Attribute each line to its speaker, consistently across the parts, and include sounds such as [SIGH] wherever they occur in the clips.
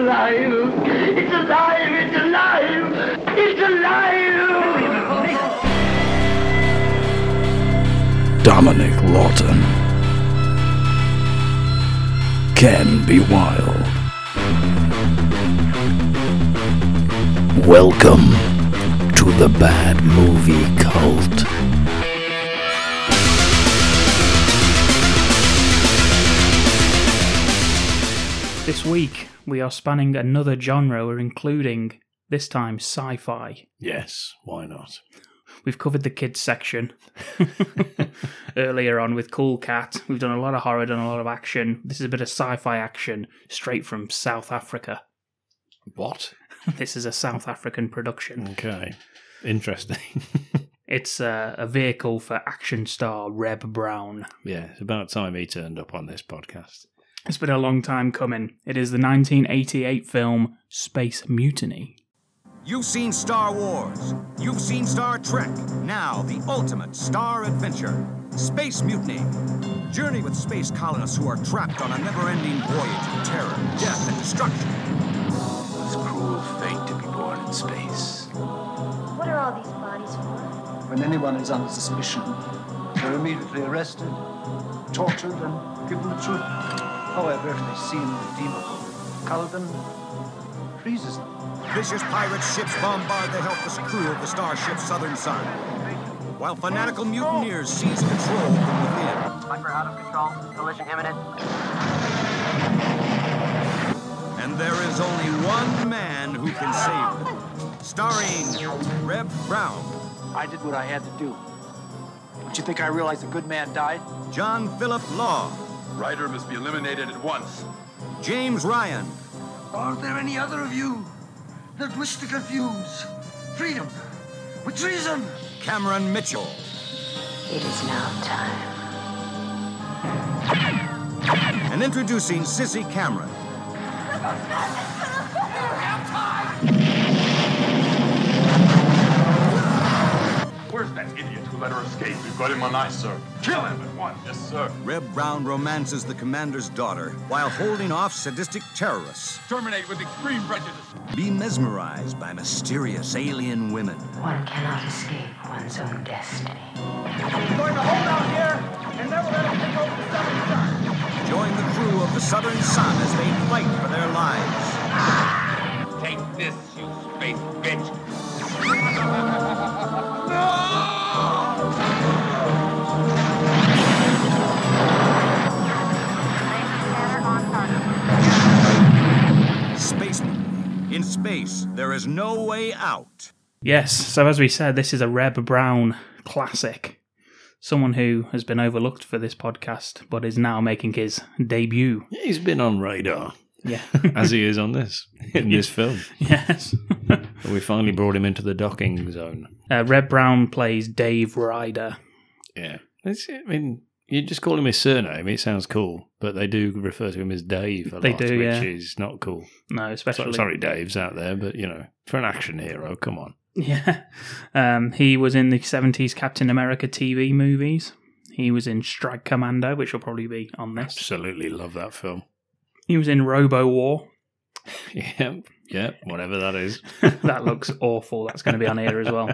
Speaker 1: alive! It's alive! It's alive! It's alive!
Speaker 2: Dominic Lawton can be wild. Welcome to the Bad Movie Cult.
Speaker 3: This week, we are spanning another genre, we're including, this time, sci fi.
Speaker 4: Yes, why not?
Speaker 3: We've covered the kids section [LAUGHS] earlier on with Cool Cat. We've done a lot of horror, done a lot of action. This is a bit of sci fi action straight from South Africa.
Speaker 4: What?
Speaker 3: This is a South African production.
Speaker 4: Okay. Interesting. [LAUGHS]
Speaker 3: It's uh, a vehicle for action star Reb Brown.
Speaker 4: yeah, it's about time he turned up on this podcast.
Speaker 3: It's been a long time coming. It is the 1988 film Space Mutiny.
Speaker 5: You've seen Star Wars. You've seen Star Trek. Now, the ultimate star adventure Space Mutiny. Journey with space colonists who are trapped on a never ending voyage of terror, death, and destruction.
Speaker 6: It's cruel fate to be born in space.
Speaker 7: What are all these bodies for?
Speaker 8: When anyone is under suspicion, they're immediately arrested, tortured, and given the truth. However, if they seem redeemable, Caliban freezes them.
Speaker 5: Vicious pirate ships bombard the helpless crew of the starship Southern Sun, while fanatical mutineers seize control from within.
Speaker 9: Bunker out of control. Collision imminent.
Speaker 5: And there is only one man who can save them. Starring Reb Brown,
Speaker 8: I did what I had to do. Don't you think I realized a good man died?
Speaker 5: John Philip Law,
Speaker 6: Ryder must be eliminated at once.
Speaker 5: James Ryan,
Speaker 8: Are there any other of you that wish to confuse freedom with treason?
Speaker 5: Cameron Mitchell.
Speaker 7: It is now time.
Speaker 5: And introducing Sissy Cameron.
Speaker 6: Where's that idiot who let her escape? We've got him on ice, sir. Kill him at once. Yes, sir.
Speaker 5: Reb Brown romances the commander's daughter while holding off sadistic terrorists.
Speaker 6: Terminate with extreme prejudice.
Speaker 5: Be mesmerized by mysterious alien women.
Speaker 7: One cannot escape one's own destiny.
Speaker 5: Join the crew of the Southern Sun as they fight for their lives.
Speaker 6: Take this, you space bitch.
Speaker 5: Spacemen. In space, there is no way out.
Speaker 3: Yes, so as we said, this is a Reb Brown classic. Someone who has been overlooked for this podcast, but is now making his debut.
Speaker 4: He's been on radar,
Speaker 3: Yeah.
Speaker 4: as he is on this, in [LAUGHS] this film.
Speaker 3: [LAUGHS] yes.
Speaker 4: We finally brought him into the docking zone.
Speaker 3: Uh, Reb Brown plays Dave Ryder.
Speaker 4: Yeah. It's, I mean, you just call him his surname, it sounds cool, but they do refer to him as Dave a
Speaker 3: They
Speaker 4: lot,
Speaker 3: do,
Speaker 4: which
Speaker 3: yeah.
Speaker 4: is not cool.
Speaker 3: No,
Speaker 4: So-
Speaker 3: especially.
Speaker 4: sorry, Dave's out there, but, you know, for an action hero, come on.
Speaker 3: [LAUGHS] Yeah. Um, he was in the 70s Captain America TV movies. He was in Strike Commando, which will probably be on this.
Speaker 4: Absolutely love that film.
Speaker 3: He was in Robo War.
Speaker 4: [LAUGHS] Yep, yep, whatever that is.
Speaker 3: that
Speaker 4: [LAUGHS]
Speaker 3: looks awful. That's going to be on here as well.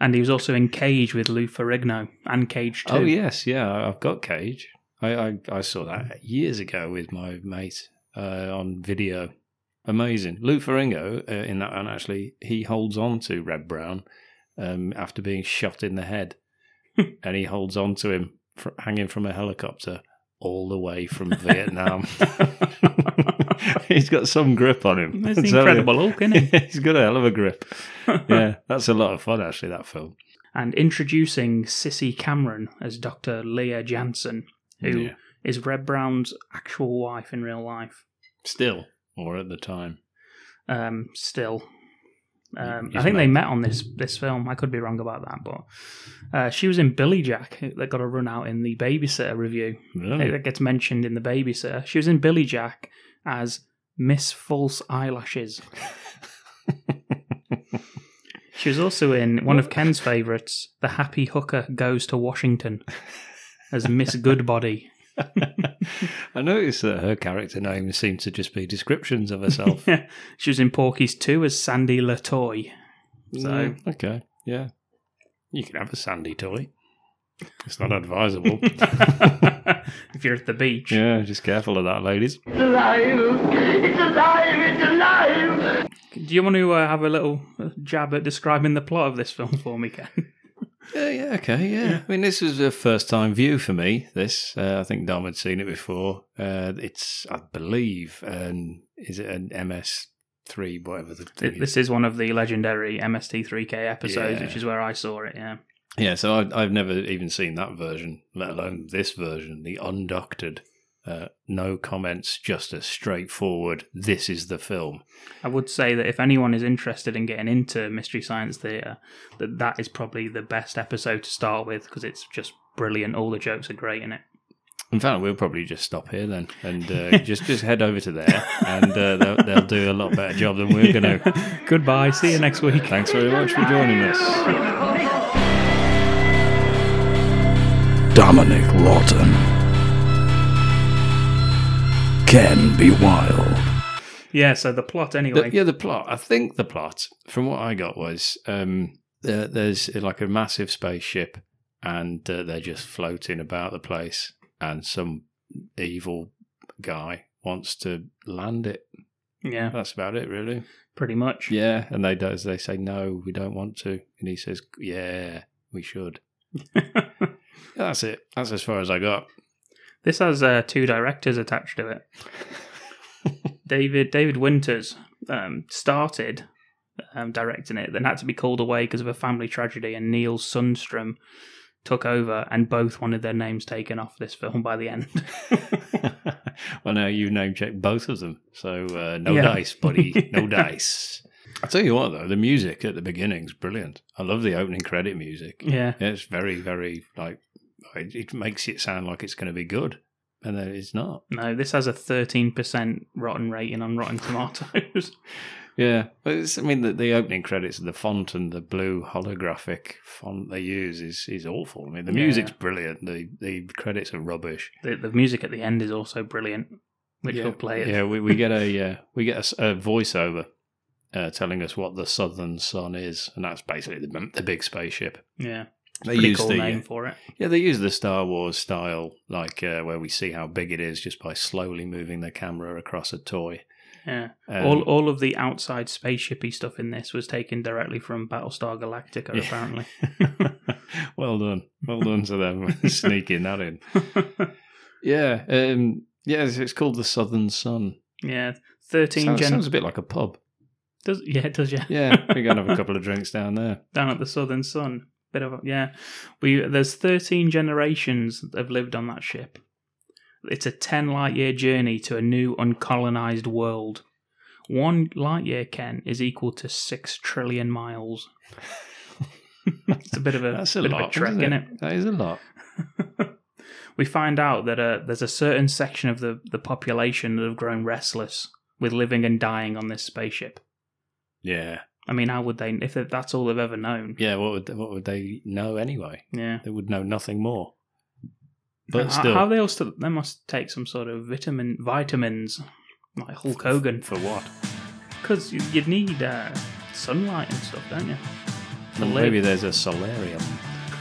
Speaker 3: And he was also in Cage with Lou Ferrigno and Cage 2.
Speaker 4: Oh yes, yeah, I- I've got Cage. I, I, I saw that years ago with my mate uh, on video. Amazing. Lou Ferringo uh, in that, and actually he holds on to Red Brown um, after being shot in
Speaker 3: [LAUGHS]
Speaker 4: the head, and he holds on to him fr- hanging from a helicopter all the
Speaker 3: [LAUGHS]
Speaker 4: way from Vietnam. [LAUGHS] He's got some grip on him.
Speaker 3: That's
Speaker 4: I tell you.
Speaker 3: incredible, Hulk, isn't he?
Speaker 4: [LAUGHS] He's got a hell of
Speaker 3: [LAUGHS]
Speaker 4: a grip. Yeah, that's a lot of fun actually. That film.
Speaker 3: and introducing Sissy Cameron as Dr. Leah Jansen, who is
Speaker 4: Yeah.
Speaker 3: Red Brown's actual wife in real life.
Speaker 4: Still, or at the time.
Speaker 3: Um, still, um, I
Speaker 4: He's
Speaker 3: think they
Speaker 4: made-
Speaker 3: met on this this film. I could be wrong about that, but uh, she was in Billy Jack. That got a run out in the Babysitter review.
Speaker 4: Really?
Speaker 3: That gets mentioned in the Babysitter. She was in Billy Jack as Miss False
Speaker 4: [LAUGHS]
Speaker 3: Eyelashes. She was also in one of Ken's
Speaker 4: [LAUGHS]
Speaker 3: favourites, The Happy Hooker Goes to Washington, as Miss Goodbody. [LAUGHS]
Speaker 4: I noticed that her character name seemed to just be descriptions of [LAUGHS] herself.
Speaker 3: she was in Porky's 2 as Sandy Latoy. So,
Speaker 4: Mm, okay, yeah, you can have a sandy toy. It's not advisable.
Speaker 3: [LAUGHS] if you're at the beach.
Speaker 4: [LAUGHS] yeah, just careful of that, ladies.
Speaker 1: It's alive! It's alive! It's alive!
Speaker 3: Do you want to uh, have a little uh, jab at describing the plot of this film for me,
Speaker 4: [LAUGHS]
Speaker 3: Ken?
Speaker 4: Yeah, yeah, okay, yeah. I mean, this was a first time view for me. This, uh, I think Dom had seen it before. Uh, it's, I believe, an is it an MS3, whatever the thing is.
Speaker 3: This is one of the legendary MST3K episodes,
Speaker 4: Yeah.
Speaker 3: which is where I saw it. Yeah,
Speaker 4: Yeah, so I've, I've never even seen that version, let alone this version, the undoctored. Uh, no comments, just a straightforward. This is the film.
Speaker 3: I would say that if anyone is interested in getting into Mystery Science Theater, that that is probably the best episode to start with because it's just brilliant. All the jokes are great in it.
Speaker 4: In fact, we'll probably just stop here then,
Speaker 3: [LAUGHS]
Speaker 4: and uh, just just head over to there, and uh, they'll, they'll do a lot better job than we're going to.
Speaker 3: Goodbye. [LAUGHS] See you next week.
Speaker 4: Thanks very much for joining us.
Speaker 2: Dominic Lawton. Ken Be Wild.
Speaker 3: Yeah. So the plot,
Speaker 4: The-
Speaker 3: anyway.
Speaker 4: yeah, the plot. I think the plot, from what I got, was um, uh, there's uh, like a massive spaceship, and uh, they're just floating about the place, and some evil guy wants to land it.
Speaker 3: yeah.
Speaker 4: That's about it, really.
Speaker 3: Pretty much.
Speaker 4: Yeah, and they does they say no, we don't want to, and he says, yeah, we should. That's it. That's as far as I got.
Speaker 3: [LAUGHS] This has uh, two directors attached to it.
Speaker 4: [LAUGHS]
Speaker 3: David David Winters um, started um, directing it, then had to be called away because of a family tragedy, and Neil Sundstrom took over, and both wanted their names taken off this film by the end.
Speaker 4: [LAUGHS] well, now you name check both of them, so uh, no
Speaker 3: Yeah.
Speaker 4: dice, buddy,
Speaker 3: [LAUGHS]
Speaker 4: no dice. I tell you what, though, the music at the beginning's brilliant. I love the opening credit music.
Speaker 3: yeah,
Speaker 4: It's very, very like it, it makes it sound like it's going to be good, and then it's not.
Speaker 3: no, this has a thirteen percent rotten rating on Rotten Tomatoes. [LAUGHS]
Speaker 4: Yeah, but it's, I mean, the, the opening credits, the font and the blue holographic font they use is is awful. I mean, the
Speaker 3: Yeah.
Speaker 4: music's brilliant. The the credits are rubbish.
Speaker 3: the, the music at the end is also brilliant, which we'll play. It.
Speaker 4: Yeah, we, we get a uh, we get a s- a, voiceover uh, telling us what the Southern Sun is, and that's basically the the big spaceship.
Speaker 3: yeah,
Speaker 4: They
Speaker 3: pretty
Speaker 4: use
Speaker 3: cool
Speaker 4: the
Speaker 3: name for it.
Speaker 4: yeah, they use the Star Wars style, like uh, where we see how big it is just by slowly moving the camera across a toy.
Speaker 3: Yeah.
Speaker 4: Um,
Speaker 3: all all of the outside spaceshipy stuff in this was taken directly from Battlestar Galactica,
Speaker 4: Yeah.
Speaker 3: apparently.
Speaker 4: [LAUGHS] well done, well done to them [LAUGHS] sneaking that in. Yeah, um, yeah, it's, it's called the Southern Sun.
Speaker 3: [LAUGHS] yeah. Thirteen
Speaker 4: Sounds,
Speaker 3: gen
Speaker 4: sounds a bit like a pub. [LAUGHS]
Speaker 3: does yeah, it does yeah.
Speaker 4: Yeah, we're gonna have a couple of drinks down there.
Speaker 3: Down at the Southern Sun. Bit of a, yeah. We there's thirteen generations that have lived on that ship. It's a ten light year journey to a new uncolonized world. One light year, Ken, is equal to six trillion miles. it's a bit of a,
Speaker 4: That's a
Speaker 3: bit
Speaker 4: lot,
Speaker 3: of a trek,
Speaker 4: isn't
Speaker 3: isn't
Speaker 4: it?
Speaker 3: it?
Speaker 4: That is a lot.
Speaker 3: we find out that uh, there's a certain section of the, the population that have grown restless with living and dying on this spaceship.
Speaker 4: Yeah,
Speaker 3: I mean, how would they, if that's all they've ever known?
Speaker 4: yeah. What would what would they know anyway?
Speaker 3: Yeah.
Speaker 4: They would know nothing more. But
Speaker 3: How-
Speaker 4: still,
Speaker 3: How they all still, they must take some sort of vitamin, vitamins, like Hulk Hogan.
Speaker 4: for what?
Speaker 3: Because you, you need uh, sunlight and stuff, don't you? To
Speaker 4: Well,
Speaker 3: live.
Speaker 4: maybe there's a solarium.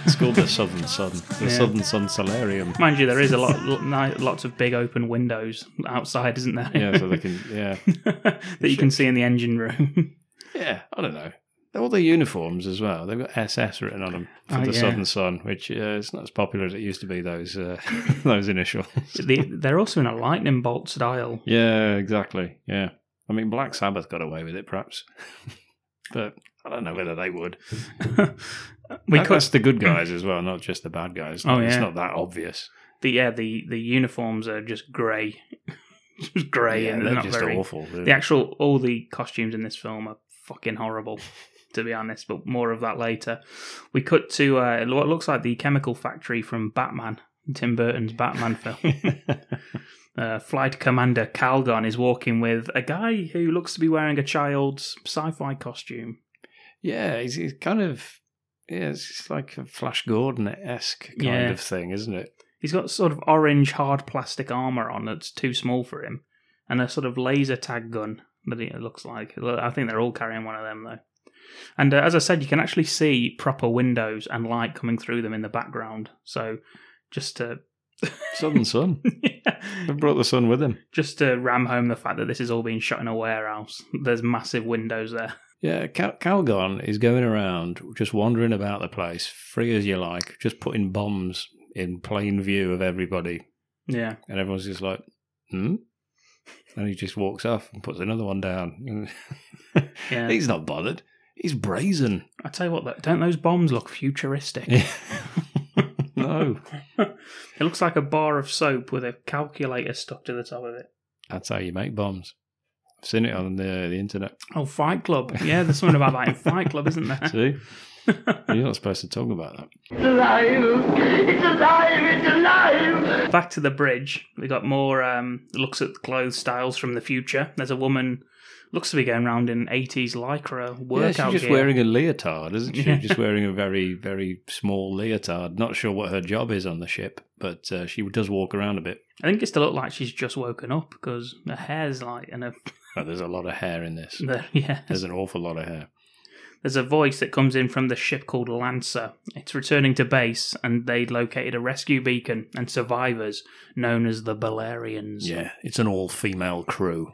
Speaker 4: It's called the Southern Sun. The
Speaker 3: Yeah.
Speaker 4: Southern Sun Solarium.
Speaker 3: Mind you, there is a
Speaker 4: [LAUGHS]
Speaker 3: lot, lo- ni- lots of big open windows outside, isn't there? [LAUGHS]
Speaker 4: Yeah, so they can. Yeah,
Speaker 3: that you can see in the engine
Speaker 4: [LAUGHS]
Speaker 3: room.
Speaker 4: yeah. I don't know. All their uniforms as well. They've got SS written on them for
Speaker 3: Oh,
Speaker 4: the
Speaker 3: yeah.
Speaker 4: Southern Sun, which uh, it's not as popular as it used to be. Those uh, [LAUGHS] those initials.
Speaker 3: The- they're also in a lightning bolt style. [LAUGHS]
Speaker 4: yeah, exactly. Yeah. I mean, Black Sabbath got away with it, perhaps, [LAUGHS] but I don't know whether they would.
Speaker 3: we
Speaker 4: That-
Speaker 3: could,
Speaker 4: that's the good guys as well, not just the bad guys.
Speaker 3: Oh,
Speaker 4: It's
Speaker 3: yeah.
Speaker 4: not that obvious.
Speaker 3: the yeah the the uniforms are just grey, [LAUGHS] just grey,
Speaker 4: Yeah,
Speaker 3: and
Speaker 4: they're
Speaker 3: they're not
Speaker 4: just
Speaker 3: very.
Speaker 4: awful. really.
Speaker 3: The actual all the costumes in this film are fucking horrible, to be honest. But more of that later. We cut to uh, what looks like the chemical factory from Batman, Tim Burton's Batman
Speaker 4: [LAUGHS]
Speaker 3: film. Uh, Flight Commander Calgon is walking with a guy who looks to be wearing a child's sci-fi costume.
Speaker 4: [LAUGHS] Yeah, he's, he's kind of yeah, it's like a Flash Gordon esque kind
Speaker 3: Yeah.
Speaker 4: of thing, isn't it?
Speaker 3: He's got sort of orange hard plastic armor on that's too small for him, and a sort of laser tag gun that it looks like. I think they're all carrying one of them though. And uh, as I said, you can actually see proper windows and light coming through them in the background. So just to [LAUGHS]
Speaker 4: Southern Sun. They brought the sun with them.
Speaker 3: just to ram home the fact that this is all being shot in a warehouse. There's massive windows there.
Speaker 4: Yeah, Cal- Calgon is going around, just wandering about the place, free as you like, just putting bombs in plain view of everybody.
Speaker 3: Yeah.
Speaker 4: And everyone's just like, hmm? And he just walks off and puts another one down.
Speaker 3: Yeah.
Speaker 4: [LAUGHS] He's not bothered. He's brazen.
Speaker 3: [LAUGHS] I tell you what, though, don't those bombs look futuristic?
Speaker 4: no.
Speaker 3: It looks like a bar of soap with a calculator stuck to the top of it.
Speaker 4: That's how you make bombs. I've seen it on the, the internet.
Speaker 3: [LAUGHS] Oh, Fight Club. Yeah, there's something about that in Fight Club, isn't there?
Speaker 4: [LAUGHS] See? You're not supposed to talk about that.
Speaker 1: It's alive! It's alive! It's alive!
Speaker 3: Back to the bridge. We got more um, looks at clothes styles from the future. There's a woman looks to be going around in 80s lycra
Speaker 4: yeah,
Speaker 3: workout
Speaker 4: she's just
Speaker 3: gear.
Speaker 4: wearing a leotard, isn't she?
Speaker 3: Yeah.
Speaker 4: Just wearing a very, very small leotard. Not sure what her job is on the ship, but uh, she does walk around a bit.
Speaker 3: I think it's to look like she's just woken up because her hair's like and her [LAUGHS]
Speaker 4: Oh, there's a lot of hair in this.
Speaker 3: Mm. yeah.
Speaker 4: There's an awful lot of hair.
Speaker 3: There's a voice that comes in from the ship called Lancer. It's returning to base, and they located a rescue beacon and survivors known as the Balerians.
Speaker 4: Yeah, it's an all female crew.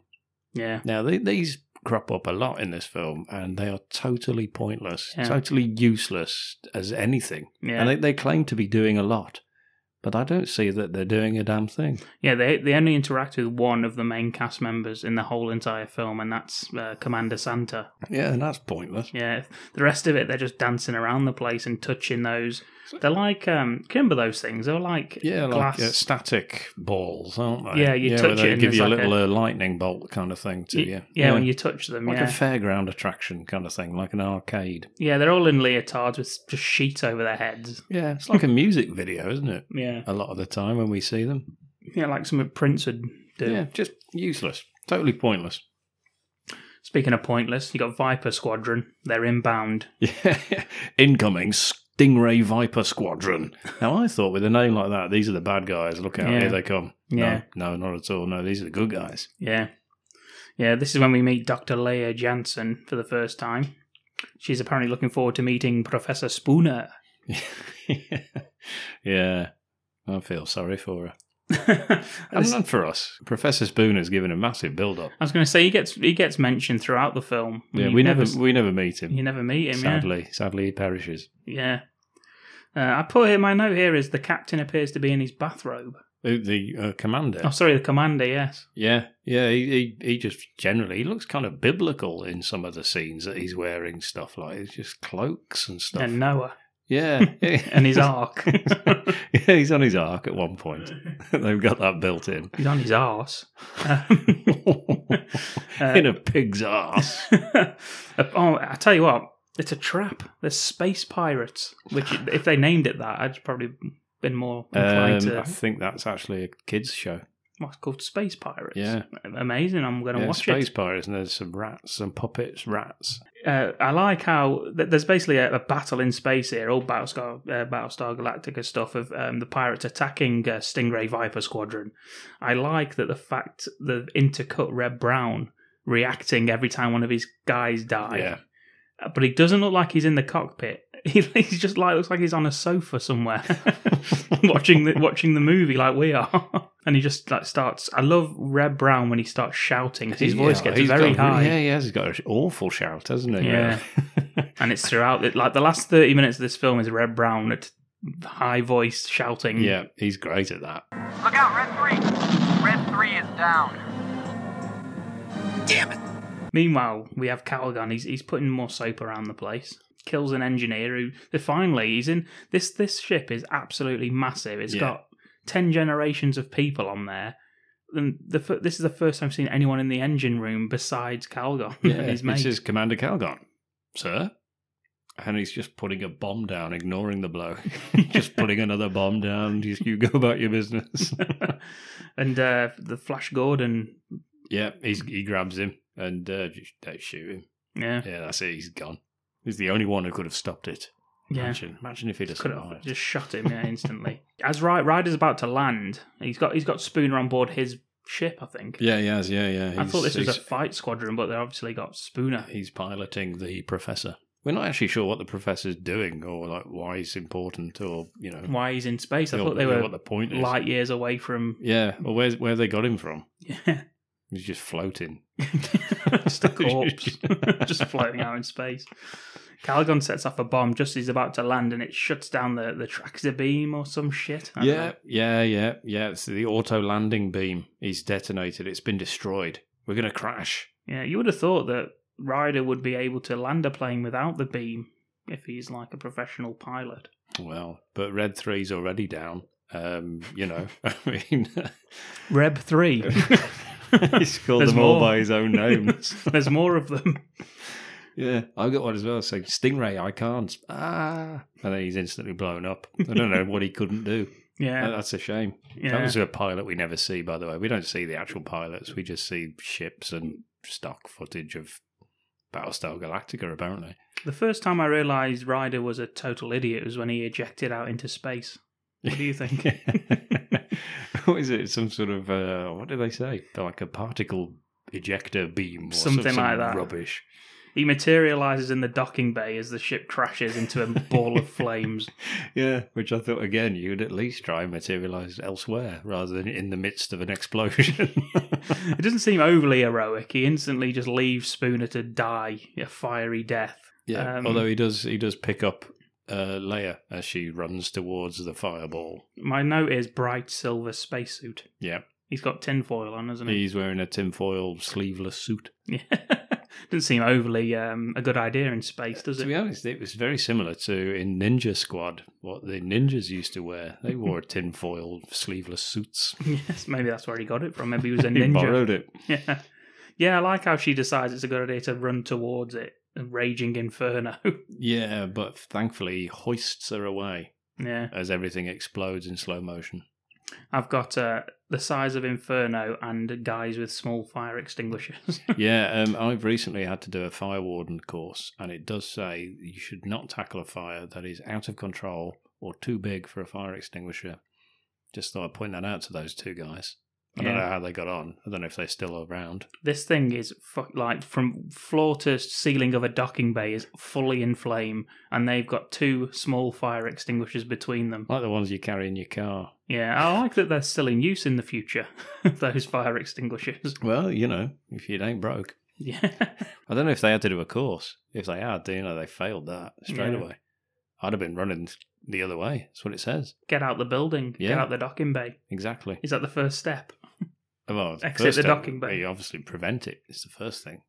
Speaker 3: yeah.
Speaker 4: Now, they, these crop up a lot in this film, and they are totally pointless,
Speaker 3: Yeah.
Speaker 4: totally useless as anything.
Speaker 3: Yeah.
Speaker 4: And they, they claim to be doing a lot, but I don't see that they're doing a damn thing.
Speaker 3: Yeah, they they only interact with one of the main cast members in the whole entire film, and that's uh, Commander Santa.
Speaker 4: Yeah, and that's pointless.
Speaker 3: Yeah, the rest of it they're just dancing around the place and touching those. They're like, um, can you remember those things? They're like
Speaker 4: Yeah,
Speaker 3: glass.
Speaker 4: like uh, static balls, aren't they?
Speaker 3: Yeah, you
Speaker 4: where
Speaker 3: touch it
Speaker 4: they
Speaker 3: and
Speaker 4: give
Speaker 3: there's
Speaker 4: you
Speaker 3: like
Speaker 4: a little uh, lightning bolt kind of thing to
Speaker 3: Y-
Speaker 4: you.
Speaker 3: yeah, when you touch them,
Speaker 4: like
Speaker 3: yeah,
Speaker 4: a fairground attraction kind of thing, like an arcade.
Speaker 3: yeah, they're all in leotards with just sheets over their heads.
Speaker 4: Yeah, it's [LAUGHS] like a music video, isn't it?
Speaker 3: Yeah,
Speaker 4: A lot of the time when we see them.
Speaker 3: yeah, like some of Prince would do.
Speaker 4: Yeah, just useless, totally pointless.
Speaker 3: Speaking of pointless, you got Viper Squadron. They're inbound.
Speaker 4: Yeah, [LAUGHS] incoming Stingray Viper Squadron. Now I thought with a name like that, these are the bad guys. Look out,
Speaker 3: Yeah.
Speaker 4: here they come.
Speaker 3: Yeah.
Speaker 4: No, no, not at all. No, these are the good guys. [LAUGHS]
Speaker 3: Yeah. Yeah, this is when we meet Dr. Leia Jansen for the first time. She's apparently looking forward to meeting Professor Spooner.
Speaker 4: yeah, I feel sorry for her.
Speaker 3: [LAUGHS] I
Speaker 4: And not for us. Professor Spoon has given a massive build-up.
Speaker 3: was going to say he gets he gets mentioned throughout the film.
Speaker 4: Yeah,
Speaker 3: You
Speaker 4: we never,
Speaker 3: s-
Speaker 4: we never meet him.
Speaker 3: you never meet him. yeah.
Speaker 4: sadly, sadly, he perishes.
Speaker 3: Yeah. Uh, I put here my note here is the captain appears to be in his bathrobe.
Speaker 4: Who- The uh, commander.
Speaker 3: Oh, sorry, the commander. Yes.
Speaker 4: Yeah, yeah. He, he he just generally he looks kind of biblical in some of the scenes that he's wearing stuff like it's just cloaks and stuff.
Speaker 3: And Noah [LAUGHS]
Speaker 4: Yeah,
Speaker 3: and
Speaker 4: [LAUGHS]
Speaker 3: his ark.
Speaker 4: yeah, he's on his arc at
Speaker 3: [LAUGHS]
Speaker 4: one point. They've got that built in.
Speaker 3: He's on his
Speaker 4: [LAUGHS]
Speaker 3: arse. Um, Uh,
Speaker 4: in a
Speaker 3: [LAUGHS]
Speaker 4: pig's arse.
Speaker 3: oh, I tell you what, it's a trap. There's space pirates, which
Speaker 4: [SIGHS]
Speaker 3: if they named it that, I'd probably been more
Speaker 4: Um,
Speaker 3: inclined
Speaker 4: I
Speaker 3: to.
Speaker 4: think that's actually a kids' show.
Speaker 3: What's called space pirates?
Speaker 4: Yeah.
Speaker 3: amazing. I'm going to
Speaker 4: Yeah,
Speaker 3: watch
Speaker 4: Space
Speaker 3: it.
Speaker 4: Pirates, and there's some rats, some puppets, rats.
Speaker 3: Uh, I like how th- there's basically a, a battle in space here, all Battlestar, uh, Battlestar Galactica stuff of um, the pirates attacking uh, Stingray Viper Squadron. I like that the fact the intercut Red Brown reacting every time one of his guys die.
Speaker 4: Yeah,
Speaker 3: but he doesn't look like he's in the cockpit. [LAUGHS] He, he's just like looks like he's on a sofa somewhere, [LAUGHS] watching the watching the movie like we are. [LAUGHS] And he just like starts. I love Red Brown when he starts shouting. 'cause His voice
Speaker 4: Yeah,
Speaker 3: gets
Speaker 4: he's
Speaker 3: very
Speaker 4: got-
Speaker 3: high,
Speaker 4: Yeah, he has. He's got an awful shout, hasn't he?
Speaker 3: Yeah. [LAUGHS] and it's throughout. It, like the last thirty minutes of this film is Red Brown at high voice shouting.
Speaker 4: yeah, he's great at that.
Speaker 9: Look out, Red 3! Red 3 is down.
Speaker 3: Meanwhile, we have Calgon. He's he's putting more soap around the place. Kills an engineer who they finally he's in this this ship is absolutely massive. It's
Speaker 4: Yeah.
Speaker 3: got ten generations of people on there. And the fir- this is the first time I've seen anyone in the engine room besides Calgon and [LAUGHS] his mate.
Speaker 4: This is Commander Calgon, sir. And he's just putting a bomb down, ignoring
Speaker 3: [LAUGHS]
Speaker 4: the blow. just putting another bomb down. Just you go about your business. [LAUGHS]
Speaker 3: and uh, the Flash Gordon,
Speaker 4: yeah, he's, he grabs him and uh, just- they shoot him.
Speaker 3: yeah,
Speaker 4: Yeah, that's it. He's gone. He's the only one who could have stopped it.
Speaker 3: Yeah.
Speaker 4: Imagine, imagine if he'd have
Speaker 3: Could have
Speaker 4: survived.
Speaker 3: just shot him yeah, instantly.
Speaker 4: [LAUGHS]
Speaker 3: As Ry- Ryder's about to land, he's got he's got Spooner on board his ship, I think.
Speaker 4: Yeah, he has. Yeah, yeah.
Speaker 3: I thought this was
Speaker 4: he's,
Speaker 3: a fight squadron, but they obviously got Spooner.
Speaker 4: he's piloting the professor. We're not actually sure what the professor's doing or like why he's important or you know
Speaker 3: Why he's in space? I
Speaker 4: Yeah,
Speaker 3: thought they
Speaker 4: yeah,
Speaker 3: were
Speaker 4: what the point is.
Speaker 3: light years away from. [LAUGHS]
Speaker 4: yeah or where where they got him from.
Speaker 3: Yeah.
Speaker 4: He's just floating. [LAUGHS]
Speaker 3: just a corpse [LAUGHS] just floating out in space. Calgon sets off a bomb just as he's about to land, and it shuts down the the traxor beam or some shit. I don't
Speaker 4: Yeah, yeah, yeah, yeah. It's the auto landing beam. He's detonated. It's been destroyed. We're gonna crash.
Speaker 3: know. yeah. You would have thought that Ryder would be able to land a plane without the beam if he's like a professional pilot.
Speaker 4: Well, but Red Three's already down. Um, you know, [LAUGHS] I mean,
Speaker 3: Reb three.
Speaker 4: he's called
Speaker 3: There's
Speaker 4: them all
Speaker 3: more.
Speaker 4: by his own names.
Speaker 3: [LAUGHS] There's more of them.
Speaker 4: [LAUGHS] yeah, I got one as well. So Stingray, I can't. Ah, and then he's instantly blown up. I don't know what he couldn't do.
Speaker 3: [LAUGHS] Yeah,
Speaker 4: That's a shame. Uh, That
Speaker 3: yeah.
Speaker 4: was a pilot we never see, by the way. We don't see the actual pilots. We just see ships and stock footage of Battlestar Galactica,
Speaker 3: [LAUGHS]
Speaker 4: apparently.
Speaker 3: the first time I realised Ryder was a total idiot was when he ejected out into space. What do you think?
Speaker 4: what is it? Some sort of uh, what do they say? They're like a particle ejector beam, or some-
Speaker 3: Something
Speaker 4: some
Speaker 3: like that.
Speaker 4: Rubbish.
Speaker 3: He materializes in the docking bay as the ship crashes into a ball
Speaker 4: [LAUGHS]
Speaker 3: of flames.
Speaker 4: Yeah, which I thought again you'd at least try and materialize elsewhere rather than in the midst of an explosion. [LAUGHS]
Speaker 3: It doesn't seem overly heroic. He instantly just leaves Spooner to die a fiery death.
Speaker 4: yeah,
Speaker 3: Um,
Speaker 4: although he does he does pick up uh, Leia as she runs towards the fireball.
Speaker 3: My note is bright silver spacesuit.
Speaker 4: Yeah,
Speaker 3: He's got tinfoil on, hasn't he?
Speaker 4: he's wearing a tinfoil sleeveless suit.
Speaker 3: [LAUGHS] Yeah. doesn't seem overly um, a good idea in space, does
Speaker 4: To
Speaker 3: it?
Speaker 4: be honest, it was very similar to in Ninja Squad what the ninjas used to wear. They [LAUGHS] wore tinfoil sleeveless [LAUGHS] suits.
Speaker 3: [LAUGHS] Yes, maybe that's where he got it from. Maybe
Speaker 4: [LAUGHS]
Speaker 3: he was a
Speaker 4: He
Speaker 3: ninja.
Speaker 4: borrowed it.
Speaker 3: Yeah. Yeah, I like how she decides it's a good idea to run towards it, a raging inferno. [LAUGHS]
Speaker 4: Yeah, but thankfully he hoists her away
Speaker 3: yeah.
Speaker 4: as everything explodes in slow [LAUGHS] motion.
Speaker 3: I've got uh, the size of inferno and guys with small fire extinguishers. [LAUGHS]
Speaker 4: yeah, um, I've recently had to do a fire warden course, and it does say you should not tackle a fire that is out of control or too big for a fire extinguisher. Just thought I'd point that out to those two guys. I don't
Speaker 3: Yeah.
Speaker 4: know how they got on. I don't know if they're still around.
Speaker 3: this thing is fu- like from floor to ceiling of a docking bay is fully in flame, and they've got two small fire extinguishers between them.
Speaker 4: Like the ones you carry in your car.
Speaker 3: Yeah, I like that they're still in use in the future. [LAUGHS] those fire extinguishers. [LAUGHS]
Speaker 4: Well, you know, if it ain't broke.
Speaker 3: Yeah,
Speaker 4: I don't know if they had to do a course. If they had, you know, they failed that straight
Speaker 3: Yeah.
Speaker 4: away. I'd have been running the other way. That's what it says.
Speaker 3: get out the building. Get
Speaker 4: Yeah.
Speaker 3: out the docking bay.
Speaker 4: Exactly.
Speaker 3: Is that the first step?
Speaker 4: Well,
Speaker 3: Exit
Speaker 4: first
Speaker 3: the
Speaker 4: step,
Speaker 3: docking bay.
Speaker 4: You obviously prevent it. It's the first thing.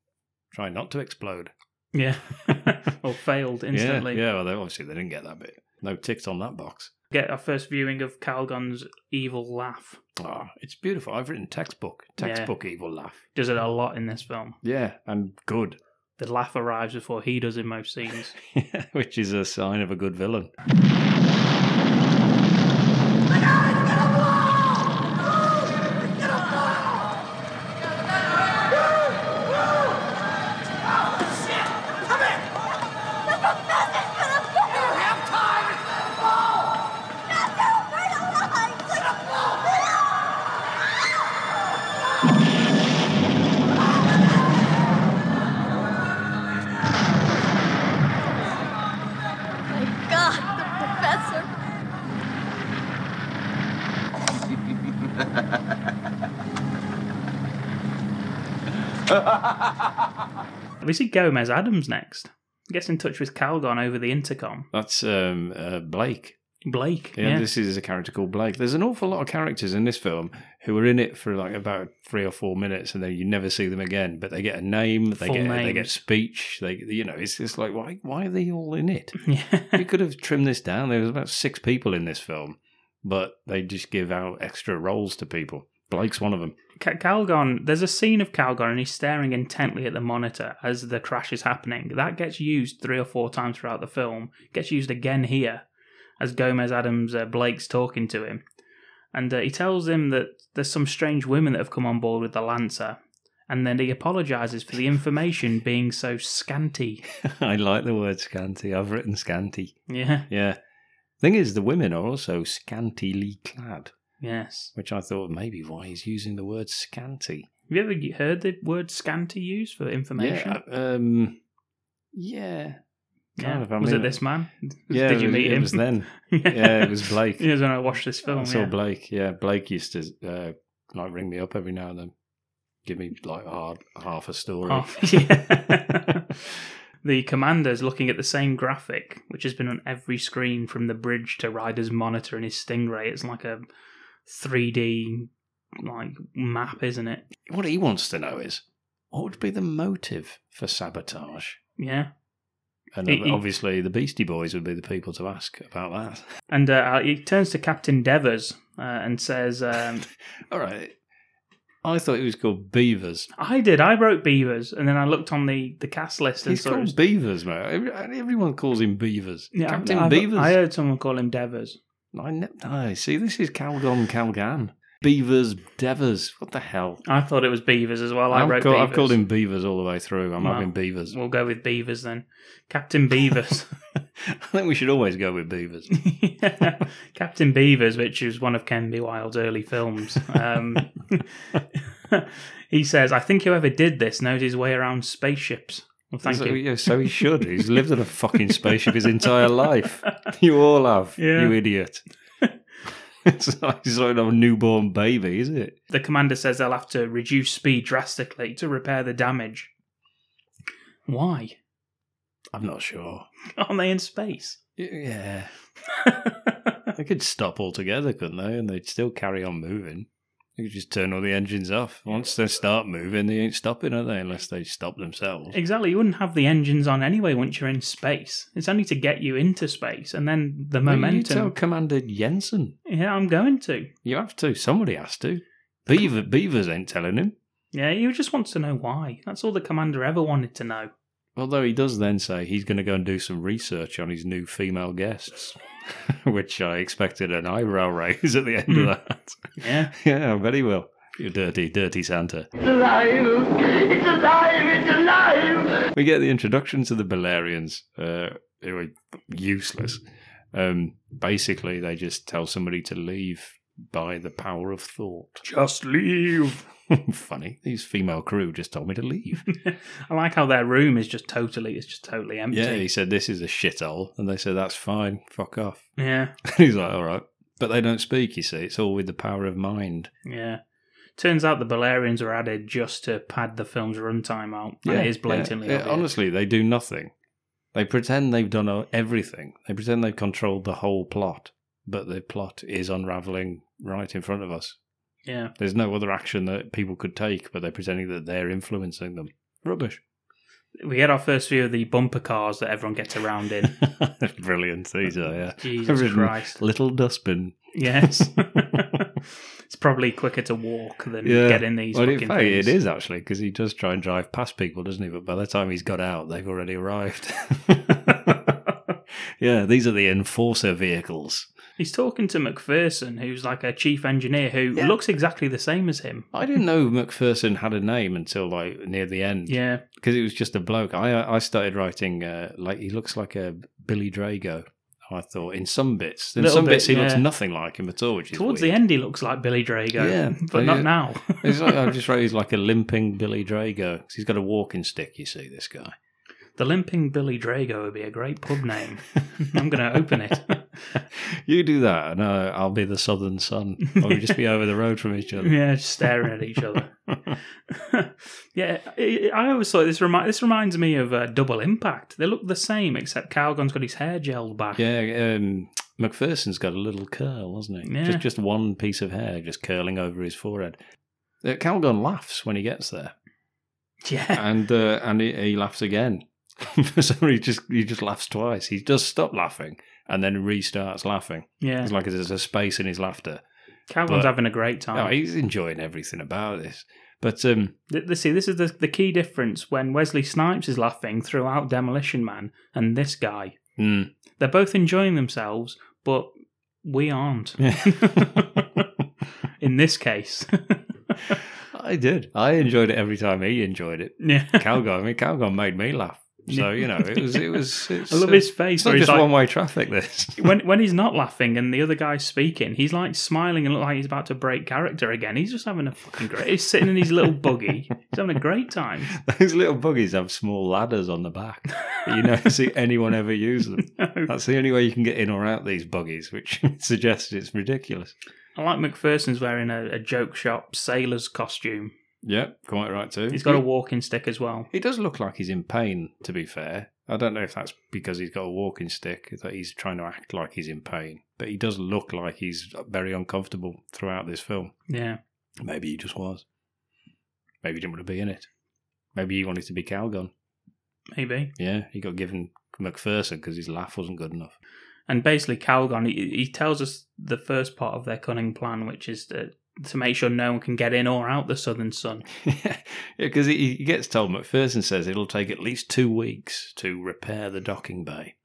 Speaker 4: Try not to explode.
Speaker 3: Yeah, [LAUGHS] or failed instantly.
Speaker 4: Yeah, yeah well, they, obviously they didn't get that bit. No ticks on that box.
Speaker 3: Get our first viewing of Calgon's evil laugh.
Speaker 4: Ah, it's beautiful. I've written textbook.
Speaker 3: Yeah.
Speaker 4: Textbook evil laugh.
Speaker 3: Does it a lot in this film.
Speaker 4: Yeah, and good. [LAUGHS]
Speaker 3: the laugh arrives before he does in most scenes.
Speaker 4: Which is a sign of a good villain.
Speaker 10: God, the professor.
Speaker 3: we see Gomez Adams next. Gets in touch with Calgon over the intercom.
Speaker 4: That's um, uh, Blake.
Speaker 3: Blake.
Speaker 4: Yeah,
Speaker 3: Yeah.
Speaker 4: this is a character called Blake. There's an awful lot of characters in this film who are in it for like about three or four minutes, and then you never see them again. But they get a name, they
Speaker 3: Full
Speaker 4: get they get
Speaker 3: names.
Speaker 4: speech. They you know, it's just like why why are they all in it?
Speaker 3: [LAUGHS] Yeah.
Speaker 4: you could have trimmed this down. There was about six people in this film, but they just give out extra roles to people. Blake's one of them.
Speaker 3: Ca- Calgon, there's a scene of Calgon and he's staring intently at the monitor as the crash is happening. That gets used three or four times throughout the film. Gets used again here as Gomez Adams uh, Blake's talking to him. And uh, he tells him that there's some strange women that have come on board with the Lancer. and then he apologizes for the information being so scanty.
Speaker 4: [LAUGHS]
Speaker 3: [LAUGHS]
Speaker 4: I like the word scanty. I've written scanty.
Speaker 3: Yeah.
Speaker 4: Yeah. Thing is, the women are also scantily clad,
Speaker 3: Yes.
Speaker 4: which I thought maybe why he's using the word scanty.
Speaker 3: Have you ever heard the word scanty used for information?
Speaker 4: Yeah. Um, yeah. kind of, I
Speaker 3: was
Speaker 4: mean,
Speaker 3: it this man?
Speaker 4: Yeah,
Speaker 3: Did you
Speaker 4: it was-
Speaker 3: meet
Speaker 4: It
Speaker 3: him? [LAUGHS]
Speaker 4: was then. yeah, it was Blake.
Speaker 3: It was when I watched this film.
Speaker 4: I saw
Speaker 3: yeah.
Speaker 4: Blake. Yeah, Blake used to uh, like ring me up every now and then, give me like hard, half a story.
Speaker 3: Oh, [LAUGHS] yeah. the commander's looking at the same graphic, which has been on every screen from the bridge to Ryder's monitor and his Stingray. It's like a 3D like map, isn't it?
Speaker 4: What he wants to know is what would be the motive for sabotage?
Speaker 3: Yeah.
Speaker 4: And
Speaker 3: He- he-
Speaker 4: obviously, the Beastie Boys would be the people to ask about that. [LAUGHS]
Speaker 3: And uh, he turns to Captain Devers uh, and says,
Speaker 4: [LAUGHS]
Speaker 3: um,
Speaker 4: All right. I thought it was called Beavers.
Speaker 3: "I did. I wrote Beavers." And then I looked on the the cast list and
Speaker 4: He's
Speaker 3: saw it
Speaker 4: called
Speaker 3: was-
Speaker 4: Beavers, mate. Every- Everyone calls him Beavers.
Speaker 3: Yeah,
Speaker 4: Captain
Speaker 3: I've-
Speaker 4: Beavers.
Speaker 3: I heard someone call him Devers.
Speaker 4: I ne- no, see, this is Calgon Calgan. Beavers, Devers. What the hell?
Speaker 3: I thought it was Beavers as well. I
Speaker 4: I've,
Speaker 3: wrote
Speaker 4: call-
Speaker 3: Beavers.
Speaker 4: I've called him Beavers all the way through. I'm
Speaker 3: Well,
Speaker 4: having Beavers.
Speaker 3: We'll go with Beavers then. Captain Beavers.
Speaker 4: [LAUGHS]
Speaker 3: [LAUGHS]
Speaker 4: I think we should always go with Beavers.
Speaker 3: Captain Beavers, which is one of Ken B. Wilde's early films. Um, [LAUGHS] he says, I think whoever did this knows his way around spaceships. Well, [LAUGHS] thank
Speaker 4: so,
Speaker 3: you.
Speaker 4: yeah, so he should. He's lived on a fucking
Speaker 3: [LAUGHS]
Speaker 4: spaceship his entire life. You all have.
Speaker 3: Yeah.
Speaker 4: You idiot. [LAUGHS] it's like he's like a newborn baby, is it?
Speaker 3: The commander says they'll have to reduce speed drastically to repair the damage. Why? [LAUGHS]
Speaker 4: I'm not sure.
Speaker 3: Aren't they in space?
Speaker 4: [LAUGHS] Yeah. They could stop altogether, couldn't they? And they'd still carry on moving. They could just turn all the engines off. Once they start moving, they ain't stopping, are they? Unless they stop themselves.
Speaker 3: Exactly. You wouldn't have the engines on anyway once you're in space. It's only to get you into space and then the
Speaker 4: You tell
Speaker 3: momentum.
Speaker 4: Commander Jensen.
Speaker 3: Yeah, I'm going to.
Speaker 4: You have to. Somebody has to. Beaver, Beavers ain't telling him.
Speaker 3: Yeah, he just wants to know why. That's all the commander ever wanted to know.
Speaker 4: Although he does then say he's going to go and do some research on his new female guests, [LAUGHS] which I expected an eyebrow raise at the end of that.
Speaker 3: Yeah.
Speaker 4: Hmm. [LAUGHS] yeah, I bet he will. You dirty, dirty Santa.
Speaker 1: It's alive! It's alive! It's alive!
Speaker 4: We get the introduction to the Belerians, uh, who are useless. Um, basically, they just tell somebody to leave by the power of thought. [LAUGHS] Just leave. Funny, these female crew just told me to leave.
Speaker 3: [LAUGHS] I like how their room is just totally it's just totally empty.
Speaker 4: yeah, he said this is a shithole, and they said that's fine. Fuck off. [LAUGHS]
Speaker 3: Yeah.
Speaker 4: He's like, all right. But they don't speak, you see. It's all with the power of mind.
Speaker 3: yeah. Turns out the Balerians are added just to pad the film's runtime out. And it is blatantly
Speaker 4: yeah.
Speaker 3: obvious.
Speaker 4: Honestly, they do nothing. They pretend they've done o- everything. They pretend they've controlled the whole plot. But the plot is unraveling right in front of us.
Speaker 3: Yeah.
Speaker 4: There's no other action that people could take, but they're pretending that they're influencing them. Rubbish. [LAUGHS]
Speaker 3: We get our first view of the bumper cars that everyone gets around in.
Speaker 4: Brilliant, these are, yeah.
Speaker 3: [LAUGHS] Jesus
Speaker 4: I've written
Speaker 3: Christ.
Speaker 4: Little dustbin.
Speaker 3: yes. [LAUGHS] it's probably quicker to walk than
Speaker 4: yeah.
Speaker 3: get in these
Speaker 4: Well, in
Speaker 3: fucking
Speaker 4: fact,
Speaker 3: things.
Speaker 4: it is actually because he does try and drive past people, doesn't he? But by the time he's got out, they've already arrived. [LAUGHS] yeah, these are the enforcer vehicles.
Speaker 3: He's talking to McPherson, who's like a chief engineer who looks exactly the same as him.
Speaker 4: I didn't know McPherson had a name until like near the end.
Speaker 3: Yeah.
Speaker 4: because it was just a bloke. I I started writing uh, like he looks like a Billy Drago. I thought in some bits, in
Speaker 3: Little
Speaker 4: some bits
Speaker 3: bit,
Speaker 4: he looks
Speaker 3: yeah.
Speaker 4: nothing like him at all. Which is
Speaker 3: Towards
Speaker 4: weird.
Speaker 3: the end, he looks like Billy Drago,
Speaker 4: Yeah.
Speaker 3: but not
Speaker 4: Yeah.
Speaker 3: now. [LAUGHS]
Speaker 4: It's like, I just wrote he's like a limping Billy Drago 'cause he's got a walking stick. You see this guy.
Speaker 3: The Limping Billy Drago would be a great pub
Speaker 4: [LAUGHS]
Speaker 3: name. I'm going to open it. [LAUGHS]
Speaker 4: you do that, and uh, I'll be the southern sun. Or we'll just be over the road from each
Speaker 3: [LAUGHS]
Speaker 4: other.
Speaker 3: Yeah, just staring at each
Speaker 4: [LAUGHS]
Speaker 3: other. yeah, I I always thought this remi- this reminds me of uh, Double Impact. They look the same, except Calgon's got his hair gelled back.
Speaker 4: Yeah, um, McPherson's got a little curl, hasn't he?
Speaker 3: Yeah.
Speaker 4: Just just one piece of hair just curling over his forehead. Uh, Calgon laughs when he gets there,
Speaker 3: [LAUGHS] yeah.
Speaker 4: and uh, and he, he laughs again. [LAUGHS] For some reason, he just he just laughs twice. He does stop laughing and then restarts laughing.
Speaker 3: yeah.
Speaker 4: It's like there's a space in his laughter.
Speaker 3: Calgon's
Speaker 4: but-
Speaker 3: having a great
Speaker 4: Oh,
Speaker 3: time.
Speaker 4: he's enjoying everything about this. But um, [LAUGHS]
Speaker 3: Th- th- See, this is the, the key difference when Wesley Snipes is laughing throughout Demolition Man and this guy.
Speaker 4: mm,
Speaker 3: They're both enjoying themselves, but
Speaker 4: [LAUGHS]
Speaker 3: we aren't
Speaker 4: Yeah.
Speaker 3: in this case.
Speaker 4: I did. I enjoyed it every time he enjoyed it.
Speaker 3: [LAUGHS] Yeah.
Speaker 4: Calgon, I mean, Calgon made me laugh. So you know, it was
Speaker 3: [LAUGHS]
Speaker 4: it was. It's, uh,
Speaker 3: I love his face
Speaker 4: It's not
Speaker 3: where he's
Speaker 4: just
Speaker 3: like-
Speaker 4: one way traffic. This. [LAUGHS]
Speaker 3: when when he's not laughing and the other guy's speaking, he's like smiling and look like he's about to break character again. He's just having a fucking great. He's sitting in his little buggy. He's having a great time.
Speaker 4: Those little buggies have small ladders on the back. [LAUGHS] You
Speaker 3: [LAUGHS]
Speaker 4: never see anyone ever use them. That's the only way you can get in or out these buggies, which [LAUGHS] suggests it's ridiculous.
Speaker 3: I like McPherson's wearing a, a joke shop sailor's costume.
Speaker 4: Yeah, quite right too.
Speaker 3: He's got a
Speaker 4: he,
Speaker 3: walking stick as well.
Speaker 4: he does look like he's in pain. To be fair, I don't know if that's because he's got a walking stick that he's trying to act like he's in pain, but he does look like he's very uncomfortable throughout this film.
Speaker 3: Yeah.
Speaker 4: Maybe he just was. Maybe he didn't want to be in it. Maybe he wanted to be Calgon.
Speaker 3: Maybe.
Speaker 4: Yeah, he got given McPherson because his laugh wasn't good enough.
Speaker 3: And basically, Calgon, he, he tells us the first part of their cunning plan, which is to, to make sure no one can get in or out the Southern Sun.
Speaker 4: [LAUGHS] yeah, because he, he gets told McPherson says it'll take at least two weeks to repair the docking bay.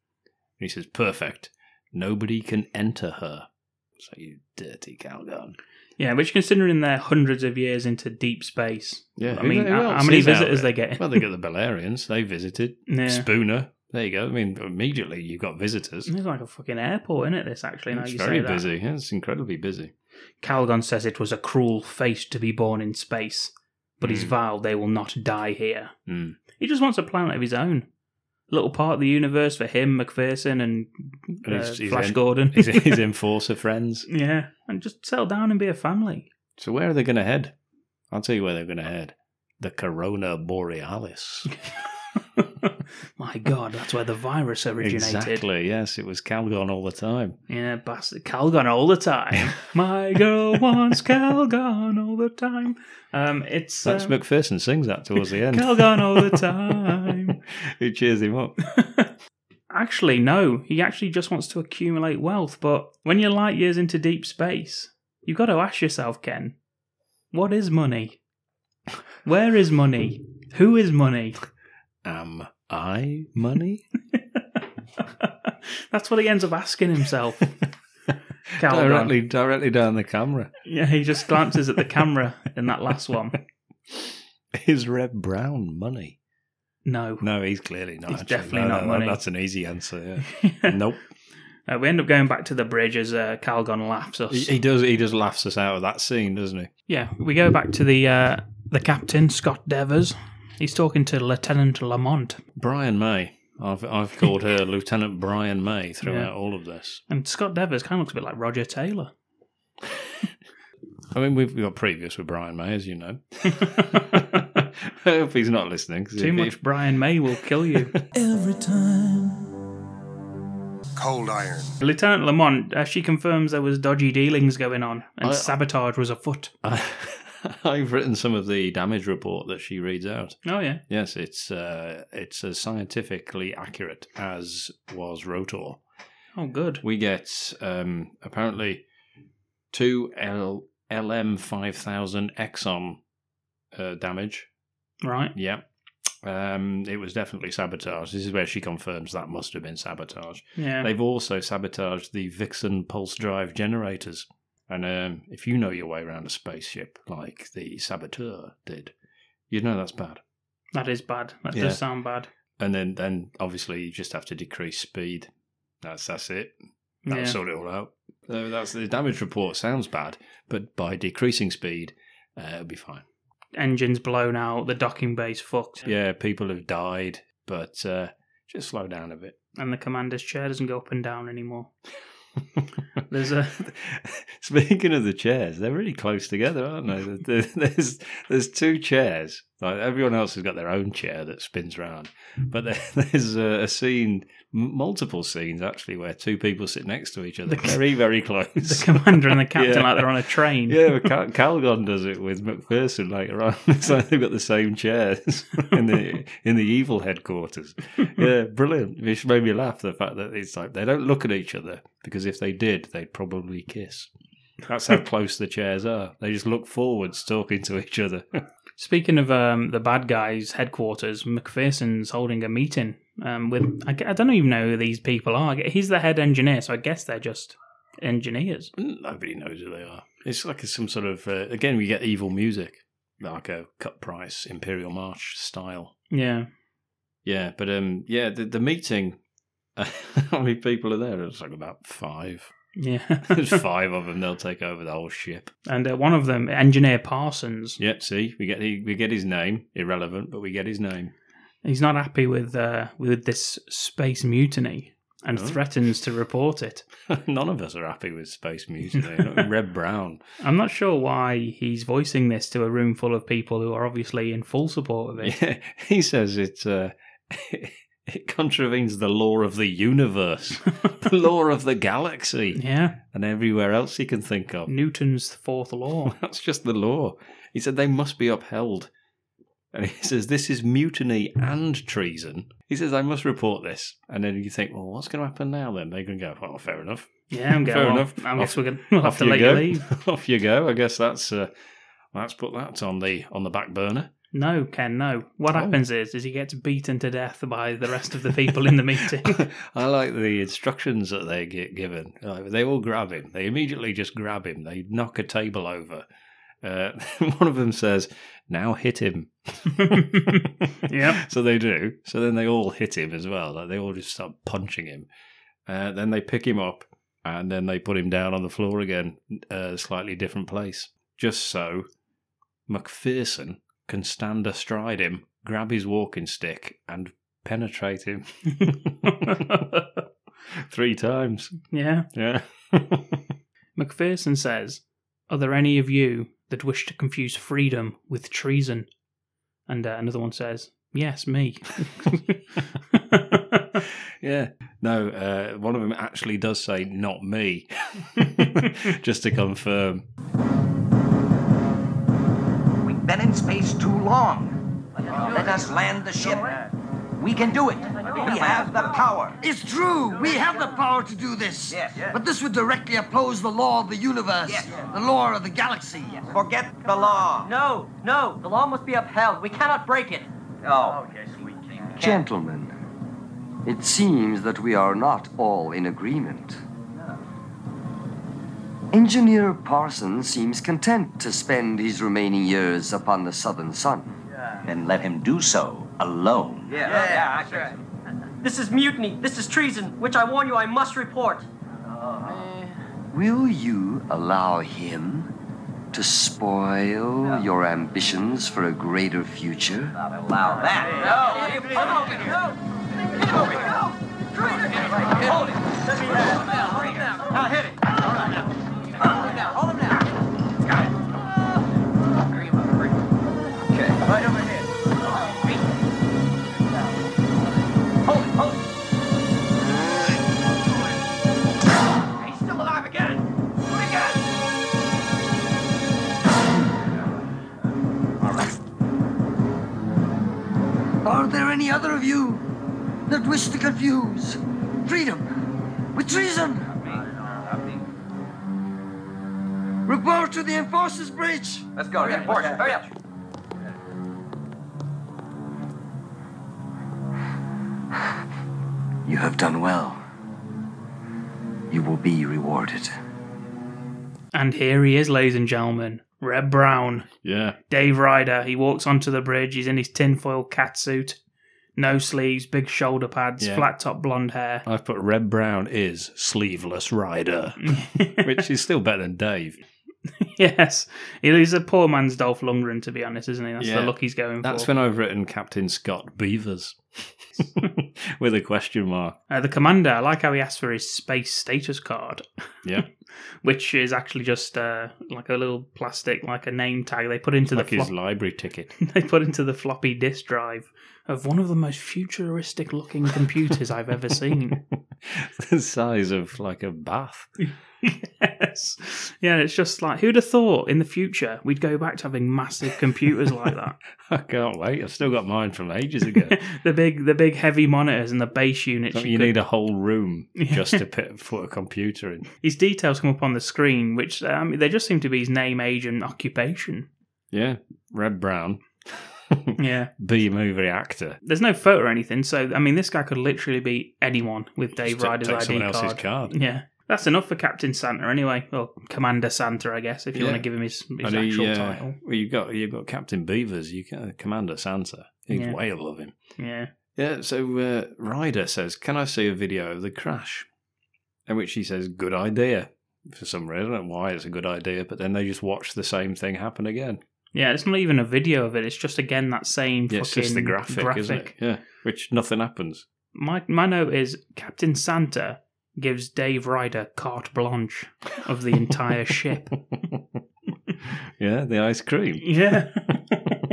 Speaker 4: And he says, "Perfect. Nobody can enter her." So you dirty Calgon.
Speaker 3: Yeah, which considering they're hundreds of years into deep space,
Speaker 4: Yeah,
Speaker 3: I
Speaker 4: who-
Speaker 3: mean,
Speaker 4: who
Speaker 3: how, how
Speaker 4: else
Speaker 3: many
Speaker 4: is out
Speaker 3: visitors
Speaker 4: there?
Speaker 3: they get?
Speaker 4: Well, they got the Belarians. They visited
Speaker 3: Yeah.
Speaker 4: Spooner. There you go. I mean, immediately you've got visitors.
Speaker 3: It's like a fucking airport, isn't it? This actually, now
Speaker 4: it's
Speaker 3: Mm-hmm. you
Speaker 4: very
Speaker 3: say that.
Speaker 4: busy. Yeah, it's incredibly busy.
Speaker 3: Calgon says it was a cruel fate to be born in space, but he's
Speaker 4: Mm.
Speaker 3: vowed they will not die here.
Speaker 4: Mm.
Speaker 3: He just wants a planet of his own, little part of the universe for him, McPherson, and, uh,
Speaker 4: he's- he's
Speaker 3: Flash
Speaker 4: en-
Speaker 3: Gordon.
Speaker 4: His,
Speaker 3: [LAUGHS]
Speaker 4: his [LAUGHS] enforcer friends.
Speaker 3: yeah, and just settle down and be a family.
Speaker 4: So where are they going to head? I'll tell you where they're going to head. The Corona Borealis.
Speaker 3: My God, that's where the virus originated.
Speaker 4: Exactly. Yes, it was Calgon all the time.
Speaker 3: Yeah, bastard. Calgon all the
Speaker 4: [LAUGHS]
Speaker 3: time. My girl wants Calgon all the time. Um, it's
Speaker 4: That's
Speaker 3: um,
Speaker 4: McPherson sings that towards the end.
Speaker 3: [LAUGHS] Calgon all
Speaker 4: [LAUGHS]
Speaker 3: the time.
Speaker 4: Who cheers him up?
Speaker 3: Actually, no. He actually just wants to accumulate wealth. But when you're light years into deep space, you've got to ask yourself, Ken, what is money? Where is money? Who is money? [LAUGHS]
Speaker 4: Am I money?
Speaker 3: That's what he ends up asking
Speaker 4: [LAUGHS]
Speaker 3: himself. [LAUGHS] Calgon.
Speaker 4: directly, directly down the camera.
Speaker 3: Yeah, he just glances at the camera in that last one.
Speaker 4: Is Red Brown money?
Speaker 3: No.
Speaker 4: No, he's clearly not.
Speaker 3: He's
Speaker 4: actually.
Speaker 3: definitely
Speaker 4: No,
Speaker 3: not
Speaker 4: no,
Speaker 3: money.
Speaker 4: That's an easy answer.
Speaker 3: [LAUGHS]
Speaker 4: Yeah. nope.
Speaker 3: Uh, we end up going back to the bridge as uh, Calgon laughs us.
Speaker 4: He, he does. He just laughs us out of that scene, doesn't he?
Speaker 3: Yeah, we go back to the uh, the captain, Scott Devers. He's talking to Lieutenant Lamont,
Speaker 4: Brian May. I've I've called her [LAUGHS] Lieutenant Brian May throughout
Speaker 3: Yeah.
Speaker 4: all of this.
Speaker 3: and Scott Devers kind of looks a bit like Roger Taylor.
Speaker 4: I mean, we've got previous with Brian May, as you know. [LAUGHS] I hope he's not listening. 'cause
Speaker 3: Too
Speaker 4: if-
Speaker 3: much Brian May will kill
Speaker 4: [LAUGHS]
Speaker 3: you.
Speaker 5: Cold iron.
Speaker 3: Lieutenant Lamont, uh, she confirms there was dodgy dealings going on and
Speaker 4: I-
Speaker 3: sabotage was afoot.
Speaker 4: I, [LAUGHS] I've written some of the damage report that she reads out.
Speaker 3: Oh yeah,
Speaker 4: Yes, it's uh, it's as scientifically accurate as was Rotor.
Speaker 3: oh good.
Speaker 4: We get um, apparently two L- LM five thousand Exxon uh, damage.
Speaker 3: Right,
Speaker 4: Yeah. Um, it was definitely sabotage. This is where she confirms that must have been sabotage.
Speaker 3: yeah.
Speaker 4: They've also sabotaged the Vixen pulse drive generators. And um, if you know your way around a spaceship like the saboteur did, you know that's bad.
Speaker 3: that is bad. That
Speaker 4: Yeah.
Speaker 3: does sound bad.
Speaker 4: And then, then obviously you just have to decrease speed. That's that's it. That
Speaker 3: Yeah.
Speaker 4: will sort it all out. So that's the damage report. Sounds bad, but by decreasing speed, uh, it'll be fine.
Speaker 3: Engines blown out. The docking bay's fucked.
Speaker 4: Yeah, people have died, but uh, just slow down a bit.
Speaker 3: And the commander's chair doesn't go up and down anymore.
Speaker 4: [LAUGHS]
Speaker 3: There's a
Speaker 4: Speaking of the chairs, they're really close together, aren't they?
Speaker 3: [LAUGHS]
Speaker 4: There- there- There's there's two chairs. Like everyone else has got their own chair that spins round, but there, [LAUGHS] there's a, a scene, m- multiple scenes actually, where two people sit next to each other,
Speaker 3: The-
Speaker 4: very
Speaker 3: [LAUGHS]
Speaker 4: very
Speaker 3: the
Speaker 4: close.
Speaker 3: commander and the captain
Speaker 4: Yeah.
Speaker 3: like they're on a train.
Speaker 4: Yeah, but Cal- Calgon does it with McPherson later on. [LAUGHS] It's like they've got the same chairs [LAUGHS] in the in the evil headquarters. Yeah, brilliant. Which made me laugh the fact that it's like they don't look at each other because if they did, they'd probably kiss. That's how close the chairs are. They just look forwards, talking to each other. [LAUGHS]
Speaker 3: Speaking of um, the bad guys' headquarters, McPherson's holding a meeting um, with. I, gue- I don't even know who these people are. He's the head engineer, so I guess they're just engineers.
Speaker 4: Nobody knows who they are. It's like some sort of uh, again we get evil music. like a cut price Imperial March style.
Speaker 3: Yeah.
Speaker 4: Yeah, but um, yeah, the, the meeting. [LAUGHS] how many people are there? It's like about five. [LAUGHS]
Speaker 3: Yeah.
Speaker 4: There's five of them. They'll take over the whole ship.
Speaker 3: and uh, one of them, Engineer Parsons,
Speaker 4: Yep. See, we get the, we get his name. Irrelevant, but we get his name. [LAUGHS]
Speaker 3: he's not happy with uh, with this space mutiny and
Speaker 4: Oh.
Speaker 3: threatens to report it.
Speaker 4: None of us are happy with space mutiny. Not Red Brown. [LAUGHS]
Speaker 3: I'm not sure why he's voicing this to a room full of people who are obviously in full support of it.
Speaker 4: Yeah, he says it. Uh, [LAUGHS] it contravenes the law of the universe, [LAUGHS] the law of the galaxy,
Speaker 3: yeah.
Speaker 4: and everywhere else he can think of.
Speaker 3: Newton's fourth
Speaker 4: [LAUGHS]
Speaker 3: law.
Speaker 4: That's just the law. He said they must be upheld. And he [LAUGHS] says this is mutiny and treason. He says I must report this. And then you think, well, what's going to happen now? Then they're going to go, well, fair enough.
Speaker 3: Yeah, I'm
Speaker 4: Fair
Speaker 3: going. Well,
Speaker 4: enough.
Speaker 3: I
Speaker 4: Off-
Speaker 3: guess we're gonna, we'll have
Speaker 4: Off
Speaker 3: to let you
Speaker 4: go.
Speaker 3: leave.
Speaker 4: [LAUGHS] Off you go. I guess that's uh, let's put that on the on the back burner.
Speaker 3: No, Ken, no. What
Speaker 4: Oh.
Speaker 3: happens is, is he gets beaten to death by the rest of the people in the meeting.
Speaker 4: [LAUGHS] I like the instructions that they get given. Like, they all grab him. They immediately just grab him. They knock a table over. Uh, [LAUGHS] one of them says, "Now hit him."
Speaker 3: Yep.
Speaker 4: [LAUGHS] So they do. So then they all hit him as well. Like they all just start punching him. Uh, then they pick him up and then they put him down on the floor again, uh, slightly different place, just so McPherson can stand astride him, grab his walking stick, and penetrate him [LAUGHS] three times.
Speaker 3: yeah.
Speaker 4: Yeah.
Speaker 3: McPherson says, Are there any of you that wish to confuse freedom with treason? And uh, another one says, Yes, me. [LAUGHS]
Speaker 4: [LAUGHS] yeah. No, uh, one of them actually does say, not me, [LAUGHS] just to confirm.
Speaker 5: We've been in space too long. Let us land the ship. We can do it. We have the power.
Speaker 1: It's true. We have the power to do this.
Speaker 5: Yes.
Speaker 1: But this would directly oppose the law of the universe,
Speaker 5: Yes.
Speaker 1: the law of the galaxy.
Speaker 5: Forget the law.
Speaker 9: No, no, the law must be upheld. We cannot break it.
Speaker 8: Oh.
Speaker 5: No.
Speaker 9: yes, we can.
Speaker 11: Gentlemen, it seems that we are not all in agreement. Engineer Parson seems content to spend his remaining years upon the southern sun.
Speaker 5: Then let him do so alone.
Speaker 9: Yeah, yeah, that's right. This is mutiny. This is treason, which I warn you I must report.
Speaker 11: Will you allow him to spoil your ambitions for a greater future?
Speaker 5: Allow that. No. Come over here. Come over here. Hold it. Just Hold him down. Now hit it. All right. Hold him down. Hold him down. Got it. Okay. Right over here. Hold it. Hold it. He's still alive again. Do it again.
Speaker 1: Are there any other of you that wish to confuse freedom with treason? Report to the enforcer's bridge.
Speaker 5: Let's go. Hurry up. Hurry up.
Speaker 11: You have done well. You will be rewarded.
Speaker 3: and here he is, ladies and gentlemen. Red Brown,
Speaker 4: Yeah.
Speaker 3: Dave Ryder. He walks onto the bridge. He's in his tinfoil catsuit, no sleeves, big shoulder pads,
Speaker 4: Yeah.
Speaker 3: flat top blonde hair. [LAUGHS]
Speaker 4: I've put Red Brown is sleeveless rider, which is still better than Dave.
Speaker 3: Yes, he's a poor man's Dolph Lundgren, to be honest, isn't he? That's
Speaker 4: Yeah.
Speaker 3: the look he's going
Speaker 4: That's
Speaker 3: for.
Speaker 4: when I've written Captain Scott Beavers [LAUGHS] with a question mark.
Speaker 3: uh, the commander, I like how he asked for his space status card, [LAUGHS]
Speaker 4: Yeah,
Speaker 3: which is actually just uh, like a little plastic, like a name tag they put into
Speaker 4: like
Speaker 3: the
Speaker 4: his
Speaker 3: flop- [LAUGHS]
Speaker 4: library ticket. [LAUGHS]
Speaker 3: they put into the floppy disk drive of one of the most futuristic looking computers I've ever
Speaker 4: [LAUGHS]
Speaker 3: seen.
Speaker 4: the size of like a bath.
Speaker 3: yes. Yeah, it's just like who'd have thought in the future we'd go back to having massive computers like
Speaker 4: [LAUGHS]
Speaker 3: that.
Speaker 4: I can't wait. I've still got mine from
Speaker 3: [LAUGHS]
Speaker 4: ages ago.
Speaker 3: The big the big heavy monitors and the base units.
Speaker 4: Don't
Speaker 3: you
Speaker 4: you
Speaker 3: could-
Speaker 4: need a whole room
Speaker 3: [LAUGHS]
Speaker 4: just to put, put a computer in.
Speaker 3: His details come up on the screen, which um, they just seem to be his name, age, and occupation.
Speaker 4: Yeah, Red Brown,
Speaker 3: Yeah.
Speaker 4: B movie actor.
Speaker 3: There's no photo or anything, so I mean, this guy could literally be anyone with Dave
Speaker 4: Just ta-
Speaker 3: Ryder's
Speaker 4: take
Speaker 3: ID
Speaker 4: someone
Speaker 3: card.
Speaker 4: else's card.
Speaker 3: Yeah. That's enough for Captain Santa, anyway. Well, Commander Santa, I guess, if you
Speaker 4: Yeah.
Speaker 3: want to give him his, his
Speaker 4: And he,
Speaker 3: actual
Speaker 4: uh,
Speaker 3: title.
Speaker 4: Well, you've got you've got Captain Beavers, you can, Commander Santa. He's
Speaker 3: Yeah.
Speaker 4: way above him.
Speaker 3: Yeah.
Speaker 4: Yeah. So uh, Ryder says, "Can I see a video of the crash?" In which he says, "Good idea." For some reason, I don't know why it's a good idea, but then they just watch the same thing happen again.
Speaker 3: Yeah, it's not even a video of it. It's just, again, that same
Speaker 4: Yeah,
Speaker 3: fucking
Speaker 4: it's just the graphic, isn't it? Yeah. Which nothing happens.
Speaker 3: My, my note is Captain Santa gives Dave Ryder carte blanche of the
Speaker 4: [LAUGHS]
Speaker 3: entire ship.
Speaker 4: Yeah, the ice cream.
Speaker 3: Yeah. [LAUGHS]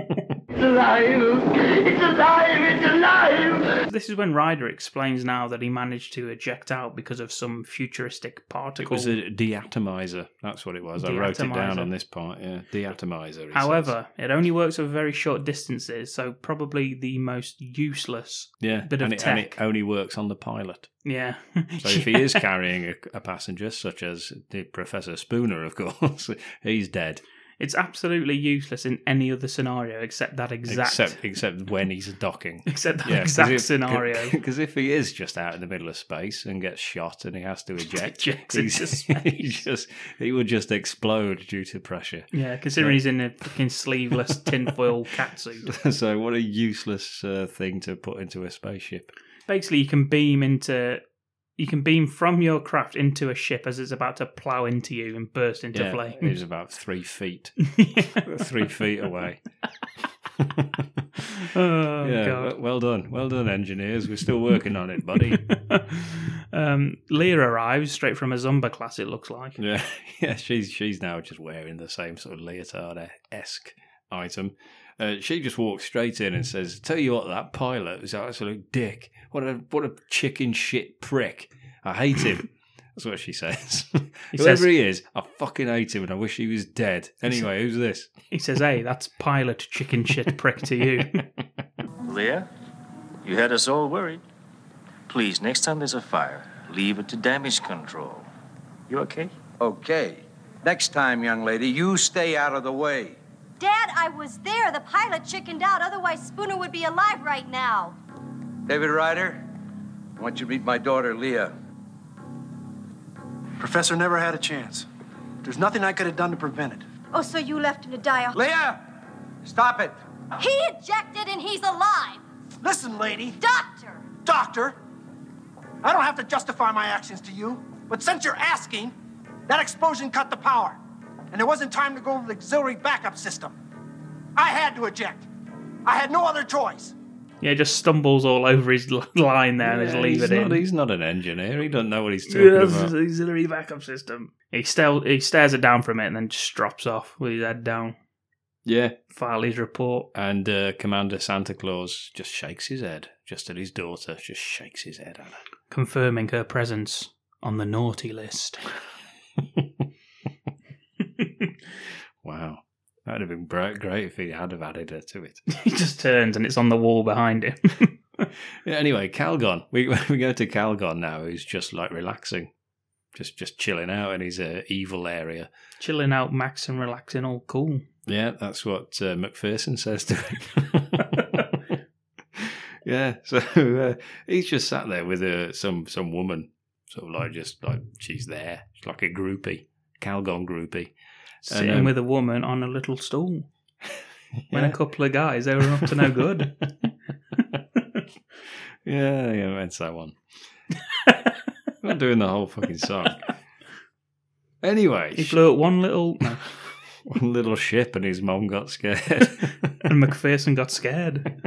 Speaker 12: It's alive! It's alive! It's alive!
Speaker 3: This is when Ryder explains now that he managed to eject out because of some futuristic
Speaker 4: It
Speaker 3: particle.
Speaker 4: was a deatomizer. That's what it was. I wrote it down
Speaker 3: Deatomizer.
Speaker 4: on this part. Yeah, deatomizer. he
Speaker 3: However, it only works over very short distances, so probably the most useless
Speaker 4: says. yeah,
Speaker 3: bit of
Speaker 4: and it, and
Speaker 3: tech.
Speaker 4: it only works on the pilot.
Speaker 3: Yeah. [LAUGHS]
Speaker 4: So if he is carrying a, a passenger, such as the Professor Spooner, of course, [LAUGHS] he's dead.
Speaker 3: It's absolutely useless in any other scenario except that exact.
Speaker 4: Except except when he's docking.
Speaker 3: [LAUGHS] Except that exact
Speaker 4: [LAUGHS]
Speaker 3: scenario.
Speaker 4: Because if he is just out in the middle of space and gets shot and he has
Speaker 3: [LAUGHS]
Speaker 4: to eject,
Speaker 3: Ejects
Speaker 4: he's-
Speaker 3: into
Speaker 4: [LAUGHS] he just he would just explode due to pressure. [LAUGHS]
Speaker 3: yeah, considering
Speaker 4: Yeah.
Speaker 3: he's in a fucking
Speaker 4: [LAUGHS]
Speaker 3: sleeveless tinfoil catsuit.
Speaker 4: so what a useless uh, thing to put into a spaceship.
Speaker 3: Basically, you can beam into. You can beam from your craft into a ship as it's about to plow into you and burst into
Speaker 4: Yeah,
Speaker 3: flame.
Speaker 4: It was about three feet, three feet away.
Speaker 3: [LAUGHS]
Speaker 4: [LAUGHS]
Speaker 3: Oh,
Speaker 4: yeah,
Speaker 3: God.
Speaker 4: well- well done, well done, engineers. We're still working on it,
Speaker 3: [LAUGHS]
Speaker 4: buddy.
Speaker 3: Um, Leah arrives straight from a Zumba class, it looks like.
Speaker 4: yeah, [LAUGHS] yeah. She's she's now just wearing the same sort of leotard esque item. Uh, she just walks straight in and says, "Tell you what, that pilot was an absolute dick. What a what a chicken shit prick. I hate
Speaker 3: [LAUGHS]
Speaker 4: him." That's what she says.
Speaker 3: He
Speaker 4: [LAUGHS] Whoever
Speaker 3: says-
Speaker 4: he is, I fucking hate him, and I wish he was dead. Anyway, who's this?
Speaker 3: He says, Hey, that's pilot chicken shit prick to you. [LAUGHS]
Speaker 13: Leah, you had us all worried. Please, next time there's a fire, leave it to damage control. You okay?
Speaker 8: Okay. Next time, young lady, you stay out of the way.
Speaker 10: Dad, I was there. The pilot chickened out. Otherwise, Spooner would be alive right now.
Speaker 8: David Ryder, I want you to meet my daughter, Leah.
Speaker 14: Professor never had a chance. There's nothing I could have done to prevent it.
Speaker 10: Oh, so you left him to die a
Speaker 14: Leah! Stop it!
Speaker 10: He ejected and he's alive.
Speaker 14: Listen, lady.
Speaker 10: Doctor!
Speaker 14: Doctor! I don't have to justify my actions to you, but since you're asking, that explosion cut the power. And there wasn't time to go over the auxiliary backup system. I had to eject. I had no other choice.
Speaker 3: yeah, just stumbles all over his l- line there and just
Speaker 4: Yeah,
Speaker 3: leave
Speaker 4: he's
Speaker 3: it
Speaker 4: not,
Speaker 3: in.
Speaker 4: He's not an engineer. He doesn't know what he's talking
Speaker 3: Yeah, this is
Speaker 4: about.
Speaker 3: the auxiliary backup system. He, stel- he stares it down for a minute and then just drops off with his head down.
Speaker 4: Yeah.
Speaker 3: File his report.
Speaker 4: And uh, Commander Santa Claus just shakes his head, just at his daughter, just shakes his head at her.
Speaker 3: confirming her presence on the naughty list. [LAUGHS]
Speaker 4: Wow. That would have been bri- great if he had have added her to it.
Speaker 3: he just turns and it's on the wall behind him. [LAUGHS]
Speaker 4: Yeah, anyway, Calgon. We, [LAUGHS] we go to Calgon now, who's just like relaxing, just just chilling out in his uh, evil area.
Speaker 3: Chilling out, Max, and relaxing, all cool.
Speaker 4: Yeah, that's what uh, McPherson says to him. [LAUGHS] yeah, so uh, he's just sat there with uh, some some woman, sort of like just like she's there, she's like a groupie, Calgon groupie, And,
Speaker 3: Sitting
Speaker 4: um,
Speaker 3: with a woman on a little stool. When a
Speaker 4: Yeah.
Speaker 3: couple of guys, they were up to no
Speaker 4: [LAUGHS]
Speaker 3: good.
Speaker 4: yeah, yeah, and
Speaker 3: [LAUGHS]
Speaker 4: so on. I'm not doing the whole fucking song. Anyway,
Speaker 3: He blew up one little. No.
Speaker 4: one [LAUGHS] little ship, and his mom got
Speaker 3: [LAUGHS]
Speaker 4: scared.
Speaker 3: and McPherson got scared.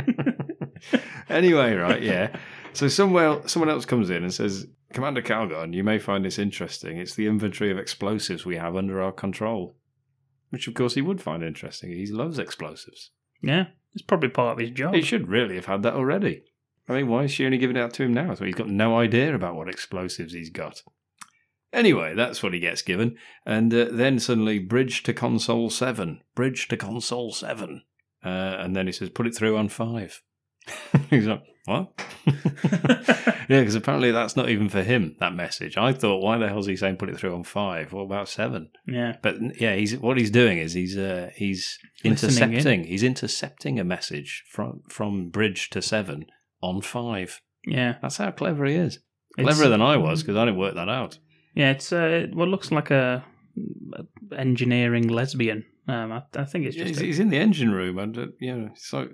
Speaker 4: [LAUGHS] anyway, right, yeah. So somewhere, someone else comes in and says, Commander Calgon, you may find this interesting. It's the inventory of explosives we have under our control. Which, of course, he would find interesting. He loves explosives.
Speaker 3: Yeah, it's probably part of his job.
Speaker 4: He should really have had that already. I mean, why is she only giving it out to him now? So he's got no idea about what explosives he's got. Anyway, that's what he gets given. And uh, then suddenly, bridge to console 7. Bridge to console 7. Uh, and then he says, put it through on 5. [LAUGHS] he's like, what? yeah, because apparently that's not even for him, that message. I thought, why the hell is he saying put it through on 5? What about 7?
Speaker 3: Yeah.
Speaker 4: But yeah, he's what he's doing is he's uh, he's
Speaker 3: Listening in.
Speaker 4: intercepting. He's intercepting a message from from bridge to seven on five.
Speaker 3: Yeah.
Speaker 4: That's how clever he is.
Speaker 3: It's- Mm.
Speaker 4: Cleverer than I was because I didn't work that out.
Speaker 3: Yeah, it's uh, what looks like a a engineering lesbian. Um, I, I think it's
Speaker 4: Yeah,
Speaker 3: just
Speaker 4: he's,
Speaker 3: a-
Speaker 4: he's in the engine room, and uh, you know, so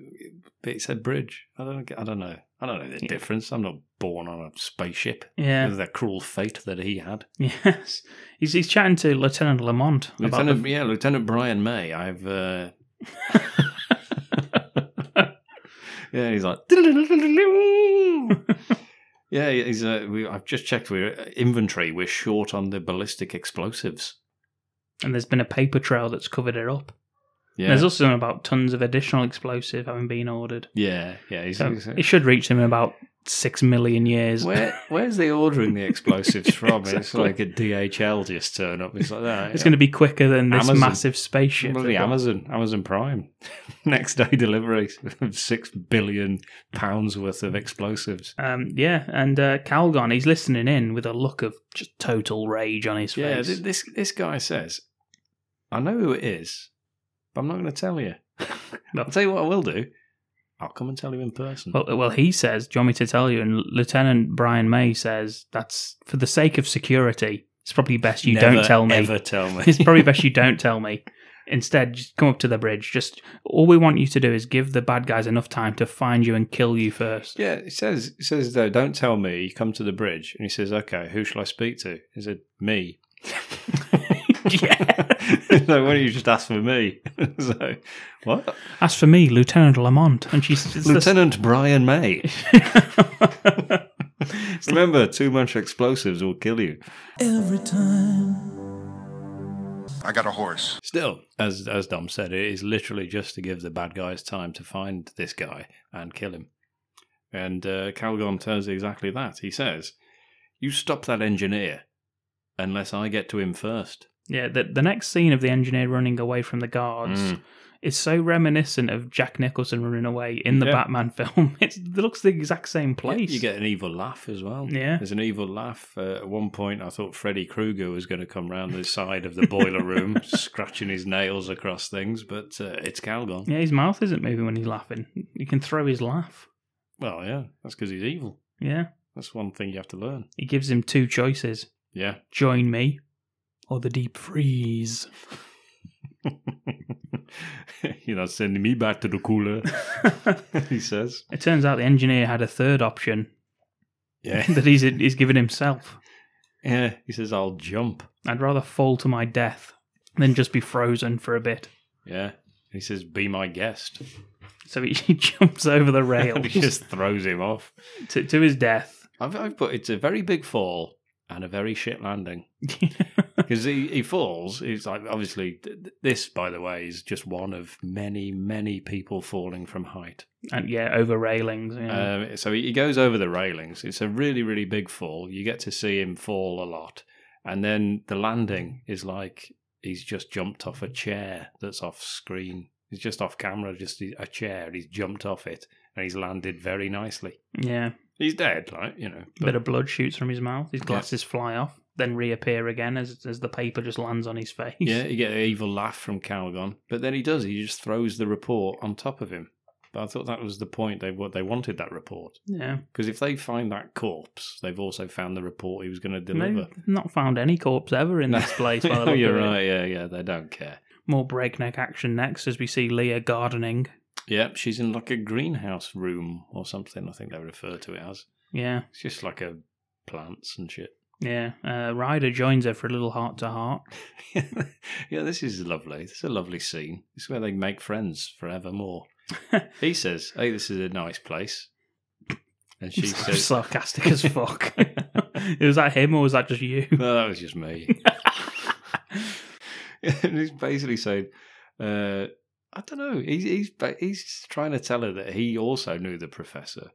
Speaker 4: it said bridge. I don't, I don't know. I don't know the difference. I'm not born on a spaceship.
Speaker 3: Yeah.
Speaker 4: with that cruel fate that he had.
Speaker 3: [LAUGHS] yes. He's he's chatting to Lieutenant Lamont about
Speaker 4: Lieutenant,
Speaker 3: the,
Speaker 4: yeah, Lieutenant Brian May.
Speaker 3: [LAUGHS]
Speaker 4: I've, uh... yeah, he's like, [LAUGHS] yeah, he's. Uh, we, I've just checked. We're uh, inventory. We're short on the ballistic explosives.
Speaker 3: and there's been a paper trail that's covered it up.
Speaker 4: Yeah.
Speaker 3: There's also about tons of additional explosive having been ordered.
Speaker 4: Yeah, yeah, he's-
Speaker 3: So
Speaker 4: he's- uh,
Speaker 3: it should reach him in about six million years.
Speaker 4: Where where's the ordering the
Speaker 3: [LAUGHS]
Speaker 4: explosives from? It's
Speaker 3: Exactly.
Speaker 4: like a DHL just turn up. It's like that.
Speaker 3: It's going to be quicker than this massive spaceship.
Speaker 4: Well, the
Speaker 3: that-
Speaker 4: Amazon, Amazon Prime, [LAUGHS] next day delivery of six billion pounds worth of explosives.
Speaker 3: Um, yeah, and uh, Calgon, he's listening in with a look of just total rage on his face.
Speaker 4: Yeah, th- this this guy says, "I know who it is, but I'm not going to
Speaker 3: [LAUGHS]
Speaker 4: tell you." I'll tell you what I will do. I'll come and tell you in person.
Speaker 3: Well, well, he says, "Do you want me to tell you?" And Lieutenant Brian May says, "That's for the sake of security. It's probably best you don't
Speaker 4: Never,
Speaker 3: tell me.
Speaker 4: ever tell me.
Speaker 3: [LAUGHS] it's probably
Speaker 4: [LAUGHS]
Speaker 3: best you don't tell me. Instead, just come up to the bridge. Just all we want you to do is give the bad guys enough time to find you and kill you first.
Speaker 4: Yeah, it says it says though, don't tell me. You come to the bridge, and he says, "Okay, who shall I speak to?" He said,
Speaker 3: [LAUGHS]
Speaker 4: "Me." [LAUGHS] yeah. so why don't you just ask for me? [LAUGHS] so what?
Speaker 3: As for me, Lieutenant Lamont, and she's it's the-
Speaker 4: Lieutenant Brian May. [LAUGHS] Remember, too much explosives will kill you.
Speaker 15: Every time.
Speaker 4: I got a horse. Still, as as Dom said, it is literally just to give the bad guys time to find this guy and kill him. And uh, Calgon does exactly that. He says, "You stop that engineer, unless I get to him first.
Speaker 3: [LAUGHS] Yeah, the, the next scene of the engineer running away from the guards
Speaker 4: Mm.
Speaker 3: is so reminiscent of Jack Nicholson running away in the
Speaker 4: Yeah.
Speaker 3: Batman [LAUGHS] film. It's, it looks the exact same place.
Speaker 4: You get an evil laugh as well.
Speaker 3: Yeah.
Speaker 4: there's an evil laugh. Uh, at one point, I thought Freddy Krueger was going to come round the side of the
Speaker 3: [LAUGHS]
Speaker 4: boiler room, scratching his nails across things, but uh, it's Calgon.
Speaker 3: Yeah, his mouth isn't moving when he's laughing. You can throw his laugh.
Speaker 4: Well, yeah, that's because he's evil.
Speaker 3: Yeah.
Speaker 4: That's one thing you have to learn.
Speaker 3: He gives him two choices.
Speaker 4: Yeah. [LAUGHS]
Speaker 3: Join me or the deep freeze. [LAUGHS]
Speaker 4: You're not sending me back to the cooler, [LAUGHS] he says.
Speaker 3: It turns out the engineer had a third option.
Speaker 4: Yeah.
Speaker 3: [LAUGHS]
Speaker 4: [LAUGHS]
Speaker 3: that he's he's given himself.
Speaker 4: Yeah, he says I'll jump.
Speaker 3: I'd rather fall to my death than just be frozen for a bit.
Speaker 4: Yeah. He says, Be my guest.
Speaker 3: So he, [LAUGHS] he jumps over the
Speaker 4: And
Speaker 3: rails
Speaker 4: [LAUGHS] he just throws him off.
Speaker 3: to, to his death. [LAUGHS]
Speaker 4: I've, I've put it's a very big fall and a very shit landing. Because he, he falls. It's like, obviously, th- th- this, by the way, is just one of many, many people falling from height.
Speaker 3: And yeah, over railings. Yeah.
Speaker 4: Um, so he he goes over the railings. It's a really, really big fall. You get to see him fall a lot. And then the landing is like he's just jumped off a chair that's off screen. He's just off camera, just a chair. He's jumped off it and he's landed very nicely.
Speaker 3: yeah.
Speaker 4: He's dead, like, you know.
Speaker 3: bit of blood shoots from his mouth. His glasses fly off, then reappear again as as the paper just lands on his face.
Speaker 4: Yeah, you get an evil laugh from Calgon. But then he does. He just throws the report on top of him. But I thought that was the point. They, what they wanted that report.
Speaker 3: Yeah.
Speaker 4: Because if they find that corpse, they've also found the report he was going to deliver.
Speaker 3: They've not found any corpse ever in
Speaker 4: [LAUGHS]
Speaker 3: this place. By the
Speaker 4: Oh,
Speaker 3: look of
Speaker 4: you're
Speaker 3: it.
Speaker 4: right. Yeah, yeah. They don't care.
Speaker 3: More breakneck action next as we see Leah gardening.
Speaker 4: Yep, she's in like a greenhouse room or something. I think they refer to it as.
Speaker 3: Yeah.
Speaker 4: It's just like a plants and shit. [LAUGHS]
Speaker 3: Yeah. Uh, Ryder joins her for a little heart to heart. [LAUGHS]
Speaker 4: Yeah, this is lovely. This is a lovely scene. This is where they make friends forevermore. he says, "Hey, this is a nice place," and
Speaker 3: [LAUGHS]
Speaker 4: she says,
Speaker 3: sarcastic
Speaker 4: [LAUGHS]
Speaker 3: as fuck. [LAUGHS] was that him or was that just you?
Speaker 4: No, that was just me. [LAUGHS] and he's basically saying, uh, I don't know. He's he's ba- he's trying to tell her that he also knew the professor.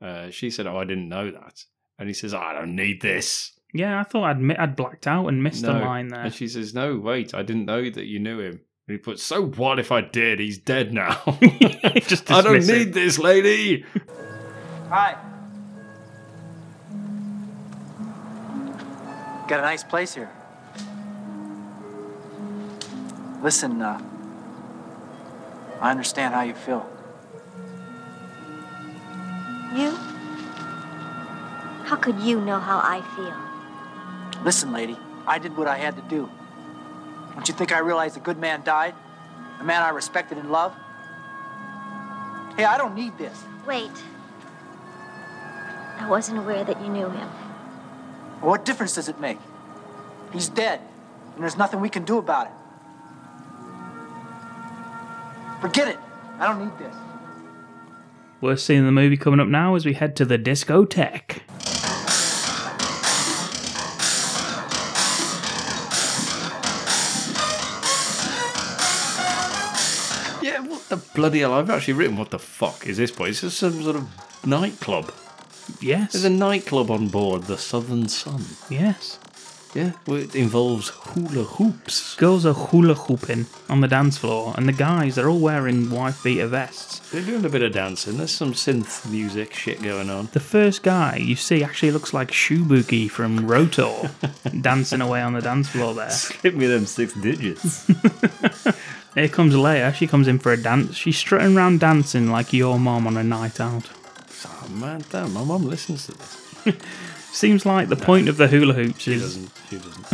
Speaker 4: Uh, she said, "Oh, I didn't know that," and he says, "I don't need this."
Speaker 3: Yeah, I thought I'd mi- I'd blacked out and missed a
Speaker 4: No.
Speaker 3: line [LAUGHS] there.
Speaker 4: And she says, "No, wait, I didn't know that you knew him." And he puts, "So what if I did? He's dead now. [LAUGHS]
Speaker 3: [LAUGHS] Just
Speaker 4: I don't
Speaker 3: dismiss it.
Speaker 4: need this lady." [LAUGHS]
Speaker 9: Hi. Got a nice place here.
Speaker 16: Listen, uh, I understand how you feel.
Speaker 10: You? How could you know how I feel?
Speaker 16: Listen, lady, I did what I had to do. Don't you think I realized a good man died? A man I respected and loved? Hey, I don't need this.
Speaker 10: Wait. I wasn't aware that you knew him.
Speaker 16: What difference does it make? He's dead, and there's nothing we can do about it. Forget it. I don't need this.
Speaker 3: Worst scene in the movie coming up now as we head to the discotheque.
Speaker 4: Yeah, what the bloody hell? I've actually written what the fuck is this place? It's some sort of nightclub.
Speaker 3: Yes.
Speaker 4: There's a nightclub on board the Southern Sun.
Speaker 3: Yes.
Speaker 4: Yeah, well, it involves hula hoops.
Speaker 3: Girls are hula hooping on the dance floor, and the guys, they're all wearing wife beater vests.
Speaker 4: They're doing a bit of dancing. There's some synth music shit going on. [LAUGHS]
Speaker 3: The first guy you see actually looks like Shubuki from
Speaker 4: [LAUGHS]
Speaker 3: Rotor, dancing away on the dance floor there.
Speaker 4: Slip me them six
Speaker 3: [LAUGHS]
Speaker 4: digits.
Speaker 3: Here comes Leia, she comes in for a dance. She's strutting round dancing like your mom on a night out.
Speaker 4: oh man, damn, my mum listens to this.
Speaker 3: Seems like the point of the hula hoops
Speaker 4: She
Speaker 3: is
Speaker 4: doesn't. She doesn't.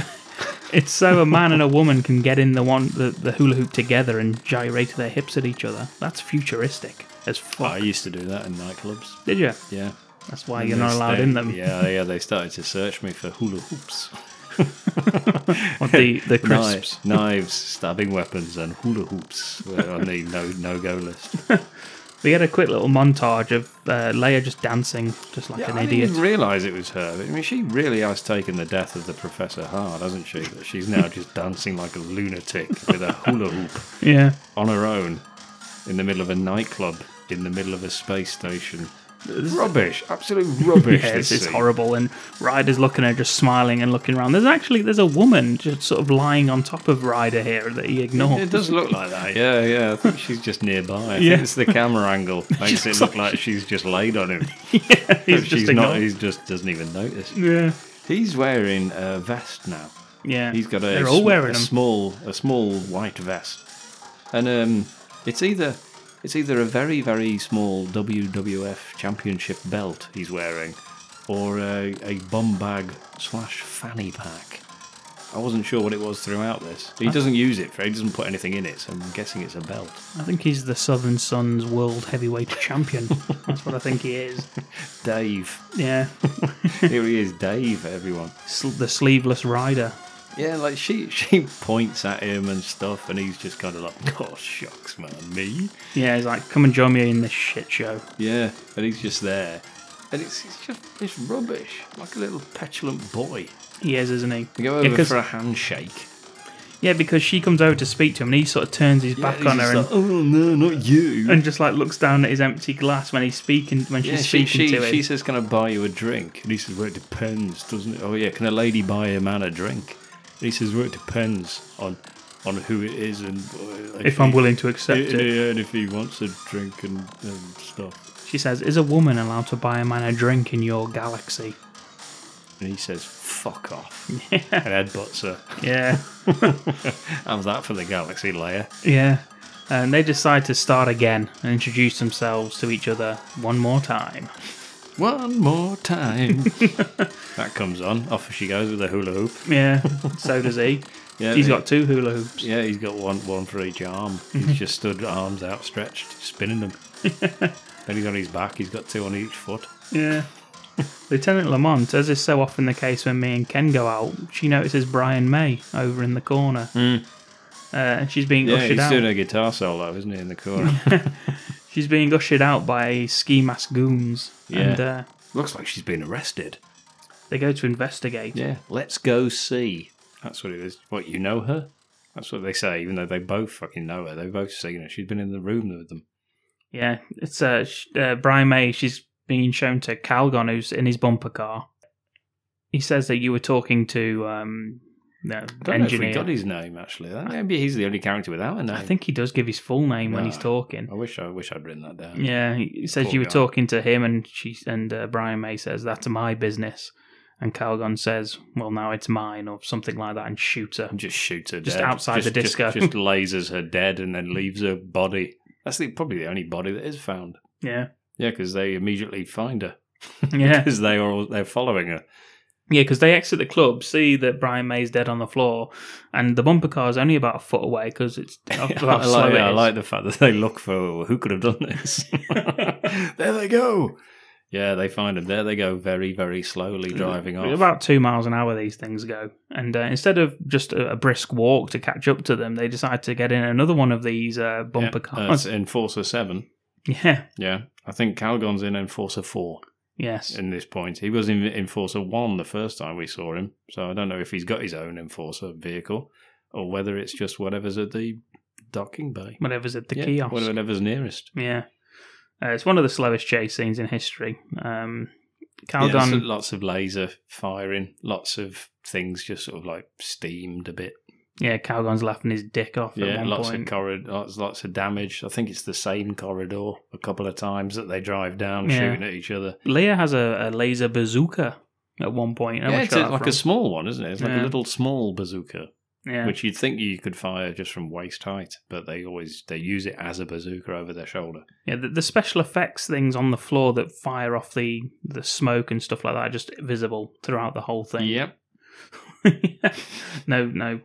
Speaker 3: it's so a man and
Speaker 4: [LAUGHS]
Speaker 3: a woman can get in the one the, the hula hoop together and gyrate their hips at each other. That's futuristic as
Speaker 4: I
Speaker 3: fuck.
Speaker 4: used to do that in nightclubs.
Speaker 3: Did you?
Speaker 4: Yeah.
Speaker 3: That's why
Speaker 4: And
Speaker 3: you're not
Speaker 4: they-
Speaker 3: allowed
Speaker 4: they-
Speaker 3: in them.
Speaker 4: Yeah, yeah. They started to search me for hula hoops.
Speaker 3: What,
Speaker 4: [LAUGHS]
Speaker 3: the the
Speaker 4: Knives,
Speaker 3: crisps.
Speaker 4: knives, stabbing weapons, and hula hoops were on the no no go list.
Speaker 3: We get a quick little montage of uh, Leia just dancing, just like
Speaker 4: Yeah,
Speaker 3: an
Speaker 4: I
Speaker 3: idiot.
Speaker 4: didn't realise it was her. I mean, she really has taken the death of the professor hard, hasn't she? That
Speaker 3: [LAUGHS]
Speaker 4: she's now just dancing like a lunatic with a hula hoop.
Speaker 3: Yeah.
Speaker 4: On her own, in the middle of a nightclub, in the middle of a space station. Rubbish, absolute
Speaker 3: [LAUGHS]
Speaker 4: rubbish.
Speaker 3: Yeah,
Speaker 4: this
Speaker 3: it's, it's
Speaker 4: scene.
Speaker 3: horrible, and Ryder's looking at her, just smiling and looking around. There's actually there's a woman just sort of lying on top of Ryder here that he ignores.
Speaker 4: It does
Speaker 3: [LAUGHS]
Speaker 4: look like that. Yeah, yeah. I think she's just nearby. I
Speaker 3: Yeah.
Speaker 4: think it's the camera
Speaker 3: [LAUGHS]
Speaker 4: angle makes it look like she's just laid on him. yeah,
Speaker 3: he's just
Speaker 4: Oh, she's not.
Speaker 3: ignored.
Speaker 4: He just doesn't even notice.
Speaker 3: Yeah.
Speaker 4: He's wearing a vest now.
Speaker 3: Yeah.
Speaker 4: he's got a.
Speaker 3: They're all
Speaker 4: sm-
Speaker 3: wearing
Speaker 4: a
Speaker 3: them.
Speaker 4: small, a small white vest, and um, it's either it's either a very very small WWF Championship belt he's wearing, or a, a bum bag slash fanny pack. I wasn't sure what it was throughout this. He
Speaker 3: I-
Speaker 4: doesn't use it. For, he doesn't put anything in it. So I'm guessing it's a belt.
Speaker 3: I think he's the Southern Sun's world heavyweight [LAUGHS] champion. That's what I think he is. [LAUGHS]
Speaker 4: Dave.
Speaker 3: Yeah.
Speaker 4: Here he is, Dave. Everyone.
Speaker 3: Sl- the sleeveless rider.
Speaker 4: Yeah, like she she points at him and stuff, and he's just kind of like, "Oh shucks, man, me."
Speaker 3: Yeah, he's like, come and join me in this shit show.
Speaker 4: Yeah, and he's just there, and it's, it's just it's rubbish, like a little petulant boy.
Speaker 3: He is, isn't he?
Speaker 4: They go
Speaker 3: Yeah,
Speaker 4: over
Speaker 3: 'cause-
Speaker 4: for a handshake.
Speaker 3: yeah, because she comes over to speak to him, and he sort of turns his
Speaker 4: Yeah,
Speaker 3: back
Speaker 4: he's
Speaker 3: on
Speaker 4: just
Speaker 3: her and,
Speaker 4: like, "Oh no, not you!"
Speaker 3: and just like looks down at his empty glass when he's speaking when she's
Speaker 4: yeah,
Speaker 3: speaking
Speaker 4: she she,
Speaker 3: to him.
Speaker 4: she says, "Can I buy you a drink?" And he says, "Well, it depends, doesn't it?" Oh yeah, can a lady buy a man a drink? And he says, "Well, it depends on on who it is and uh,
Speaker 3: If I'm willing to accept
Speaker 4: yeah,
Speaker 3: it."
Speaker 4: yeah, and if he wants a drink and, and stuff."
Speaker 3: She says, "Is a woman allowed to buy a man a drink in your galaxy?"
Speaker 4: And he says,
Speaker 3: [LAUGHS]
Speaker 4: fuck off. [LAUGHS] Yeah. And headbutts her.
Speaker 3: Yeah.
Speaker 4: How's that for the galaxy layer?
Speaker 3: Yeah. And they decide to start again and introduce themselves to each other one more time.
Speaker 4: One more time. [LAUGHS] that comes on. Off she goes with a hula hoop.
Speaker 3: Yeah, so does he.
Speaker 4: [LAUGHS] Yeah,
Speaker 3: He's
Speaker 4: they-
Speaker 3: got two hula hoops.
Speaker 4: Yeah, he's got one one for each arm. He's just stood arms outstretched, spinning them. [LAUGHS] then he's on his back. He's got two on each foot.
Speaker 3: Yeah. [LAUGHS] Lieutenant Lamont, as is so often the case when me and Ken go out, she notices Brian May over in the corner. Uh, and she's being
Speaker 4: Hmm. Yeah,
Speaker 3: ushered
Speaker 4: he's
Speaker 3: out.
Speaker 4: doing a guitar solo, isn't he, in the corner?
Speaker 3: She's being ushered out by ski mask goons.
Speaker 4: Yeah.
Speaker 3: And uh,
Speaker 4: [LAUGHS] Looks like she's been arrested.
Speaker 3: they go to investigate.
Speaker 4: Yeah, let's go see. That's what it is. What, you know her? That's what they say, even though they both fucking know her. They've both seen her. She's been in the room with them.
Speaker 3: Yeah, it's uh, sh- uh, Brian May. She's being shown to Calgon, who's in his bumper car. He says that you were talking to um, the
Speaker 4: I don't know
Speaker 3: engineer.
Speaker 4: if we got his name, actually. That- Maybe he's the only character without a name.
Speaker 3: I think he does give his full name when he's
Speaker 4: No.
Speaker 3: talking.
Speaker 4: I wish I wish I'd written that down.
Speaker 3: Yeah, he says
Speaker 4: Poor
Speaker 3: you were
Speaker 4: guy.
Speaker 3: talking to him, and she and uh, Brian May says that's my business, and Calgon says, "Well, now it's mine," or something like that, and shoots her.
Speaker 4: And Just shoots her
Speaker 3: Just
Speaker 4: dead.
Speaker 3: outside the
Speaker 4: just-
Speaker 3: disco.
Speaker 4: Just, lasers her dead and then leaves her body. That's the, probably the only body that is found.
Speaker 3: Yeah, [LAUGHS]
Speaker 4: Yeah, because they immediately find her. [LAUGHS]
Speaker 3: yeah,
Speaker 4: Because they are all, they're following her.
Speaker 3: Yeah, because they exit the club, see that Brian May's dead on the floor, and the bumper car is only about a foot away because
Speaker 4: [LAUGHS]
Speaker 3: it's how
Speaker 4: I,
Speaker 3: slow
Speaker 4: like,
Speaker 3: it
Speaker 4: I
Speaker 3: is.
Speaker 4: like the fact that they look for who could have done
Speaker 3: [LAUGHS]
Speaker 4: this. there they go. Yeah, they find him. There they go, very, very slowly driving off.
Speaker 3: About two miles an hour, these things go. And uh, instead of just a, a brisk walk to catch up to them, they decide to get in another one of these uh, bumper
Speaker 4: Uh,
Speaker 3: cars.
Speaker 4: it's Enforcer 7.
Speaker 3: [LAUGHS] Yeah.
Speaker 4: Yeah. I think Calgon's in Enforcer 4.
Speaker 3: Yes.
Speaker 4: In this point. He was in Enforcer 1 the first time we saw him. So I don't know if he's got his own Enforcer vehicle or whether it's just whatever's at the docking bay.
Speaker 3: Whatever's at the
Speaker 4: Yeah,
Speaker 3: kiosk.
Speaker 4: Whatever's nearest.
Speaker 3: Yeah. Uh, it's one of the slowest chase scenes in history. Um,
Speaker 4: Yeah,
Speaker 3: Calgon.
Speaker 4: so lots of laser firing, lots of things just sort of like steamed a bit.
Speaker 3: Yeah, Calgon's laughing his dick off at
Speaker 4: Yeah,
Speaker 3: one
Speaker 4: lots
Speaker 3: point.
Speaker 4: of corridor, lots, lots of damage. I think it's the same corridor a couple of times that they drive down
Speaker 3: Yeah.
Speaker 4: shooting at each other.
Speaker 3: Leia has a, a laser bazooka at one point. I
Speaker 4: yeah,
Speaker 3: always
Speaker 4: it's
Speaker 3: got
Speaker 4: a-
Speaker 3: that
Speaker 4: like
Speaker 3: from-
Speaker 4: a small one, isn't it? It's like
Speaker 3: Yeah.
Speaker 4: a little small bazooka,
Speaker 3: Yeah.
Speaker 4: which you'd think you could fire just from waist height, but they always they use it as a bazooka over their shoulder.
Speaker 3: Yeah, the, the special effects things on the floor that fire off the the smoke and stuff like that are just visible throughout the whole thing.
Speaker 4: Yep.
Speaker 3: [LAUGHS] no, no.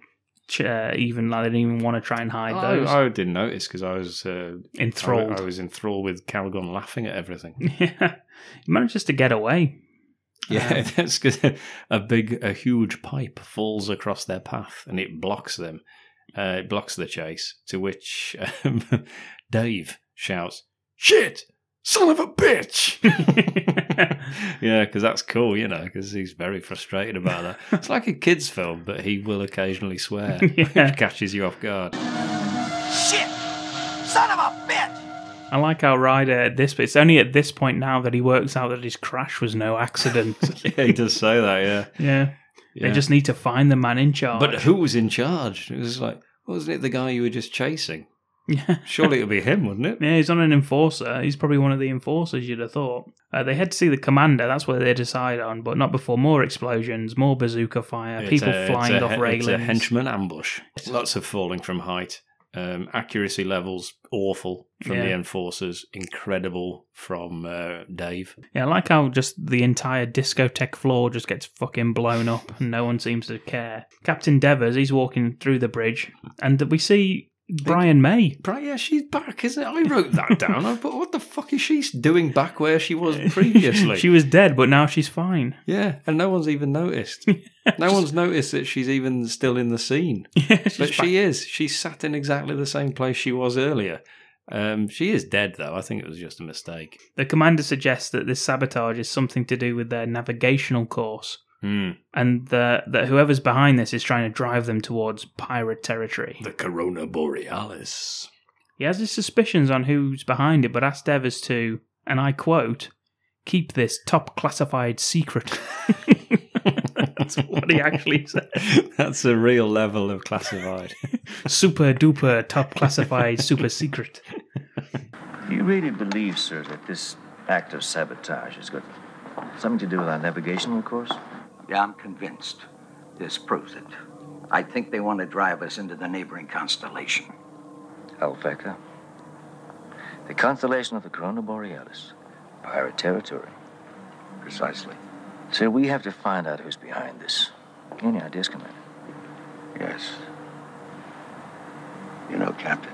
Speaker 3: ch- Uh, even like they didn't even want to try and hide
Speaker 4: I,
Speaker 3: those.
Speaker 4: Oh, I didn't notice because I was uh,
Speaker 3: Enthralled.
Speaker 4: I, I was enthralled with Calgon laughing at everything.
Speaker 3: [LAUGHS] Yeah, he manages to get away.
Speaker 4: Yeah, [LAUGHS] that's because a big, a huge pipe falls across their path and it blocks them. Uh, it blocks the chase. To which um, [LAUGHS] Dave shouts, "Shit, son of a bitch!" [LAUGHS] yeah, because that's cool, you know, because he's very frustrated about that. it's like a kids' film, but he will occasionally swear, which catches you off guard.
Speaker 14: Shit! Son of a bitch!
Speaker 3: I like how Ryder at this, but it's only at this point now that he works out that his crash was no
Speaker 4: [LAUGHS]
Speaker 3: accident.
Speaker 4: yeah, he does say that. Yeah,
Speaker 3: yeah.
Speaker 4: Yeah.
Speaker 3: They just need to find the man in charge.
Speaker 4: But who was in charge? It was like, wasn't it the guy you were just chasing?
Speaker 3: Yeah.
Speaker 4: Surely it would be him, wouldn't it?
Speaker 3: Yeah, he's not an enforcer. He's probably one of the enforcers, you'd have thought. Uh, they head to see the commander. That's where they decide on, but not before more explosions, more bazooka fire,
Speaker 4: It's
Speaker 3: people
Speaker 4: a- it's
Speaker 3: flying
Speaker 4: a-
Speaker 3: off railings.
Speaker 4: It's a henchman ambush. Lots of falling from height. Um, accuracy levels awful from the
Speaker 3: Yeah.
Speaker 4: enforcers. Incredible from uh, Dave.
Speaker 3: Yeah, I like how just the entire discotheque floor just gets fucking blown up and no one seems to care. Captain Devers, he's walking through the bridge and we see Brian May.
Speaker 4: Right, yeah, she's back, isn't it? I wrote that
Speaker 3: [LAUGHS]
Speaker 4: down. I thought, what the fuck is she doing back where she was
Speaker 3: [LAUGHS]
Speaker 4: previously?
Speaker 3: she was dead, but now she's fine.
Speaker 4: yeah, and no one's
Speaker 3: [LAUGHS]
Speaker 4: even noticed. No one's noticed that she's even still in
Speaker 3: [LAUGHS]
Speaker 4: the scene. but she is. She's sat in exactly the same place she was earlier. Um, she is dead, though. I think it was just a mistake.
Speaker 3: The commander suggests that this sabotage is something to do with their navigational course.
Speaker 4: Hmm.
Speaker 3: and the, that whoever's behind this is trying to drive them towards pirate territory.
Speaker 4: The Corona Borealis.
Speaker 3: He has his suspicions on who's behind it, but asks Devers to, and I quote, keep this top classified secret. [LAUGHS] That's what he actually said.
Speaker 4: [LAUGHS] That's a real level of classified. [LAUGHS]
Speaker 3: Super duper top classified super secret.
Speaker 13: Do you really believe, sir, that this act of sabotage has got something to do with our navigational course?
Speaker 17: Yeah, I'm convinced. This proves it. I think they want to drive us into the neighboring constellation.
Speaker 13: Alpheca? The constellation of the Corona Borealis. Pirate territory. Precisely. Sir, we have to find out who's behind this. Any ideas, Commander?
Speaker 17: Yes. You know, Captain,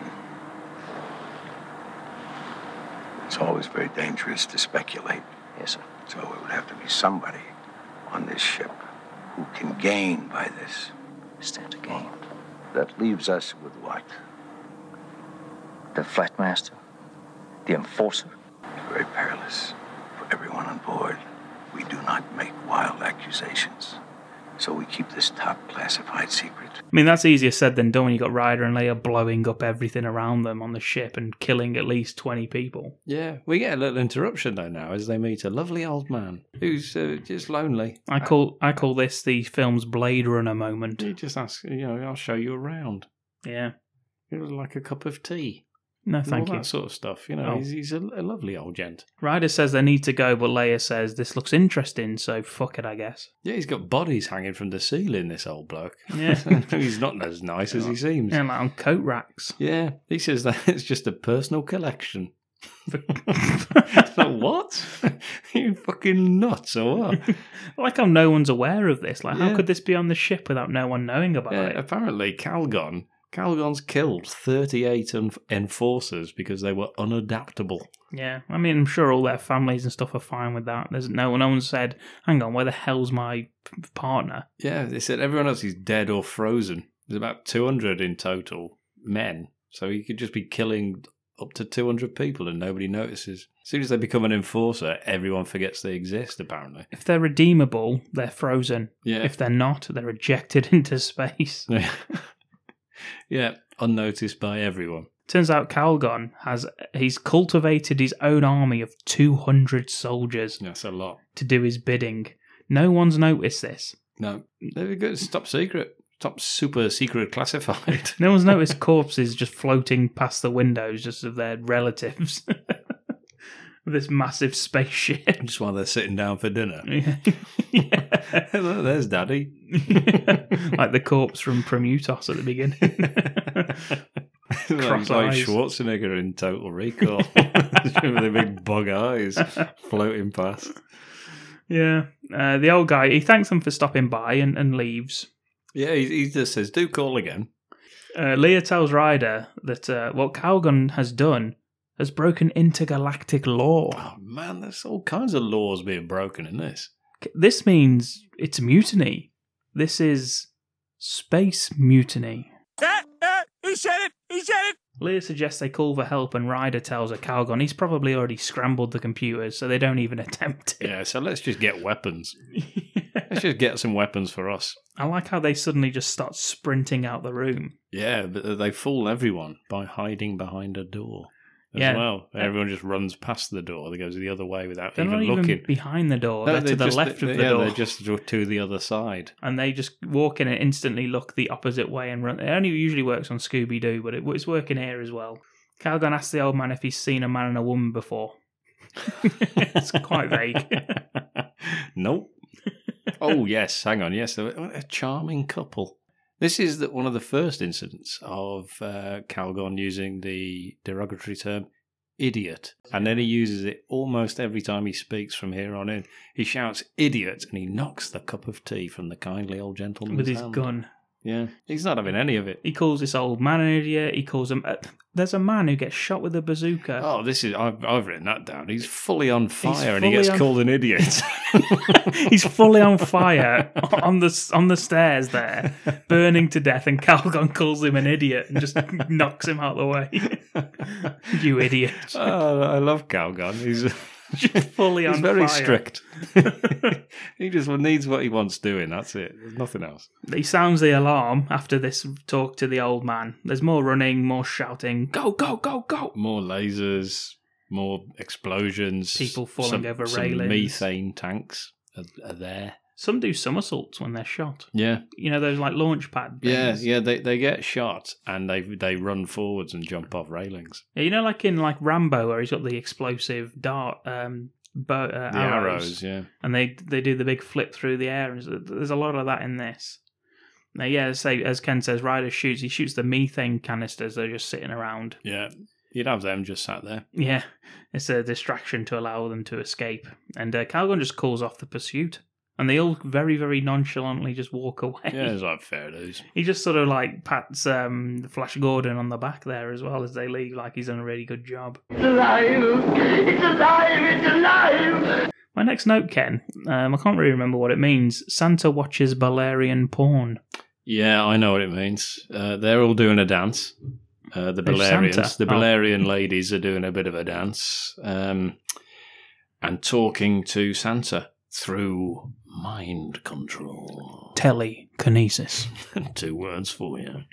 Speaker 17: it's always very dangerous to speculate.
Speaker 13: Yes, sir.
Speaker 17: So it would have to be somebody on this ship who can gain by this.
Speaker 13: Stand to gain.
Speaker 17: That leaves us with what?
Speaker 13: The flight master? The enforcer?
Speaker 17: Very perilous for everyone on board. We do not make wild accusations. So we keep this top classified secret.
Speaker 3: I mean, that's easier said than done when you got Ryder and Leia blowing up everything around them on the ship and killing at least 20 people.
Speaker 4: Yeah, we get a little interruption though now as they meet a lovely old man who's uh, just lonely.
Speaker 3: I call I call this the film's Blade Runner moment.
Speaker 4: He just asks, you know, I'll show you around.
Speaker 3: Yeah.
Speaker 4: It was like a cup of tea.
Speaker 3: No,
Speaker 4: And
Speaker 3: thank
Speaker 4: all
Speaker 3: you.
Speaker 4: That sort of stuff. You know,
Speaker 3: Oh.
Speaker 4: he's, he's a, a lovely old gent.
Speaker 3: Ryder says they need to go, but Leia says this looks interesting, so fuck it, I guess.
Speaker 4: Yeah, he's got bodies hanging from the ceiling. This old bloke. [LAUGHS]
Speaker 3: Yeah.
Speaker 4: he's not as nice as he seems.
Speaker 3: Yeah, like on coat racks.
Speaker 4: [LAUGHS] Yeah, he says that it's just a personal collection. [LAUGHS] like, what? [LAUGHS] you fucking nuts or what?
Speaker 3: I like how no one's aware of this. Like, how could this be on the ship without no one knowing about
Speaker 4: Yeah,
Speaker 3: it?
Speaker 4: apparently, Calgon. Calgon's killed 38 en- enforcers because they were unadaptable.
Speaker 3: Yeah, I mean, I'm sure all their families and stuff are fine with that. There's no, no one said, "Hang on, where the hell's my p- partner?"
Speaker 4: Yeah, they said everyone else is dead or frozen. There's about 200 in total men. So you could just be killing up to 200 people and nobody notices. As soon as they become an enforcer, everyone forgets they exist, apparently.
Speaker 3: If they're redeemable, they're frozen.
Speaker 4: Yeah.
Speaker 3: If they're not, they're ejected [LAUGHS] into space.
Speaker 4: [LAUGHS] Yeah, unnoticed by everyone.
Speaker 3: Turns out Calgon has he's cultivated his own army of 200 soldiers.
Speaker 4: That's a lot.
Speaker 3: To do his bidding. No one's noticed this.
Speaker 4: No, there we go. It's top secret. Top super secret classified. [LAUGHS]
Speaker 3: No one's noticed corpses just floating past the windows just of their relatives. [LAUGHS] this massive
Speaker 4: [LAUGHS]
Speaker 3: spaceship.
Speaker 4: Just while they're sitting down for dinner.
Speaker 3: Yeah. [LAUGHS]
Speaker 4: [LAUGHS] Look, There's daddy.
Speaker 3: like the corpse from Prometheus at the beginning.
Speaker 4: Cross
Speaker 3: Cross
Speaker 4: like
Speaker 3: eyes.
Speaker 4: Schwarzenegger in Total Recall. [LAUGHS] With the big bug eyes floating past.
Speaker 3: Yeah. Uh, the old guy, he thanks them for stopping by and, and leaves.
Speaker 4: Yeah, he, he just says, do call again.
Speaker 3: Uh, Leah tells Ryder that uh, what Calgon has done has broken intergalactic law.
Speaker 4: Oh, Man, there's all kinds of laws being broken in this.
Speaker 3: This means it's mutiny. This is space mutiny.
Speaker 12: He said it! He said it!
Speaker 3: Leah suggests they call for help, and Ryder tells her Calgon he's probably already scrambled the computers, so they don't even [LAUGHS] attempt it.
Speaker 4: Yeah, so let's just get [LAUGHS] weapons. let's just get some weapons for us.
Speaker 3: I like how they suddenly just start sprinting out the room.
Speaker 4: Yeah, but they fool everyone by hiding behind a door as
Speaker 3: Yeah.
Speaker 4: well. Everyone just runs past the door. They goes the other way without
Speaker 3: They're
Speaker 4: Uh, even
Speaker 3: not even
Speaker 4: looking.
Speaker 3: behind the door.
Speaker 4: No,
Speaker 3: they're, to the
Speaker 4: just-
Speaker 3: left of the
Speaker 4: yeah,
Speaker 3: door.
Speaker 4: They're just to- to the other side.
Speaker 3: and they just walk in and instantly look the opposite way and run. It only usually works on Scooby Doo, but it, it's working here as well. Calgon asks the old man if he's seen a man and a woman before. [LAUGHS] it's quite vague.
Speaker 4: [LAUGHS] Nope. oh yes, hang on. Yes, a, a charming couple. This is the, one of the first incidents of uh, Calgon using the derogatory term "idiot," and then he uses it almost every time he speaks from here on in. He shouts "idiot" and he knocks the cup of tea from the kindly old gentleman
Speaker 3: With his gun.
Speaker 4: Yeah, he's not having any of it.
Speaker 3: He calls this old man an idiot. He calls him. Uh, there's a man who gets shot with a bazooka.
Speaker 4: Oh, this is I've, I've written that down. He's fully on fire, and he
Speaker 3: fully
Speaker 4: gets
Speaker 3: on-
Speaker 4: called
Speaker 3: [LAUGHS]
Speaker 4: an idiot. [LAUGHS]
Speaker 3: He's fully on fire on the on the stairs there, burning to death, and Calgon calls him an idiot and just [LAUGHS] knocks him out the way. you idiot!
Speaker 4: oh, I love
Speaker 3: [LAUGHS]
Speaker 4: Calgon. He's
Speaker 3: Just fully
Speaker 4: [LAUGHS] he's
Speaker 3: on
Speaker 4: very
Speaker 3: fire.
Speaker 4: strict. he just needs what he wants doing. That's it. There's nothing else.
Speaker 3: He sounds the alarm after this talk to the old man. There's more running, more shouting. Go, go, go, go!
Speaker 4: More lasers, more explosions.
Speaker 3: People falling
Speaker 4: some-
Speaker 3: over
Speaker 4: some
Speaker 3: railings.
Speaker 4: methane tanks are, are there.
Speaker 3: Some do somersaults when they're shot.
Speaker 4: Yeah.
Speaker 3: You know those like launch pad.
Speaker 4: Yeah,
Speaker 3: Things.
Speaker 4: yeah, they, they get shot and they they run forwards and jump off railings.
Speaker 3: Yeah, You know, like in like Rambo, where he's got the explosive dart, um, bow, uh, arrows,
Speaker 4: The arrows, yeah.
Speaker 3: and they they do the big flip through the air. And s- there's a lot of that in this. Now, yeah, say as Ken says, Ryder shoots. He shoots the methane canisters. They're just sitting around.
Speaker 4: Yeah, you'd have them just sat there.
Speaker 3: Yeah, it's a distraction to allow them to escape. And uh, Calgon just calls off the pursuit, and they all very very nonchalantly just walk away.
Speaker 4: Yeah, it's like fair dues.
Speaker 3: He just sort of like pats um, Flash Gordon on the back there as well as they leave, like he's done a really good job.
Speaker 12: It's alive! It's alive! It's alive!
Speaker 3: My next note, Ken, um, I can't really remember what it means. Santa watches Balerian porn.
Speaker 4: Yeah, I know what it means. Uh, they're all doing a dance. Uh, the
Speaker 3: Of Santa?
Speaker 4: Balerians, the
Speaker 3: Oh.
Speaker 4: Balerian ladies are doing a bit of a dance um, and talking to Santa through mind control.
Speaker 3: [LAUGHS] Telekinesis.
Speaker 4: Two words for you.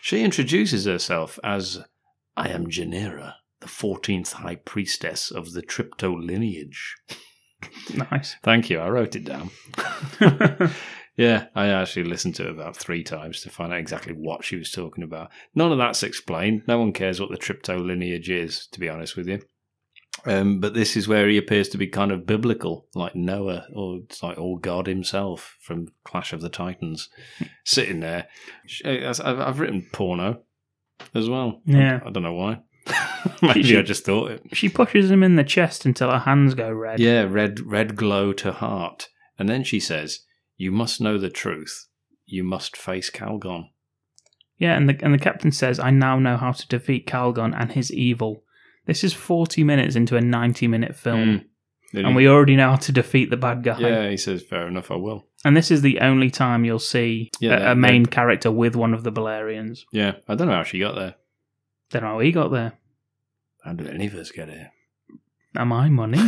Speaker 4: She introduces herself as I am Janera, the 14th High Priestess of the Tripto lineage.
Speaker 3: Nice.
Speaker 4: Thank you. I wrote it down. [LAUGHS] yeah, I actually listened to it about three times to find out exactly what she was talking about. None of that's explained. No one cares what the Tripto lineage is, to be honest with you. Um, but this is where he appears to be kind of biblical, like Noah or it's like all God himself from Clash of the Titans, sitting uh, there. She- I've I've written porno as well.
Speaker 3: Yeah.
Speaker 4: I don't know why. [LAUGHS] Maybe
Speaker 3: She-
Speaker 4: I just thought it.
Speaker 3: She pushes him in the chest until her hands go red.
Speaker 4: Yeah, red red glow to heart. And then she says, You must know the truth. You must face Calgon.
Speaker 3: Yeah, and the and the captain says, "I now know how to defeat Calgon and his evil." This is forty minutes into a ninety-minute film,
Speaker 4: Then
Speaker 3: and
Speaker 4: he-
Speaker 3: we already know how to defeat the bad guy.
Speaker 4: Mm, Yeah, he says, Fair enough, I will.
Speaker 3: And this is the only time you'll see
Speaker 4: Yeah,
Speaker 3: a, a
Speaker 4: that-
Speaker 3: main character with one of the Balerians.
Speaker 4: Yeah. I don't know how she got there.
Speaker 3: Don't know how he got there.
Speaker 4: How did any of us get here? [LAUGHS]
Speaker 3: Am I money?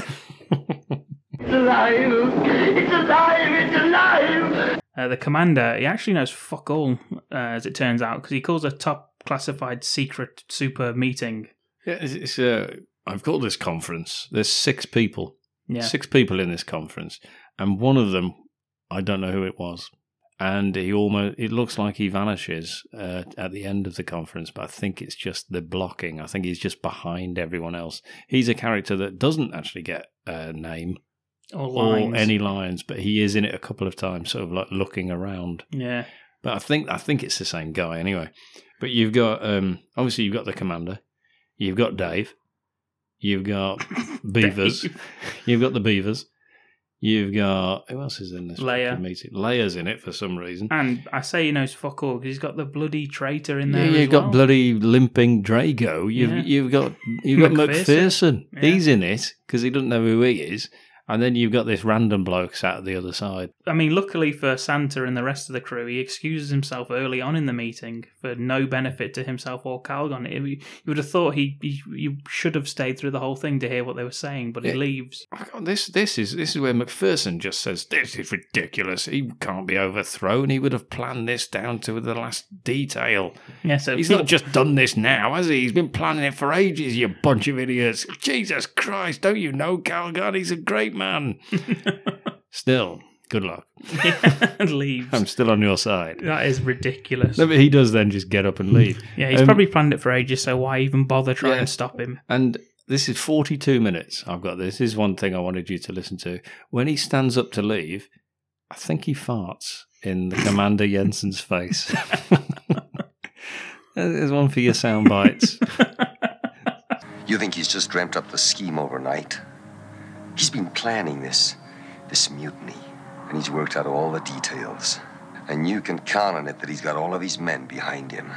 Speaker 12: It's alive! It's alive! It's alive!
Speaker 3: Uh, the commander, he actually knows fuck all, uh, as it turns out, because he calls a top classified secret super meeting.
Speaker 4: Yeah, it's, it's uh, I've called this conference. There's six people.
Speaker 3: Yeah.
Speaker 4: Six people in this conference, and one of them, I don't know who it was, and he almost. It looks like he vanishes uh, at the end of the conference, but I think it's just the blocking. I think he's just behind everyone else. He's a character that doesn't actually get a name
Speaker 3: Or lines.
Speaker 4: any lines, but he is in it a couple of times, sort of like looking around.
Speaker 3: Yeah.
Speaker 4: But I think I think it's the same guy anyway. But you've got um, obviously you've got the commander, you've got Dave, you've [LAUGHS] got Beavers, you've got the Beavers, you've got who else is in this
Speaker 3: Leia.
Speaker 4: fucking meeting? Layers in it for some reason.
Speaker 3: And I say he knows fuck all because he's got the bloody traitor in there.
Speaker 4: yeah,
Speaker 3: as
Speaker 4: you've got
Speaker 3: well.
Speaker 4: bloody limping Drago. You've
Speaker 3: Yeah.
Speaker 4: you've got you've got
Speaker 3: McPherson.
Speaker 4: McPherson.
Speaker 3: Yeah.
Speaker 4: He's in it because he doesn't know who he is. And then you've got this random bloke sat at the other side.
Speaker 3: I mean, luckily for Santa and the rest of the crew, he excuses himself early on in the meeting for no benefit to himself or Calgon. It- You would have thought he, he you should have stayed through the whole thing to hear what they were saying, but he
Speaker 4: Yeah.
Speaker 3: leaves.
Speaker 4: God, this this is this is where McPherson just says this is ridiculous. He can't be overthrown. He would have planned this down to the last detail.
Speaker 3: Yeah, so
Speaker 4: He's
Speaker 3: people- [LAUGHS]
Speaker 4: not just done this now, has he? He's been planning it for ages. You bunch of idiots! Jesus Christ! Don't you know Calgon? He's a great [LAUGHS] man. still, good luck.
Speaker 3: and [LAUGHS] leaves.
Speaker 4: I'm still on your side.
Speaker 3: That is ridiculous.
Speaker 4: No, but he does then just get up and leave.
Speaker 3: Yeah, he's
Speaker 4: Um,
Speaker 3: probably planned it for ages, so why even bother trying
Speaker 4: Yeah.
Speaker 3: to stop him?
Speaker 4: And this is 42 minutes. I've got this. This is one thing I wanted you to listen to. When he stands up to leave, I think he farts in the Commander Jensen's face. [LAUGHS] There's one for your sound bites.
Speaker 11: You think he's just dreamt up the scheme overnight? He's been planning this, this mutiny, and he's worked out all the details. And you can count on it that he's got all of his men behind him.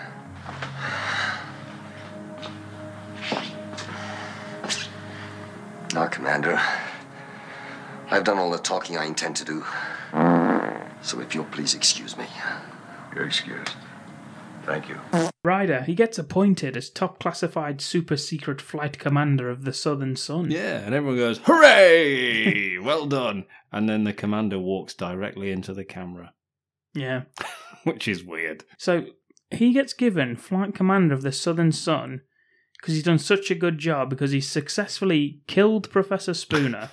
Speaker 11: Now, Commander, I've done all the talking I intend to do. So if you'll please excuse me.
Speaker 17: You're excused. Thank you.
Speaker 3: Ryder, he gets appointed as top classified super secret flight commander of the Southern Sun.
Speaker 4: [LAUGHS] Yeah, and everyone goes, hooray! well done. And then the commander walks directly into the camera,
Speaker 3: Yeah.
Speaker 4: which is weird.
Speaker 3: So he gets given flight commander of the Southern Sun because he's done such a good job because he's successfully killed Professor Spooner,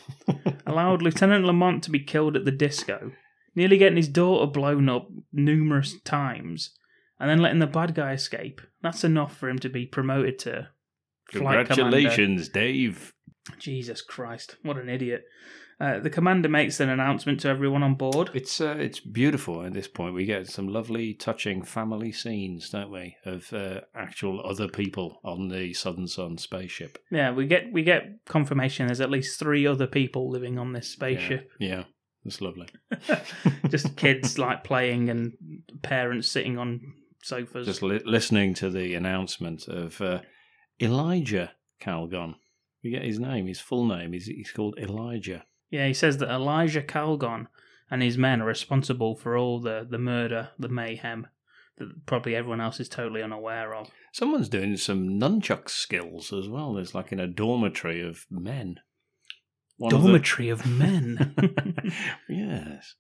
Speaker 3: allowed Lieutenant Lamont to be killed at the disco, nearly getting his daughter blown up numerous times, and then letting the bad guy escape. That's enough for him to be promoted to flight commander.
Speaker 4: Congratulations, Dave.
Speaker 3: Jesus Christ, what an idiot. Uh, the commander makes an announcement to everyone on board.
Speaker 4: It's uh, it's beautiful at this point. We get some lovely, touching family scenes, don't we, of uh, actual other people on the Southern Sun spaceship.
Speaker 3: Yeah, we get we get confirmation there's at least three other people living on this spaceship.
Speaker 4: Yeah, that's lovely.
Speaker 3: Just kids like playing and parents sitting on sofas.
Speaker 4: Just li- listening to the announcement of uh, Elijah Calgon. We get his name, his full name. He's, he's called Elijah.
Speaker 3: Yeah, he says that Elijah Calgon and his men are responsible for all the, the murder, the mayhem that probably everyone else is totally unaware of.
Speaker 4: Someone's doing some nunchuck skills as well. There's like in a dormitory of men. One of them-
Speaker 3: Dormitory of, men.
Speaker 4: [LAUGHS] Yes.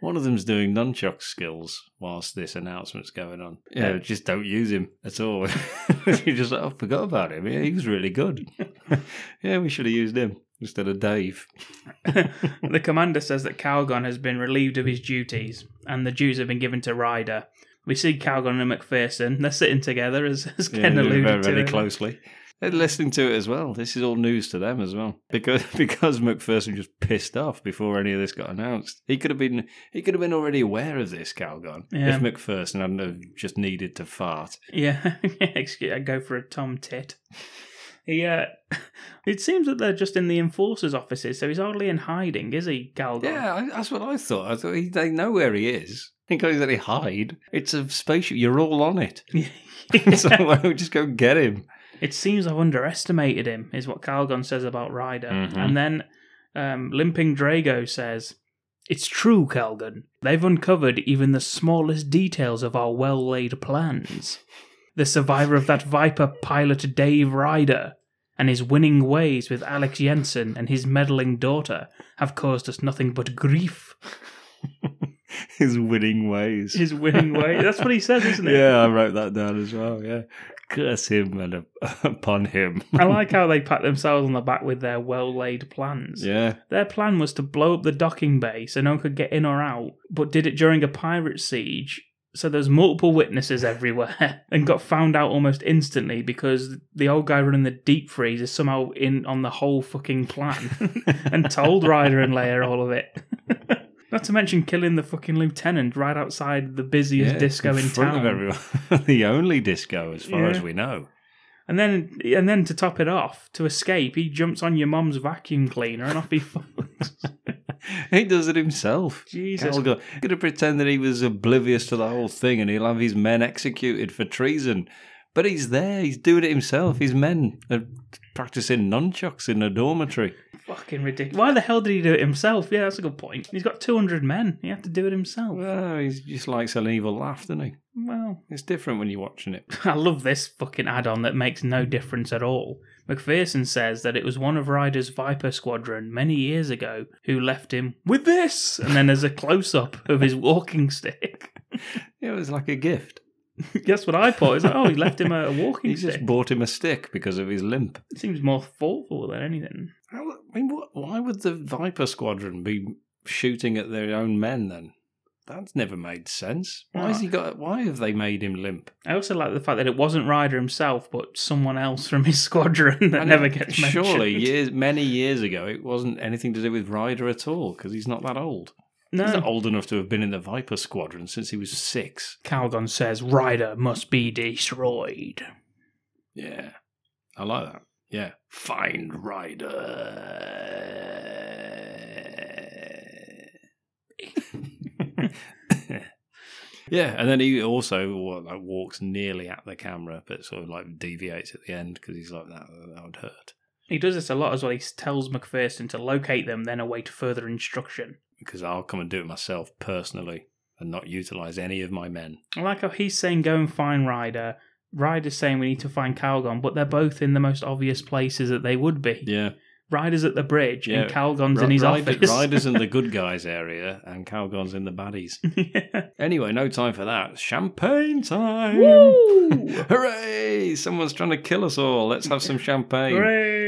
Speaker 4: One of them's doing nunchuck skills whilst this announcement's going on. Yeah,
Speaker 3: Yeah.
Speaker 4: just don't use him at all. [LAUGHS] you just like, oh, forgot about him. Yeah, he was really good. [LAUGHS] yeah, we should have used him instead
Speaker 3: [LAUGHS]
Speaker 4: of Dave.
Speaker 3: [LAUGHS] the commander says that Calgon has been relieved of his duties and the dues have been given to Ryder. We see Calgon and McPherson. They're sitting together, as, as
Speaker 4: Yeah,
Speaker 3: Ken
Speaker 4: they're
Speaker 3: alluded
Speaker 4: very,
Speaker 3: to.
Speaker 4: very
Speaker 3: earlier.
Speaker 4: closely. They're listening to it as well. This is all news to them as well because [LAUGHS] because McPherson just pissed off before any of this got announced. He could have been he could have been already aware of this Calgon
Speaker 3: Yeah.
Speaker 4: if
Speaker 3: [LAUGHS]
Speaker 4: McPherson hadn't have just needed to fart.
Speaker 3: Yeah, excuse, I go for a Tom Tit. He, uh, [LAUGHS] it seems that they're just in the enforcers' offices, so he's hardly in hiding, is he, Galdon? [LAUGHS]
Speaker 4: Yeah, I, that's what I thought. I thought he, they know where he is. He goes that he hide. It's a spaceship. You're all
Speaker 3: [LAUGHS]
Speaker 4: on it. [LAUGHS] so why don't we just go get him? [LAUGHS]
Speaker 3: It seems I've underestimated him, is what Calgon says about Ryder.
Speaker 4: Mhm.
Speaker 3: And then um, Limping Drago says, It's true, Calgon. They've uncovered even the smallest details of our well laid plans. The survivor of that Viper pilot, Dave Ryder, and his winning ways with Alex Jensen and his meddling daughter have caused us nothing but
Speaker 4: [LAUGHS]
Speaker 3: grief.
Speaker 4: His winning ways.
Speaker 3: His winning ways. That's what he says, isn't it?
Speaker 4: Yeah, I wrote that down as well. Yeah. Curse him and uh, [LAUGHS]
Speaker 3: [LAUGHS]
Speaker 4: upon him.
Speaker 3: I like how they pat themselves on the back with their well laid plans.
Speaker 4: Yeah.
Speaker 3: Their plan was to blow up the docking bay so no one could get in or out, but did it during a pirate siege. So there's multiple witnesses everywhere [LAUGHS] and got found out almost instantly because the old guy running the deep freeze is somehow in on the whole fucking
Speaker 4: [LAUGHS]
Speaker 3: plan and told Ryder and Leia all of it. [LAUGHS] Not to mention killing the fucking lieutenant right outside the busiest
Speaker 4: Yeah,
Speaker 3: disco in,
Speaker 4: front
Speaker 3: town.
Speaker 4: Of everyone. [LAUGHS] the only disco, as far
Speaker 3: Yeah.
Speaker 4: as we know.
Speaker 3: And then, and then to top it off, to escape, he jumps on your mom's vacuum cleaner and off he [LAUGHS] fucks.
Speaker 4: He does it himself.
Speaker 3: Jesus.
Speaker 4: Calgon. He's going to pretend that he was oblivious to the whole thing and he'll have his men executed for treason. But he's there. He's doing it himself. His men are practicing nunchucks in a dormitory.
Speaker 3: Fucking ridiculous. Why the hell did he do it himself? Yeah, that's a good point. He's got 200 men. He had to do it himself.
Speaker 4: Well, he just likes an evil laugh, doesn't he?
Speaker 3: Well,
Speaker 4: It's different when you're watching it.
Speaker 3: [LAUGHS] I love this fucking add on that makes no difference at all. McPherson says that it was one of Ryder's Viper squadron many years ago who left him with this. And then there's a close up of his walking [LAUGHS] stick.
Speaker 4: It was like a gift.
Speaker 3: That's what I thought. It's like, oh, he left him a, a walking
Speaker 4: He
Speaker 3: stick.
Speaker 4: just bought him a stick because of his limp.
Speaker 3: It seems more thoughtful than anything.
Speaker 4: How, I mean, what, why would the Viper Squadron be shooting at their own men then? That's never made sense. Why has he got? Why have they made him limp?
Speaker 3: I also like the fact that it wasn't Ryder himself, but someone else from his squadron [LAUGHS] that
Speaker 4: And
Speaker 3: never
Speaker 4: it-
Speaker 3: gets mentioned.
Speaker 4: Surely, years many years ago, it wasn't anything to do with Ryder at all because he's not that old.
Speaker 3: No.
Speaker 4: He's not old enough to have been in the Viper Squadron since he was six.
Speaker 3: Calgon says Ryder must be destroyed.
Speaker 4: Yeah, I like that. Yeah, find Ryder. [LAUGHS] Yeah, and then he also wa- like walks nearly at the camera, but sort of like deviates at the end because he's like that. That would hurt
Speaker 3: He does this a lot as well. He tells McPherson to locate them, then await further instruction.
Speaker 4: because I'll come and do it myself personally and not utilize any of my men.
Speaker 3: I like how he's saying go and find Ryder. Ryder's saying we need to find Calgon, but they're both in the most obvious places that they would be.
Speaker 4: Yeah,
Speaker 3: Ryder's at the bridge
Speaker 4: yeah.
Speaker 3: and Calgon's in
Speaker 4: Ri-
Speaker 3: his
Speaker 4: Ryder-
Speaker 3: office. [LAUGHS]
Speaker 4: Ryder's in the good guys area, and Calgon's in the baddies. Anyway, no time for that. Champagne time! Hooray! Someone's trying to kill us all. Let's have some champagne.
Speaker 3: Hooray!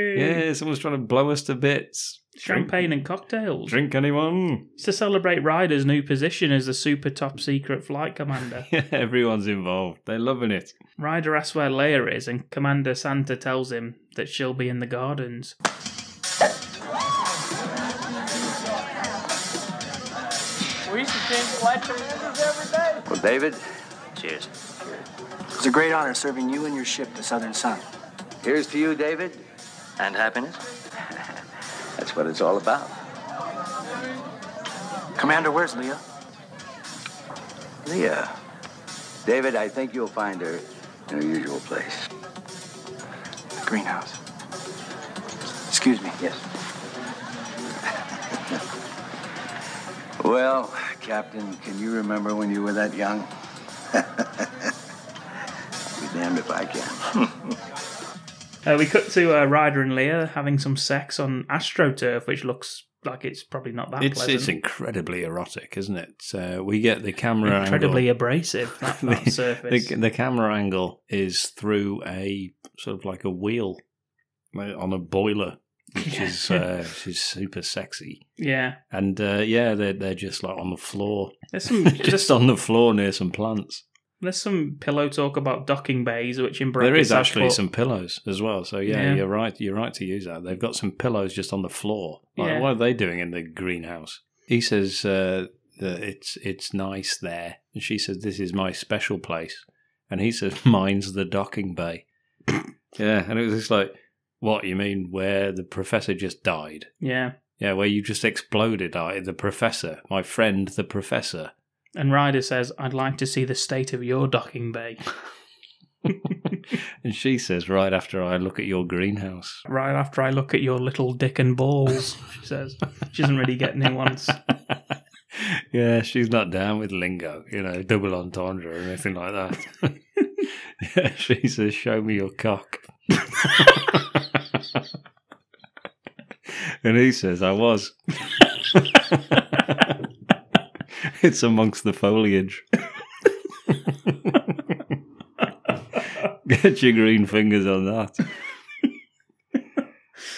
Speaker 4: Yeah, someone's trying to blow us to bits.
Speaker 3: Champagne and cocktails.
Speaker 4: Drink anyone? [LAUGHS]
Speaker 3: It's to celebrate Ryder's new position as the super top secret flight commander.
Speaker 4: Everyone's involved. They're loving it.
Speaker 3: Ryder asks where Leia is, and Commander Santa tells him that she'll be in the gardens.
Speaker 9: We used to change flights every day.
Speaker 13: Well, David. Cheers.
Speaker 16: It's a great honor serving you and your ship, the Southern Sun.
Speaker 13: Here's to you, David. And happiness. [LAUGHS] That's what it's all about.
Speaker 16: Commander, where's Leah?
Speaker 13: Leah. David, I think you'll find her in her usual place.
Speaker 16: The greenhouse.
Speaker 13: Excuse me. Yes. [LAUGHS] well, Captain, can you remember when you were that young? be damned if I can.
Speaker 3: Uh, we cut to uh, Ryder and Leia having some sex on AstroTurf, which looks like it's probably not that
Speaker 4: It's,
Speaker 3: pleasant.
Speaker 4: it's incredibly erotic, isn't it? So we get the camera
Speaker 3: incredibly
Speaker 4: angle.
Speaker 3: abrasive.
Speaker 4: [LAUGHS]
Speaker 3: That,
Speaker 4: The-
Speaker 3: that surface.
Speaker 4: The, the camera angle is through a sort of like a wheel like, on a boiler, which is uh, which is super sexy.
Speaker 3: yeah,
Speaker 4: And uh, yeah, they're they're just like on the floor,
Speaker 3: There's some-
Speaker 4: [LAUGHS] just on the floor near some plants.
Speaker 3: there's some pillow talk about docking bays, which in brackets
Speaker 4: there is
Speaker 3: I've
Speaker 4: actually
Speaker 3: put-
Speaker 4: some pillows as well. So yeah,
Speaker 3: Yeah.
Speaker 4: you're right. You're right to use that. They've got some pillows just on the floor. Like,
Speaker 3: Yeah.
Speaker 4: What are they doing in the greenhouse? He says uh, that it's it's nice there, and she says this is my special [LAUGHS] place, and he says mine's the docking bay. yeah, and it was just like What you mean? Where the professor just died?
Speaker 3: Yeah.
Speaker 4: Yeah, where you just exploded. I, the professor, my friend, the professor.
Speaker 3: And Ryder says, I'd like to see the state of your docking bay.
Speaker 4: And she says, right after I look at your greenhouse.
Speaker 3: right after I look at your little dick and balls, she says. She doesn't really get nuance.
Speaker 4: Yeah, she's not down with lingo, you know, double entendre or anything like that. yeah, [LAUGHS] she says, show me your cock. [LAUGHS] and he says, I was. [LAUGHS] it's amongst the foliage. [LAUGHS] Get your green fingers on that. [LAUGHS]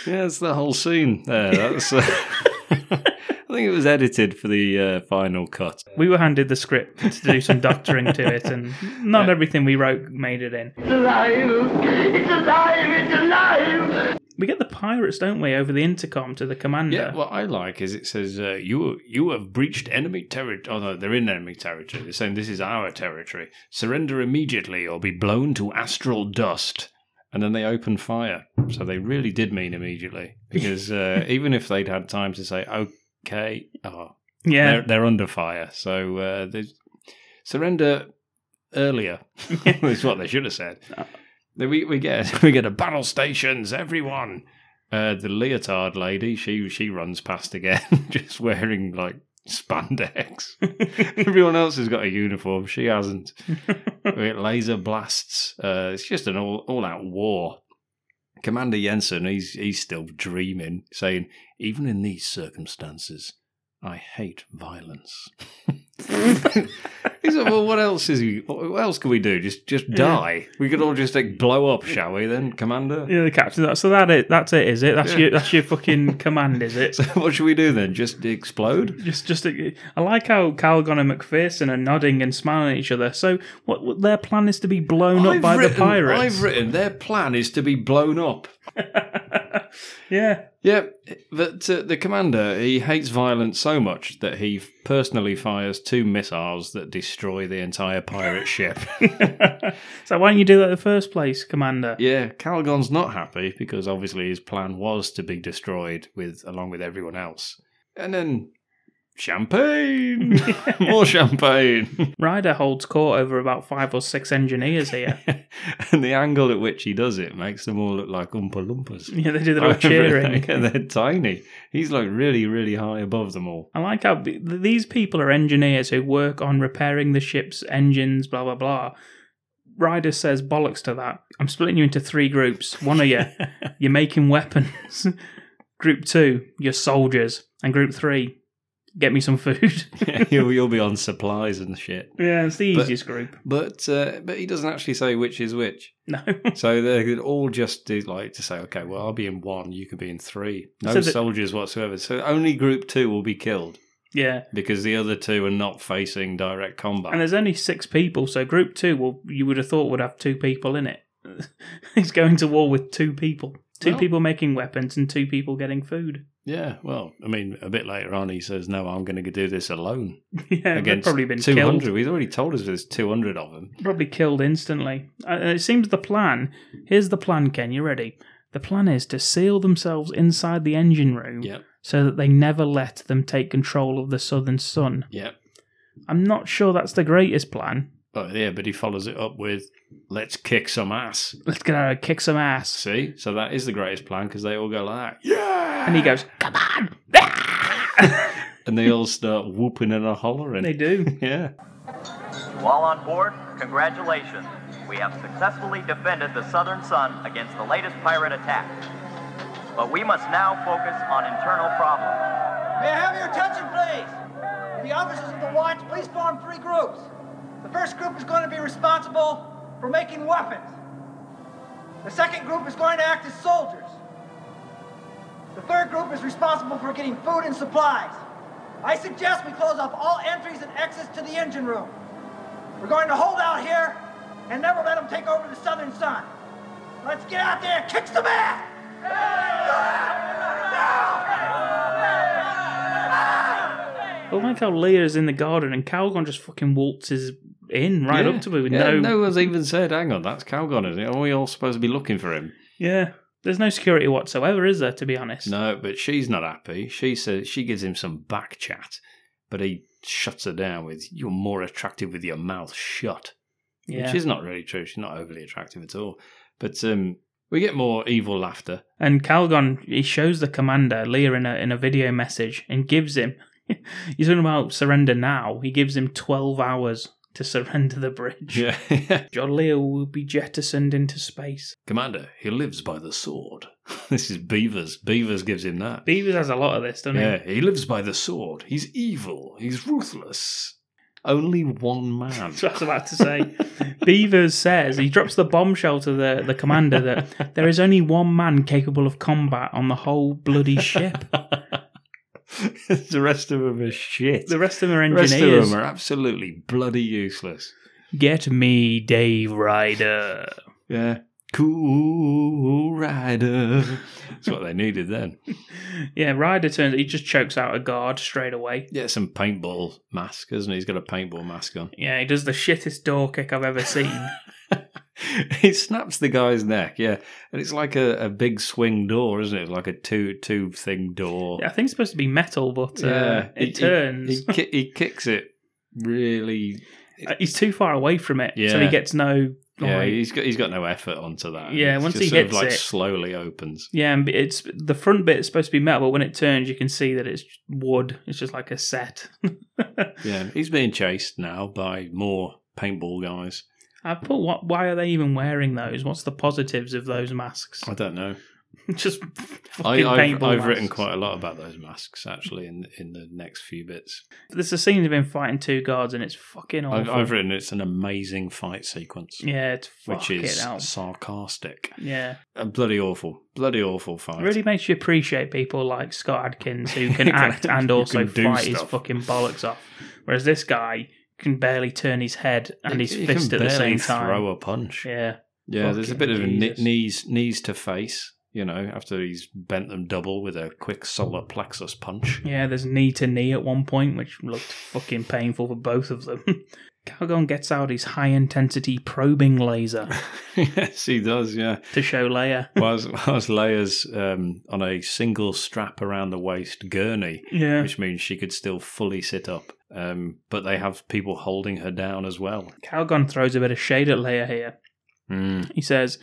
Speaker 4: yeah, it's the whole scene there. That's. Uh, I think it was edited for the uh, final cut.
Speaker 3: We were handed the script to do some doctoring to it,
Speaker 4: [LAUGHS]
Speaker 3: and not everything we wrote made it in.
Speaker 12: It's alive! It's alive! It's alive!
Speaker 3: We get the pirates, don't we, over the intercom to the commander?
Speaker 4: Yeah, what I like is it says uh, you you have breached enemy territory. Oh no, they're in enemy territory. They're saying this is our territory. Surrender immediately or be blown to astral dust. And then they open fire. So they really did mean immediately because uh, even if they'd had time to say okay, oh
Speaker 3: Yeah.
Speaker 4: they're, they're under fire. So uh, they surrender earlier. [LAUGHS] is what they should have said. Then We we get [LAUGHS] we get a battle stations everyone. Uh, the leotard lady, she she runs past again, [LAUGHS] just wearing like
Speaker 3: [LAUGHS]
Speaker 4: spandex. everyone else has got a uniform, she hasn't. we get laser blasts. Uh, it's just an all all out war. Commander Jensen, he's he's still dreaming, saying, even in these circumstances, I hate violence. He said, "Well, what else is he? What what else can we do? Just just die? We could all just like blow up, shall we? Then, Commander.
Speaker 3: Yeah, the captain. that- So that it. That's it. Is it? That's
Speaker 4: Yeah.
Speaker 3: your. That's your
Speaker 4: [LAUGHS]
Speaker 3: fucking command. Is it? So
Speaker 4: [LAUGHS] what should we do then? Just explode?
Speaker 3: Just, just. I like how Calgon and McPherson are nodding and smiling at each other. So what? what their plan is to be blown up
Speaker 4: I've
Speaker 3: by the
Speaker 4: written-
Speaker 3: pirates.
Speaker 4: I've written their plan is to be blown up.
Speaker 3: yeah.
Speaker 4: Yeah, but uh, the commander he hates violence so much that he personally fires two missiles that destroy the entire pirate ship. [LAUGHS]
Speaker 3: [LAUGHS] So why don't you do that in the first place, Commander?
Speaker 4: Yeah, Calgon's not happy because obviously his plan was to be destroyed with along with everyone else. And then champagne, more champagne.
Speaker 3: Ryder holds court over about five or six engineers
Speaker 4: [LAUGHS]
Speaker 3: here.
Speaker 4: and the angle at which he does it makes them all look like Oompa Loompas.
Speaker 3: [LAUGHS] Yeah, they do
Speaker 4: [LAUGHS]
Speaker 3: their own cheering.
Speaker 4: Yeah, they're tiny. He's like really, really high above them all. [LAUGHS]
Speaker 3: I like how b- these people are engineers who work on repairing the ship's engines, blah blah blah. Ryder says bollocks to that. I'm splitting you into three groups. One of
Speaker 4: [LAUGHS]
Speaker 3: you, you're making weapons. [LAUGHS] group two, you're soldiers, and group three, get me some
Speaker 4: [LAUGHS]
Speaker 3: food.
Speaker 4: you'll, you'll be on supplies and shit.
Speaker 3: yeah, [LAUGHS] it's the
Speaker 4: But-
Speaker 3: easiest group.
Speaker 4: But uh, but he doesn't actually say which
Speaker 3: [LAUGHS]
Speaker 4: is which.
Speaker 3: No.
Speaker 4: so they could all just do like to say, okay, well, I'll be in one, you can be in three. No
Speaker 3: So the-
Speaker 4: soldiers whatsoever. So only group two will be killed
Speaker 3: Yeah.
Speaker 4: because the other two are not facing direct combat.
Speaker 3: And there's only six people, so group two, well, you would have thought would have two people in it. [LAUGHS] He's going to war with two people. Two
Speaker 4: Well-
Speaker 3: people making weapons and two people getting food. [LAUGHS]
Speaker 4: yeah, well, I mean, a bit later on, he says, "No, I'm going to do this alone."
Speaker 3: Yeah, they've
Speaker 4: against
Speaker 3: probably been
Speaker 4: 200.
Speaker 3: killed.
Speaker 4: He's already told us there's 200 of them.
Speaker 3: Probably killed instantly. And it seems the plan. Here's the plan, Ken. You ready? The plan is to seal themselves inside the engine room
Speaker 4: Yep.
Speaker 3: so that they never let them take control of the southern sun.
Speaker 4: Yep.
Speaker 3: I'm not sure that's the greatest plan.
Speaker 4: Oh yeah, but he follows it up with, "Let's kick
Speaker 3: [LAUGHS]
Speaker 4: some ass."
Speaker 3: Let's get out and kick some ass.
Speaker 4: See, so that is the greatest plan because they all go like, that. "Yeah,"
Speaker 3: And he goes, come on. [LAUGHS]
Speaker 4: and they all start whooping and a hollering.
Speaker 3: They do.
Speaker 4: [LAUGHS] yeah.
Speaker 18: To all on board, congratulations. We have successfully defended the Southern Sun against the latest pirate attack. But we must now focus on internal problems.
Speaker 14: May I have your attention, please? The officers of the watch, please form three groups. The first group is going to be responsible for making weapons. The second group is going to act as soldiers. The third group is responsible for getting food and supplies. I suggest we close off all entries and exits to the engine room. We're going to hold out here and never let them take over the southern sun. Let's get out there and kick some ass!
Speaker 3: I like how Leah's in the garden and Calgon just fucking waltzes in right
Speaker 4: Yeah.
Speaker 3: up to her with
Speaker 4: Yeah,
Speaker 3: no.
Speaker 4: no one's even said, hang on, that's Calgon, isn't it? Are we all supposed to be looking for him?
Speaker 3: Yeah. There's no security whatsoever, is there? To be honest.
Speaker 4: No, but she's not happy. She says she gives him some back chat, but he shuts her down with "You're more attractive with your mouth shut,"
Speaker 3: Yeah.
Speaker 4: which is not really true. She's not overly attractive at all. But um, we get more evil laughter. [LAUGHS]
Speaker 3: And Calgon he shows the commander Leah in a in a video message and gives him. [LAUGHS] he's talking about surrender now. He gives him twelve hours to surrender the bridge. [LAUGHS]
Speaker 4: Yeah.
Speaker 3: John Lear will be jettisoned into space.
Speaker 4: Commander, he lives by the sword. [LAUGHS] this is Beavers. Beavers gives him that.
Speaker 3: Beavers has a lot of this, doesn't
Speaker 4: yeah,
Speaker 3: he?
Speaker 4: he lives by the sword. He's evil. He's ruthless. Only one man.
Speaker 3: [LAUGHS] That's what I was about to say.
Speaker 4: [LAUGHS]
Speaker 3: Beavers says he drops the bombshell to the, the commander
Speaker 4: [LAUGHS]
Speaker 3: that there is only one man capable of combat on the whole bloody
Speaker 4: [LAUGHS]
Speaker 3: ship.
Speaker 4: the rest of them are shit.
Speaker 3: The rest of them are
Speaker 4: The rest of
Speaker 3: engineers.
Speaker 4: them are absolutely bloody useless.
Speaker 3: Get me Dave Ryder.
Speaker 4: Yeah. Cool Rider. That's what they needed then.
Speaker 3: Yeah, Ryder turns. He just chokes out a guard straight away.
Speaker 4: Yeah, some paintball mask, isn't he? He's got a paintball mask on.
Speaker 3: Yeah, he does the shittest door kick I've ever seen.
Speaker 4: [LAUGHS] he snaps the guy's neck, yeah. And it's like a, a big swing door, isn't it? Like a two tube thing door.
Speaker 3: Yeah, I think it's supposed to be metal, but uh, it,
Speaker 4: He- he-
Speaker 3: turns.
Speaker 4: He, ki- he kicks it really.
Speaker 3: Uh, he's too far away from it, so he
Speaker 4: Yeah.
Speaker 3: gets no.
Speaker 4: Yeah,
Speaker 3: like-
Speaker 4: he's got he's got no effort onto that.
Speaker 3: Yeah,
Speaker 4: It's
Speaker 3: once
Speaker 4: just
Speaker 3: he
Speaker 4: sort
Speaker 3: hits
Speaker 4: of like
Speaker 3: it-
Speaker 4: slowly opens.
Speaker 3: yeah, and it's the front bit is supposed to be metal, but when it turns, you can see that it's wood. It's just like a set. [LAUGHS]
Speaker 4: Yeah, he's being chased now by more paintball guys.
Speaker 3: I put what? Why are they even wearing those? What's the positives of those masks?
Speaker 4: I don't know.
Speaker 3: [LAUGHS] just
Speaker 4: I,
Speaker 3: fucking
Speaker 4: I've,
Speaker 3: paintball
Speaker 4: I've written
Speaker 3: masks.
Speaker 4: quite a lot about those masks actually in in the next few bits.
Speaker 3: There's a scene of him fighting two guards, and it's fucking
Speaker 4: I've,
Speaker 3: awful.
Speaker 4: I've written it's an amazing fight sequence.
Speaker 3: Oh, Yeah, it's
Speaker 4: which
Speaker 3: fucking
Speaker 4: is
Speaker 3: hell.
Speaker 4: sarcastic.
Speaker 3: yeah.
Speaker 4: A bloody awful, bloody awful fight.
Speaker 3: It really makes you appreciate people like Scott Adkins who can
Speaker 4: [LAUGHS] Can-
Speaker 3: act and
Speaker 4: who
Speaker 3: also
Speaker 4: can do
Speaker 3: fight his
Speaker 4: stuff.
Speaker 3: fucking bollocks off. Whereas this guy can barely turn his head and
Speaker 4: He-
Speaker 3: his
Speaker 4: he can
Speaker 3: fist at the same
Speaker 4: barely
Speaker 3: time.
Speaker 4: Throw a punch.
Speaker 3: Yeah.
Speaker 4: Yeah, there's a
Speaker 3: Fucking
Speaker 4: bit of a kn-
Speaker 3: Jesus.
Speaker 4: knees knees to face. You know, after he's bent them double with a quick solar
Speaker 3: [LAUGHS]
Speaker 4: plexus punch.
Speaker 3: Yeah, there's knee to knee at one point, which looked fucking painful for both of them. [LAUGHS] Calgon gets out his high intensity probing laser
Speaker 4: [LAUGHS] yes, he does. Yeah.
Speaker 3: to show
Speaker 4: [LAUGHS]
Speaker 3: Leia.
Speaker 4: Whilst, whilst Leia's um, on a single strap around the waist gurney,
Speaker 3: Yeah.
Speaker 4: which means she could still fully sit up. Um, but they have people holding her down as well.
Speaker 3: Calgon throws a bit of shade at Leia here.
Speaker 4: Mm.
Speaker 3: He
Speaker 4: [LAUGHS]
Speaker 3: says,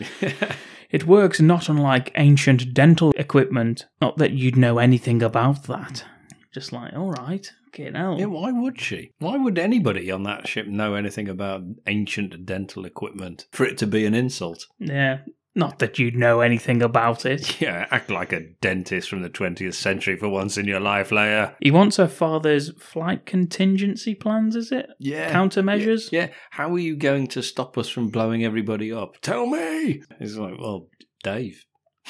Speaker 3: It works not unlike ancient dental equipment. Not that you'd know anything about that. Just like, all right, get out.
Speaker 4: Yeah, why would she? Why would anybody on that ship know anything about ancient dental equipment for it to be an insult?
Speaker 3: Yeah. Not that you'd know anything about it.
Speaker 4: Yeah, act like a dentist from the 20th century for once in your life, Leia.
Speaker 3: He wants her father's flight contingency plans, is it?
Speaker 4: Yeah.
Speaker 3: Countermeasures?
Speaker 4: Yeah. How are you going to stop us from blowing everybody up? Tell me. It's like, well, Dave. [LAUGHS]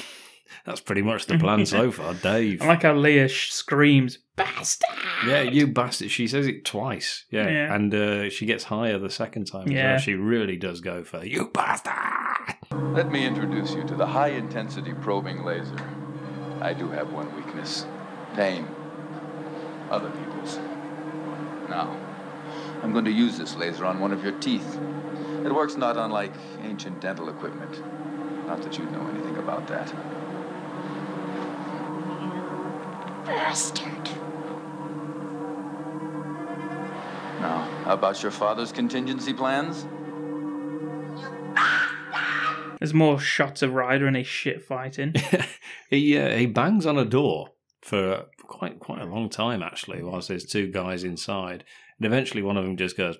Speaker 4: That's pretty much the
Speaker 3: [LAUGHS]
Speaker 4: plan so far, Dave.
Speaker 3: I like how Leah sh- screams, bastard!
Speaker 4: Yeah, you bastard. She says it twice. Yeah.
Speaker 3: Yeah.
Speaker 4: And uh, she gets higher the second time. as
Speaker 3: Yeah.
Speaker 4: well. She really does go for you bastard.
Speaker 19: Let me introduce you to the high intensity probing laser. I do have one weakness pain. Other people's. Now, I'm going to use this laser on one of your teeth. It works not unlike ancient dental equipment. Not that you know anything about that.
Speaker 7: Bastard.
Speaker 19: Now, how about your father's contingency plans?
Speaker 3: There's more shots of Ryder and his shit fighting.
Speaker 4: [LAUGHS] He uh, he bangs on a door for uh, quite quite a long time actually, whilst there's two guys inside, and eventually one of them just goes,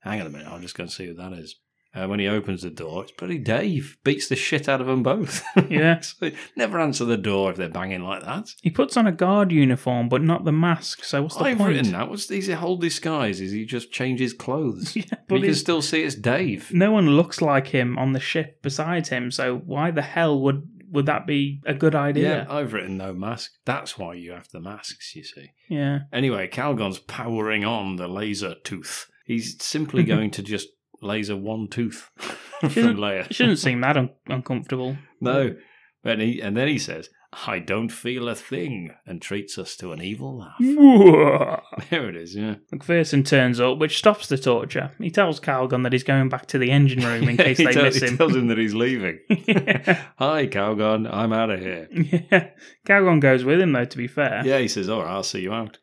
Speaker 4: "Hang on a minute, I'll just go and see who that is." Uh, when he opens the door, it's bloody Dave beats the shit out of them both. [LAUGHS]
Speaker 3: Yeah.
Speaker 4: So, never answer the door if they're banging like that.
Speaker 3: he puts on a guard uniform, but not the mask, so what's the
Speaker 4: I've
Speaker 3: point?
Speaker 4: written that. What's his whole disguise? Is he just
Speaker 3: [LAUGHS]
Speaker 4: changes clothes? yeah,
Speaker 3: but
Speaker 4: you can
Speaker 3: it's-
Speaker 4: still see it's Dave.
Speaker 3: No one looks like him on the ship besides him, so why the hell would, would that be a good idea?
Speaker 4: Yeah, I've written no mask. That's why you have the masks, you see.
Speaker 3: Yeah.
Speaker 4: Anyway, Calgon's powering on the laser tooth. He's
Speaker 3: [LAUGHS]
Speaker 4: simply going to just laser one tooth [LAUGHS] from
Speaker 3: Shouldn't-
Speaker 4: Leia. [LAUGHS]
Speaker 3: It shouldn't seem that un- uncomfortable.
Speaker 4: no. And, he, and then he says, I don't feel a thing, and treats us to an evil laugh. [LAUGHS] there it is, yeah.
Speaker 3: McPherson turns up, which stops the torture. He tells Calgon that he's going back to the engine room
Speaker 4: [LAUGHS]
Speaker 3: in case
Speaker 4: he
Speaker 3: they
Speaker 4: tell-
Speaker 3: miss
Speaker 4: he
Speaker 3: him.
Speaker 4: tells him that
Speaker 3: [LAUGHS]
Speaker 4: he's leaving. [LAUGHS] Hi, Calgon, I'm out of here.
Speaker 3: Yeah. Calgon goes with him, though, to be fair.
Speaker 4: Yeah, he says, all right, I'll see you out.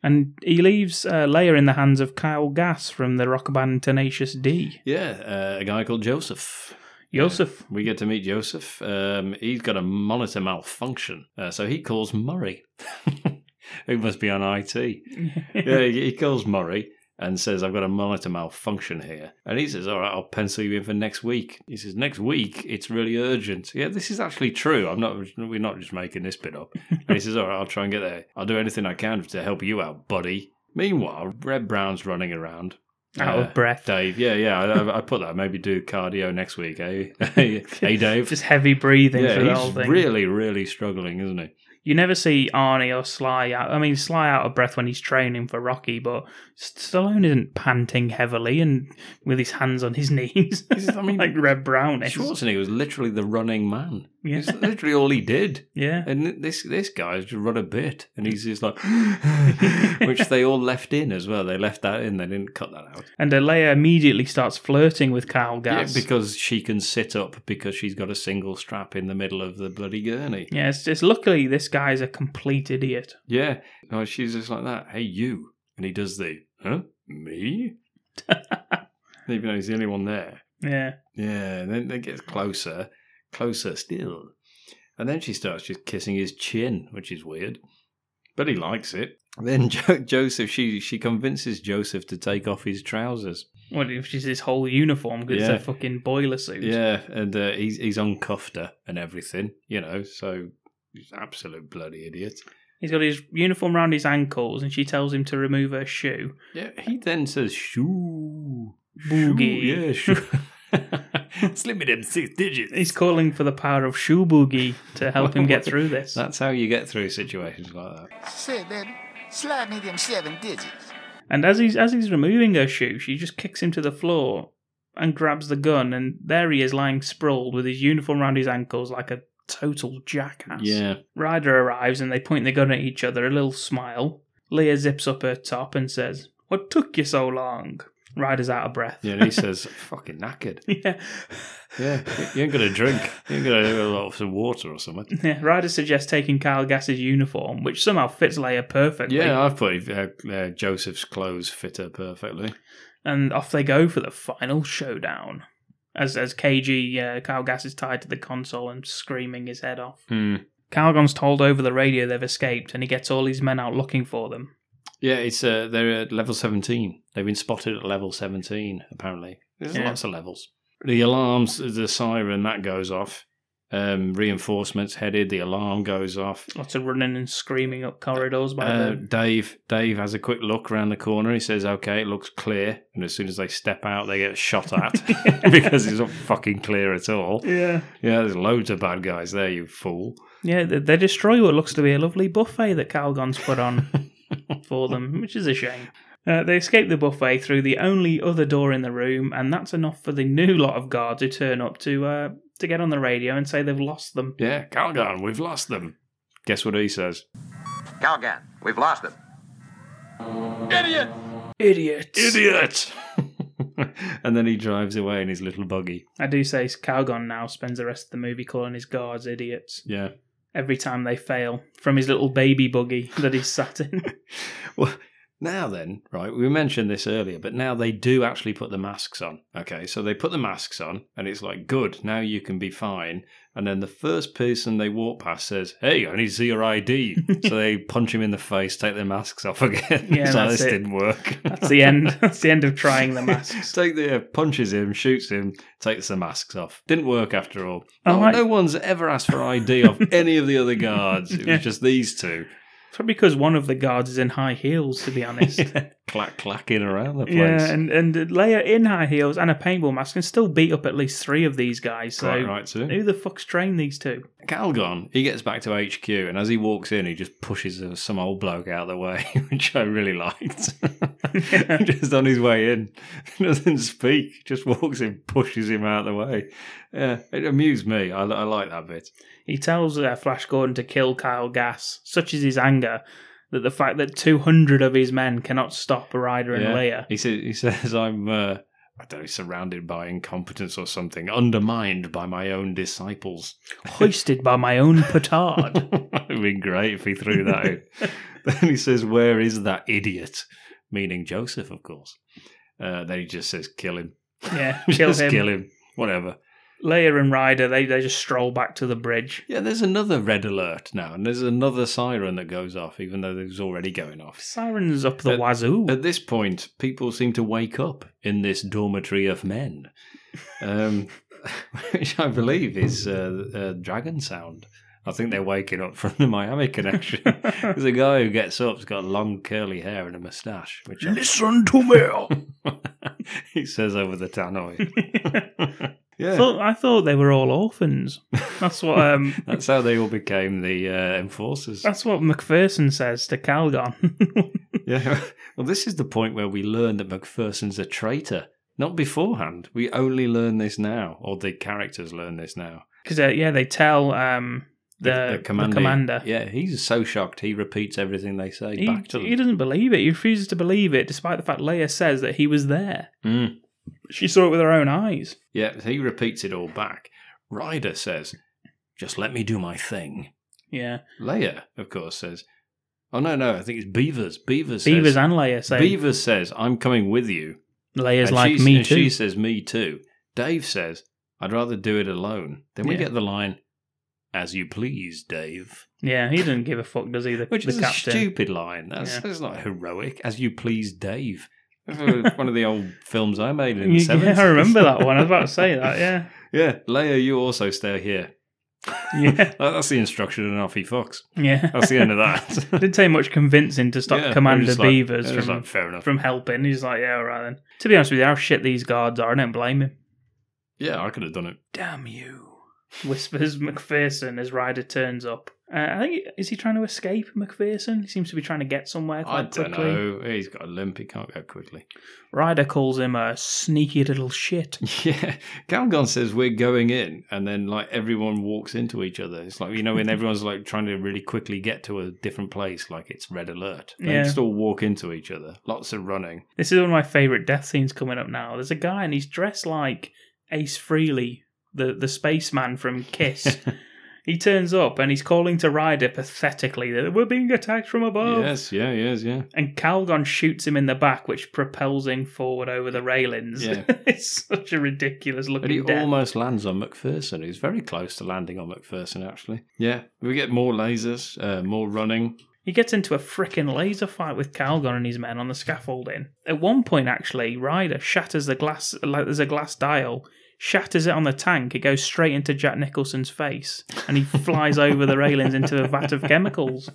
Speaker 3: And he leaves uh, Leia in the hands of Kyle Gass from the rock band Tenacious D.
Speaker 4: Yeah, uh, a guy called Joseph.
Speaker 3: Joseph.
Speaker 4: we get to meet Joseph. Um, he's got a monitor malfunction, uh, so he calls Murray, [LAUGHS] who must be on IT. yeah, he he calls Murray and says, I've got a monitor malfunction here. And he says, All right, I'll pencil you in for next week. He says, Next week, it's really urgent. Yeah, this is actually true. I'm not, we're not just making this bit up. and he says, All right, I'll try and get there. I'll do anything I can to help you out, buddy. Meanwhile, Red Brown's running around.
Speaker 3: Out
Speaker 4: Uh,
Speaker 3: of breath.
Speaker 4: Dave, yeah, yeah. I, I- I put that. Maybe do cardio next week, eh? [LAUGHS] hey, Dave.
Speaker 3: Just heavy breathing
Speaker 4: yeah,
Speaker 3: for the
Speaker 4: he's
Speaker 3: whole thing.
Speaker 4: really, really struggling, isn't he?
Speaker 3: You never see Arnie or Sly out. I mean, Sly out of breath when he's training for Rocky, but Stallone isn't panting heavily and with his hands on his [LAUGHS] knees. I mean, like Red Brown is.
Speaker 4: Schwarzenegger was literally the running man.
Speaker 3: Yeah.
Speaker 4: It's literally all he did.
Speaker 3: Yeah.
Speaker 4: And this this guy's just run a bit, and he's
Speaker 3: [LAUGHS]
Speaker 4: just like, which they all left in as well. They left that in. They didn't cut that out.
Speaker 3: And uh, Leia immediately starts flirting with Kyle Gass.
Speaker 4: Yeah, because she can sit up because she's got a single strap in the middle of the bloody gurney.
Speaker 3: Yeah, it's just luckily this guy's a complete idiot.
Speaker 4: Yeah. No, she's just like that. Hey, you. And he does the, huh?
Speaker 3: [LAUGHS]
Speaker 4: Me? Even though he's the only one there.
Speaker 3: Yeah.
Speaker 4: Yeah, and then it gets closer, closer still. And then she starts just kissing his chin, which is weird. But he likes it. Then [LAUGHS] jo- Joseph, she she convinces Joseph to take off his trousers.
Speaker 3: What if she's his whole uniform because
Speaker 4: Yeah.
Speaker 3: it's a fucking boiler suit?
Speaker 4: Yeah, and uh, he's he's uncuffed her and everything, you know. So he's an absolute bloody idiot.
Speaker 3: He's got his uniform round his ankles and she tells him to remove her shoe.
Speaker 4: Yeah, he then says shoo,
Speaker 3: Boogie.
Speaker 4: Shoo, [LAUGHS] yeah, shoo. Slim me them six digits.
Speaker 3: He's calling for the power of shoe boogie to help him
Speaker 4: [LAUGHS]
Speaker 3: get through this.
Speaker 4: That's how you get through situations like that.
Speaker 20: Say, baby, slide me them seven digits.
Speaker 3: And as he's as he's removing her shoe, she just kicks him to the floor and grabs the gun and there he is lying sprawled with his uniform round his ankles like a total jackass.
Speaker 4: Yeah.
Speaker 3: Ryder arrives and they point the gun at each other, a little smile. Leah zips up her top and says, What took you so long? Ryder's out of breath.
Speaker 4: Yeah, and he says, [LAUGHS] "Fucking knackered."
Speaker 3: [LAUGHS] Yeah.
Speaker 4: Yeah, you ain't got a drink. You ain't got a lot of some water or something.
Speaker 3: Yeah, Ryder suggests taking Kyle Gass's uniform, which somehow fits Leia perfectly.
Speaker 4: Yeah, I've put uh, uh, Joseph's clothes fit her perfectly.
Speaker 3: and off they go for the final showdown. As as KG uh, Kyle Gass is tied to the console and screaming his head off.
Speaker 4: Hmm.
Speaker 3: Calgon's told over the radio they've escaped, and he gets all his men out looking for them.
Speaker 4: Yeah, it's uh, they're at level seventeen. They've been spotted at level seventeen. Apparently, there's
Speaker 3: Yeah.
Speaker 4: lots of levels. The alarms, the siren that goes off. Um, reinforcements headed. The alarm goes off.
Speaker 3: Lots of running and screaming up corridors by
Speaker 4: Uh,
Speaker 3: the
Speaker 4: Dave Dave has a quick look around the corner. He says, "Okay, it looks clear." And as soon as they step out, they get shot [LAUGHS] at because it's not fucking clear at all.
Speaker 3: [LAUGHS] Yeah.
Speaker 4: yeah. There's loads of bad guys there. You fool.
Speaker 3: yeah. They, they destroy what looks to be a lovely buffet that Calgon's put on for them, which is a shame. Uh, they escape the buffet through the only other door in the room, and that's enough for the new lot of guards who turn up to uh, to get on the radio and say they've lost them.
Speaker 4: Yeah, Calgon, we've lost them. Guess what he says?
Speaker 18: Calgan, we've lost them.
Speaker 14: Idiot!
Speaker 3: Idiot.
Speaker 4: Idiot. [LAUGHS] and then he drives away in his little buggy.
Speaker 3: I do say Calgon now spends the rest of the movie calling his guards idiots
Speaker 4: Yeah.
Speaker 3: every time they fail from his little baby buggy that he's sat in.
Speaker 4: Well, now then, right, we mentioned this earlier, but now they do actually put the masks on. Okay, so they put the masks on, and it's like, good, now you can be fine. And then the first person they walk past says, hey, I need to see
Speaker 3: [LAUGHS]
Speaker 4: your ID. so they punch him in the face, take their masks off again.
Speaker 3: Yeah,
Speaker 4: [LAUGHS] It's like,
Speaker 3: that's
Speaker 4: this
Speaker 3: it.
Speaker 4: didn't work.
Speaker 3: That's the [LAUGHS] end. That's the end of trying the mask.
Speaker 4: Take the uh, punches him, shoots him, takes the masks off. Didn't work after all.
Speaker 3: I
Speaker 4: No,
Speaker 3: like-
Speaker 4: no one's ever asked for ID
Speaker 3: [LAUGHS]
Speaker 4: of any of the other guards. It
Speaker 3: Yeah.
Speaker 4: was just these two
Speaker 3: Probably because one of the guards is in high heels, to be [LAUGHS] honest.
Speaker 4: clack clacking around the place.
Speaker 3: yeah, and and Leia in high heels and a paintball mask can still beat up at least three of these guys. So
Speaker 4: Quite right, too.
Speaker 3: who the fuck's trained these two?
Speaker 4: Calgon, he gets back to HQ, [LAUGHS] and as he walks in, he just pushes uh, some old bloke out of the way, which I really liked. [LAUGHS] just on his way in. [LAUGHS] Doesn't speak, just walks in, pushes him out of the way. Yeah, it amused me. I, I like that bit.
Speaker 3: He tells uh, Flash Gordon to kill Kyle Gas. Such is his anger that the fact that 200 of his men cannot stop a rider in
Speaker 4: Yeah.
Speaker 3: a layer.
Speaker 4: He says, he [LAUGHS] says I'm, uh, I don't know, surrounded by incompetence or something, undermined by my own disciples. [LAUGHS]
Speaker 3: Hoisted by my own [LAUGHS] petard.
Speaker 4: It'd be great if he threw that
Speaker 3: [LAUGHS]
Speaker 4: in. then he says, Where is that idiot? Meaning Joseph, of course. Uh, then he just says, Kill him. [LAUGHS]
Speaker 3: Yeah, kill
Speaker 4: just
Speaker 3: him.
Speaker 4: kill him. Whatever.
Speaker 3: Leia and Ryder, they, they just stroll back to the bridge.
Speaker 4: Yeah, there's another red alert now, and there's another siren that goes off, even though it was already going off.
Speaker 3: Sirens up the
Speaker 4: At-
Speaker 3: wazoo.
Speaker 4: At this point, people seem to wake up in this dormitory of men, um, [LAUGHS] which I believe is uh, uh, Dragon Sound. I think they're waking up from the
Speaker 2: [LAUGHS]
Speaker 4: Miami connection. There's a guy who gets up, he's got long curly hair and a moustache, which I-
Speaker 2: Listen to me.
Speaker 4: [LAUGHS] he says over the tannoy.
Speaker 3: I, thought, I thought they were all
Speaker 4: [LAUGHS]
Speaker 3: orphans. That's what um,
Speaker 4: That's how they all became the uh,
Speaker 2: [LAUGHS]
Speaker 4: enforcers.
Speaker 3: that's what McPherson says to Calgon. [LAUGHS]
Speaker 4: Yeah. Well, this is the point where we learn that Macpherson's a traitor. Not beforehand. We only learn this now, or the characters learn this now.
Speaker 3: Because, uh, yeah, they tell um, the, the commander.
Speaker 4: Yeah, he's so shocked. He repeats everything they say
Speaker 3: He,
Speaker 4: back to them.
Speaker 3: he doesn't believe it. He refuses to believe it, despite the fact Leia says that he was there.
Speaker 4: Mm.
Speaker 3: She saw it with her own eyes.
Speaker 4: Yeah, he repeats it all back. Ryder says, "Just let me do my thing."
Speaker 3: Yeah.
Speaker 4: Leia, of course, says, "Oh no, no, I think it's Beavers." Beavers.
Speaker 3: Beavers
Speaker 4: says,
Speaker 3: and Leia say-
Speaker 4: Beavers says, "I'm coming with you."
Speaker 3: Leia's
Speaker 4: And
Speaker 3: like,
Speaker 4: she-
Speaker 3: me
Speaker 4: and She
Speaker 3: too.
Speaker 4: says, "Me too." Dave says, "I'd rather do it alone." Then we
Speaker 3: Yeah.
Speaker 4: get the line, "As you please, Dave."
Speaker 3: Yeah, he doesn't give a fuck, does he? The,
Speaker 4: Which
Speaker 3: the
Speaker 4: is
Speaker 3: captain.
Speaker 4: a
Speaker 3: [LAUGHS]
Speaker 4: stupid line. That's,
Speaker 3: Yeah.
Speaker 4: that's not heroic. As you please, Dave. one of the old films I made [LAUGHS] in the
Speaker 3: Yeah,
Speaker 4: 70s.
Speaker 3: I remember that one. I was about to say that, yeah.
Speaker 4: [LAUGHS] Yeah, Leia, you also stay here.
Speaker 3: Yeah. [LAUGHS]
Speaker 4: That- that's the instruction and off he fucks.
Speaker 3: Yeah.
Speaker 4: That's the end of [LAUGHS] that.
Speaker 3: Didn't take much convincing to stop
Speaker 4: Yeah, it
Speaker 3: Commander
Speaker 4: was like-
Speaker 3: Beavers
Speaker 4: it was
Speaker 3: from,
Speaker 4: like, fair enough.
Speaker 3: from helping. He's like, yeah, all right then. To be honest with you, how shit these guards are, I don't blame him.
Speaker 4: yeah, I could have done it.
Speaker 3: Damn you. Whispers McPherson as Ryder turns up. Uh, I think, is he trying to escape McPherson? He seems to be trying to get somewhere quite
Speaker 4: I don't
Speaker 3: quickly.
Speaker 4: know. Oh, He's got a limp. He can't go quickly.
Speaker 3: Ryder calls him a sneaky little
Speaker 4: [LAUGHS]
Speaker 3: shit.
Speaker 4: Yeah. Calgon says we're going in, and then like everyone walks into each other. It's like you know when everyone's like trying to really quickly get to a different place, like it's red alert. They
Speaker 3: Yeah.
Speaker 4: just all walk into each other. Lots of running.
Speaker 3: This is one of my favourite death scenes coming up now. There's a guy and he's dressed like Ace Frehley, the, the spaceman from
Speaker 4: [LAUGHS]
Speaker 3: Kiss. he turns up and he's calling to Ryder pathetically that we're being attacked from above.
Speaker 4: Yes, yeah, yes, yeah.
Speaker 3: And Calgon shoots him in the back, which propels him forward over the railings.
Speaker 4: Yeah.
Speaker 3: [LAUGHS] it's such a ridiculous
Speaker 4: But he
Speaker 3: looking death.
Speaker 4: almost lands on McPherson. He's very close to landing on McPherson, actually. Yeah, we get more lasers, uh, more running.
Speaker 3: He gets into a frickin' laser fight with Calgon and his men on the scaffolding. At one point, actually, Ryder shatters the glass, like there's a glass dial, shatters it on the tank. It goes straight into Jack Nicholson's face, and he flies over the railings into a vat of chemicals.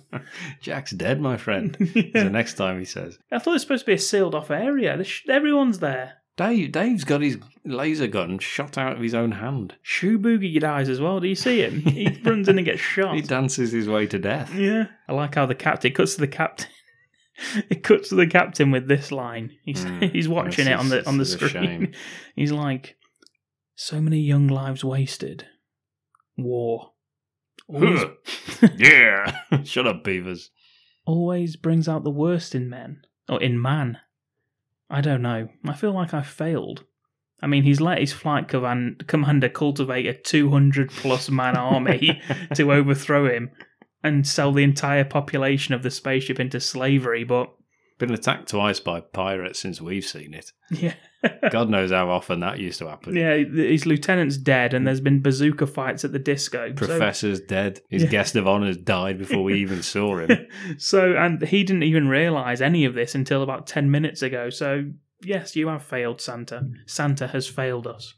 Speaker 4: Jack's dead, my friend. is The next time he says,
Speaker 3: I thought it was supposed to be a sealed off area. This sh- Everyone's there.
Speaker 4: Dave, Dave's got his laser gun shot out of his own hand.
Speaker 3: Shoe Boogie dies as well. Do you see him? He runs in and gets shot.
Speaker 4: [LAUGHS] He dances his way to death.
Speaker 3: Yeah. I like how the captain it cuts to the captain. [LAUGHS] it cuts to the captain with this line. He's [LAUGHS]
Speaker 4: Mm.
Speaker 3: he's watching it
Speaker 4: This
Speaker 3: on
Speaker 4: is-
Speaker 3: the on the
Speaker 4: this is a shame.
Speaker 3: screen. [LAUGHS] He's like, so many young lives wasted. War always,
Speaker 4: [LAUGHS] yeah. [LAUGHS] Shut up, Beavers.
Speaker 3: always brings out the worst in men or in man. I don't know. I feel like I failed. I mean, he's let his flight command, commander cultivate a 200 plus man army to overthrow him and sell the entire population of the spaceship into slavery, but
Speaker 4: Been attacked twice by pirates since we've seen it.
Speaker 3: Yeah.
Speaker 4: God knows how often that used to happen.
Speaker 3: Yeah, th- his lieutenant's dead, and there's been bazooka fights at the disco. so-
Speaker 4: Professor's dead. His
Speaker 3: Yeah.
Speaker 4: guest of honour's died before we even saw him.
Speaker 3: So, and he didn't even realize any of this until about 10 minutes ago. So, yes, you have failed, Santa. Santa has failed us.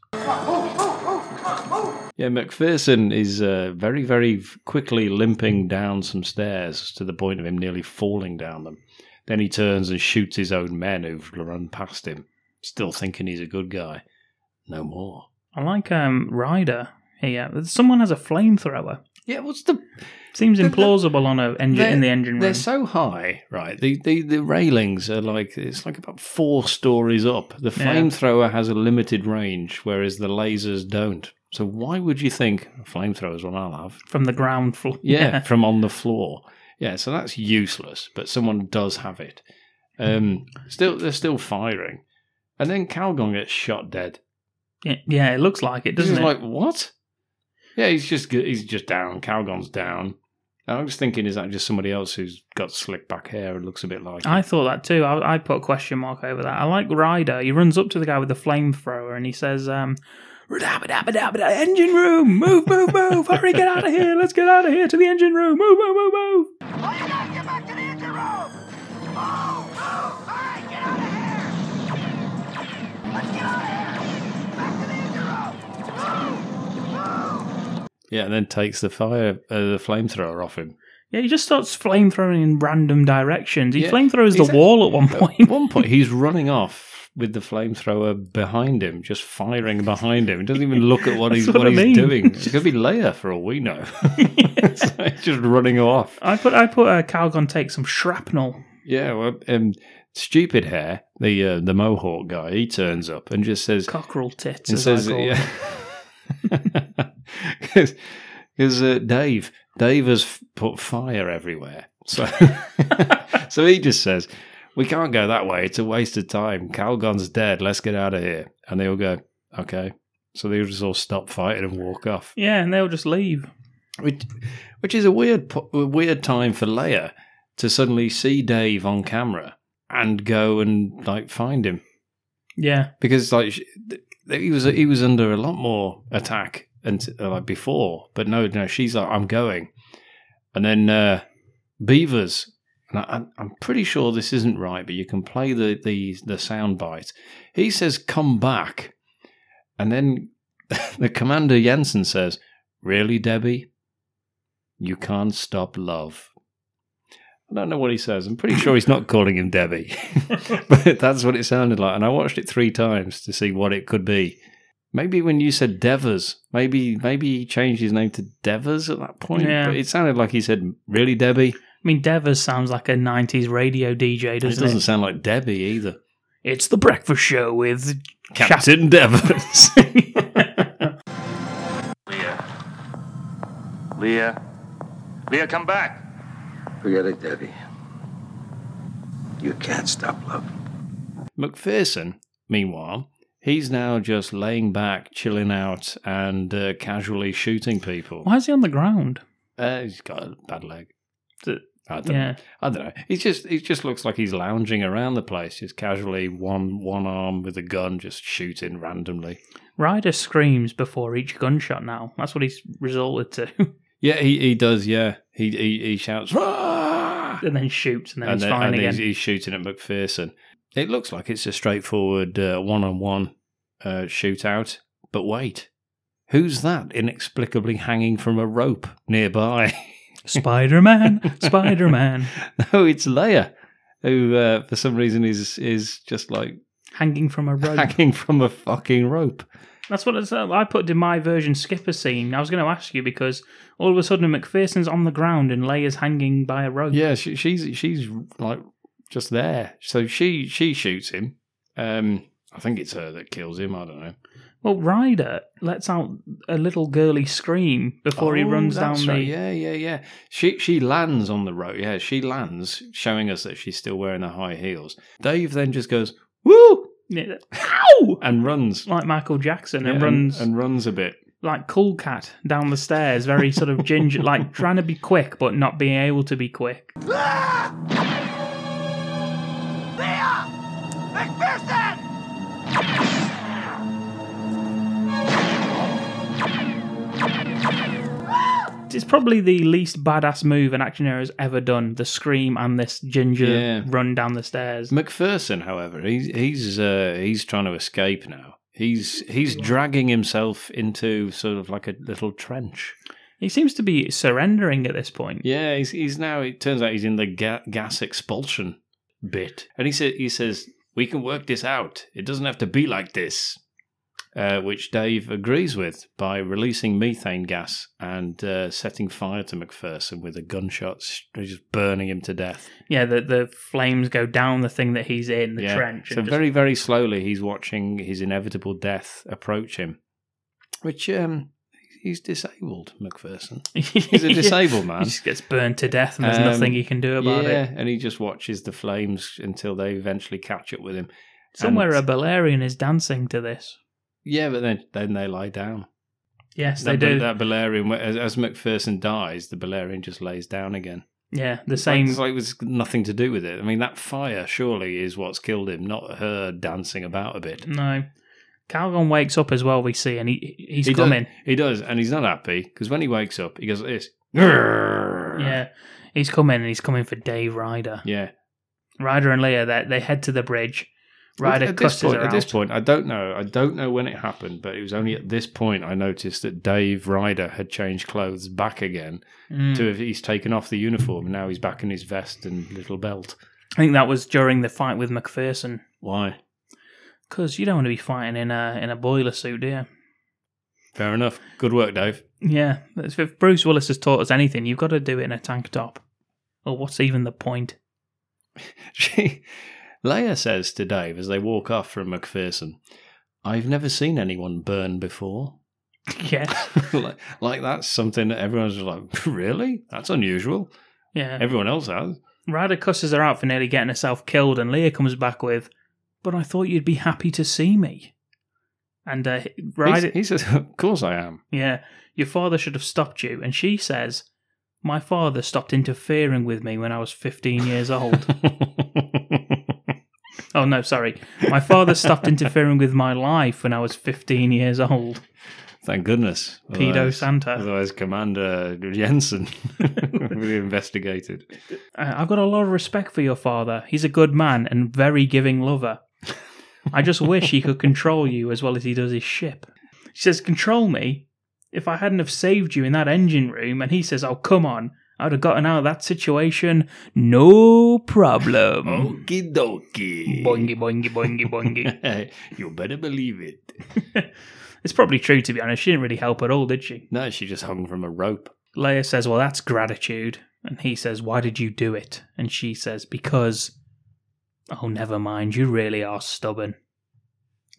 Speaker 4: Yeah, McPherson is uh, very, very quickly limping down some stairs to the point of him nearly falling down them. Then he turns and shoots his own men who've run past him, still thinking he's a good guy. No more.
Speaker 3: I like um Ryder here. Someone has a flamethrower.
Speaker 4: Yeah, what's the
Speaker 3: seems implausible on a engine in the engine room?
Speaker 4: They're so high, right? The, the the railings are like it's like about four stories up. The
Speaker 3: Yeah.
Speaker 4: flamethrower has a limited range, whereas the lasers don't. So why would you think flamethrowers? Well,
Speaker 3: [LAUGHS]
Speaker 4: I'll have
Speaker 3: from the ground floor. [LAUGHS]
Speaker 4: yeah, from on the floor. Yeah, so that's useless, but someone does have it. Um, still, they're still firing, and then Calgon gets shot dead.
Speaker 3: Yeah, yeah, it looks like it,
Speaker 4: This
Speaker 3: doesn't
Speaker 4: is
Speaker 3: it?
Speaker 4: like what? Yeah, he's just g- he's just down. Calgon's down. And I was thinking, is that just somebody else who's got slick back hair and looks a bit like?
Speaker 3: I thought that too. I, I put a question mark over that. I like Ryder. He runs up to the guy with the flamethrower and he says, um, "Rudabadabadabada, engine room, move, move, move, hurry, get out of here, let's get out of here to the engine room, move, move, move, move.
Speaker 4: Yeah, and then takes the fire, uh, the flamethrower off
Speaker 3: [LAUGHS]
Speaker 4: him.
Speaker 3: Yeah, he just starts flamethrowing in random directions. He
Speaker 4: Yeah,
Speaker 3: flamethrowers the
Speaker 4: he's act-
Speaker 3: wall at
Speaker 4: [LAUGHS]
Speaker 3: one point.
Speaker 4: At one point, he's running off with the flamethrower behind him, just firing behind him. He doesn't even look at
Speaker 3: [LAUGHS]
Speaker 4: what
Speaker 3: That's
Speaker 4: he's
Speaker 3: what
Speaker 4: what,
Speaker 3: I
Speaker 4: he's
Speaker 3: mean.
Speaker 4: doing. It could be Leia for all
Speaker 3: [LAUGHS]
Speaker 4: we know. [LAUGHS] So he's just running off.
Speaker 3: I put I put uh, Calgon takes some shrapnel.
Speaker 4: Yeah, well, um, stupid hair. The uh, the mohawk guy. He turns up and just says
Speaker 3: cockerel tits.
Speaker 4: and
Speaker 3: as I
Speaker 4: says,
Speaker 3: call
Speaker 4: yeah.
Speaker 3: them.
Speaker 4: [LAUGHS] Because uh, Dave, Dave has f- put fire everywhere. So, [LAUGHS] so he just says, "We can't go that way. It's a waste of time. Calgon's dead. Let's get out of here." And they all go, "Okay." So they just all stop fighting and walk off,
Speaker 3: yeah, and they'll just leave.
Speaker 4: which, which is a weird, po- a weird time for Leia to suddenly see Dave on camera and go and like find him
Speaker 3: Yeah,
Speaker 4: because like sh- th- he was he was under a lot more attack and uh, like before, but no, no, she's like I'm going, and then uh, Beavers. And I, I'm- I'm pretty sure this isn't right, but you can play the the the sound bite. He says, "Come back," and then [LAUGHS] the commander Jensen says, "Really, Debbie? You can't stop love." I don't know what he says. I'm pretty sure he's not calling him Debbie. [LAUGHS] but that's what it sounded like. And I watched it three times to see what it could be. Maybe when you said Devers, maybe maybe he changed his name to Devers at that point.
Speaker 3: Yeah.
Speaker 4: But it sounded like he said, "Really, Debbie?"
Speaker 3: I mean Devers sounds like a '90s radio DJ,
Speaker 4: It
Speaker 3: doesn't it?
Speaker 4: doesn't sound like Debbie either.
Speaker 3: It's the breakfast show with [LAUGHS]
Speaker 4: Captain Devers. [LAUGHS]
Speaker 12: Leah. Leah. Leah, come back.
Speaker 17: Forget it, Debbie. You can't stop love.
Speaker 4: McPherson, meanwhile, he's now just laying back, chilling out, and uh, casually shooting people.
Speaker 3: Why is he on the ground?
Speaker 4: Uh, he's got a bad leg.
Speaker 3: D-
Speaker 4: I don't,
Speaker 3: yeah.
Speaker 4: I don't know. He's just he just looks like he's lounging around the place, just casually one one arm with a gun, just shooting randomly.
Speaker 3: Ryder screams before each gunshot. Now that's what he's resorted to, [LAUGHS]
Speaker 4: Yeah, he, he does. Yeah, he he, he shouts "Rah!"
Speaker 3: and then shoots, and then he's
Speaker 4: then-
Speaker 3: fine
Speaker 4: and
Speaker 3: again. [LAUGHS]
Speaker 4: He's, he's shooting at McPherson. It looks like it's a straightforward one on one shootout. But wait, who's that inexplicably hanging from a rope nearby? [LAUGHS]
Speaker 3: Spider Man, Spider Man,
Speaker 4: no, it's Leia, who uh, for some reason is is just like
Speaker 3: hanging from a rope.
Speaker 4: hanging from a fucking rope.
Speaker 3: That's what it's, I put in my version skipper scene. I was going to ask you because all of a sudden McPherson's on the ground and Leia's hanging by a rope.
Speaker 4: Yeah, she, she's she's like just there. So she she shoots him. Um, I think it's her that kills him. I don't know.
Speaker 3: Well, Ryder lets out a little girly scream before he
Speaker 4: Oh,
Speaker 3: runs down
Speaker 4: that's
Speaker 3: the.
Speaker 4: right. Yeah, yeah, yeah. She she lands on the road. Yeah, she lands, showing us that she's still wearing the high heels. Dave then just goes woo
Speaker 3: Yeah. Ow!
Speaker 4: and runs
Speaker 3: Like Michael Jackson
Speaker 4: Yeah,
Speaker 3: and runs
Speaker 4: and runs a bit.
Speaker 3: like Cool Cat down the stairs, very sort of ginger, [LAUGHS] like trying to be quick but not being able to be quick.
Speaker 14: Leah! McPherson!
Speaker 3: It's probably the least badass move an action hero has ever done the scream and this ginger
Speaker 4: Yeah.
Speaker 3: run down the stairs.
Speaker 4: McPherson, however, he's he's uh, he's trying to escape now. He's he's dragging himself into sort of like a little trench.
Speaker 3: He seems to be surrendering at this point.
Speaker 4: Yeah, he's he's now. It turns out he's in the ga- gas expulsion bit, and he says he says we can work this out. It doesn't have to be like this. uh, which Dave agrees with by releasing methane gas and uh, setting fire to McPherson with a gunshot, s- just burning him to death.
Speaker 3: Yeah, the the flames go down the thing that he's in, the
Speaker 4: Yeah.
Speaker 3: trench.
Speaker 4: So
Speaker 3: and just- [LAUGHS]
Speaker 4: very, very slowly, he's watching his inevitable death approach him, which um, he's disabled. McPherson, he's a disabled
Speaker 3: [LAUGHS]
Speaker 4: man. Um,
Speaker 3: He just gets burned to death, and there's nothing he can do about
Speaker 4: yeah,
Speaker 3: it.
Speaker 4: and he just watches the flames until they eventually catch up with him.
Speaker 3: Somewhere
Speaker 4: And-
Speaker 3: a Balerian is dancing to this.
Speaker 4: yeah, but then then they lie down.
Speaker 3: Yes,
Speaker 4: that,
Speaker 3: they do.
Speaker 4: That Balerian, as, as McPherson dies, the Balerian just lays down again.
Speaker 3: Yeah, the
Speaker 4: It's like-
Speaker 3: same-
Speaker 4: It's like it was nothing to do with it. I mean, that fire surely is what's killed him, not her dancing about a bit.
Speaker 3: No, Calgon wakes up as well. We see, and he he's
Speaker 4: he
Speaker 3: coming.
Speaker 4: Does, he does, and he's not happy because when he wakes up, he goes like this. "Grrr."
Speaker 3: Yeah, he's coming, and he's coming for Dave Ryder.
Speaker 4: Yeah.
Speaker 3: Ryder and Leah. They they head to the bridge. Ryder
Speaker 4: at, at this
Speaker 3: cusses
Speaker 4: point,
Speaker 3: her
Speaker 4: at this
Speaker 3: out.
Speaker 4: point, I don't know. I don't know when it happened, but it was only at this point I noticed that Dave Ryder had changed clothes back again.
Speaker 3: Mm.
Speaker 4: To he's taken off the uniform and now he's back in his vest and little belt.
Speaker 3: I think that was during the fight with McPherson.
Speaker 4: Why?
Speaker 3: Because you don't want to be fighting in a in a boiler suit, do you?
Speaker 4: Fair enough. Good work, Dave. [LAUGHS]
Speaker 3: Yeah, that's, if Bruce Willis has taught us anything, you've got to do it in a tank top. Or what's even the point? [LAUGHS]
Speaker 4: She, Leia says to Dave as they walk off from McPherson, "I've never seen anyone burn before." [LAUGHS]
Speaker 3: Yes.
Speaker 4: like, like that's something that everyone's just like, [LAUGHS] really? That's unusual.
Speaker 3: Yeah.
Speaker 4: Everyone else has.
Speaker 3: Ryder cusses her out for nearly getting herself killed, and Leah comes back with, "But I thought you'd be happy to see me." And uh, Ryder,
Speaker 4: He's- he says, "Of course I am."
Speaker 3: yeah, your father should have stopped you. And she says, "My father stopped interfering with me when I was fifteen years old." oh no, sorry, my father stopped interfering with my life when I was fifteen years old.
Speaker 4: Thank goodness.
Speaker 3: Pedo
Speaker 4: Santa. Otherwise, Commander Jensen [LAUGHS] would be investigated.
Speaker 3: Uh, I've got a lot of respect for your father. He's a good man and very giving [LAUGHS] lover. I just wish he could control you as well as he does his ship. She says, Control me? If I hadn't have saved you in that engine room, and he says, Oh, come on, I'd have gotten out of that situation, no problem.
Speaker 4: Okie dokie.
Speaker 3: Oh, Boingy, boingy, boingy, boingy.
Speaker 4: [LAUGHS] you better believe it.
Speaker 3: [LAUGHS] it's probably true, to be honest. She didn't really help at all, did she?
Speaker 4: No, she just hung from a rope.
Speaker 3: Leia says, Well, that's gratitude. And he says, Why did you do it? And she says, Because. Oh, never mind. You really are stubborn.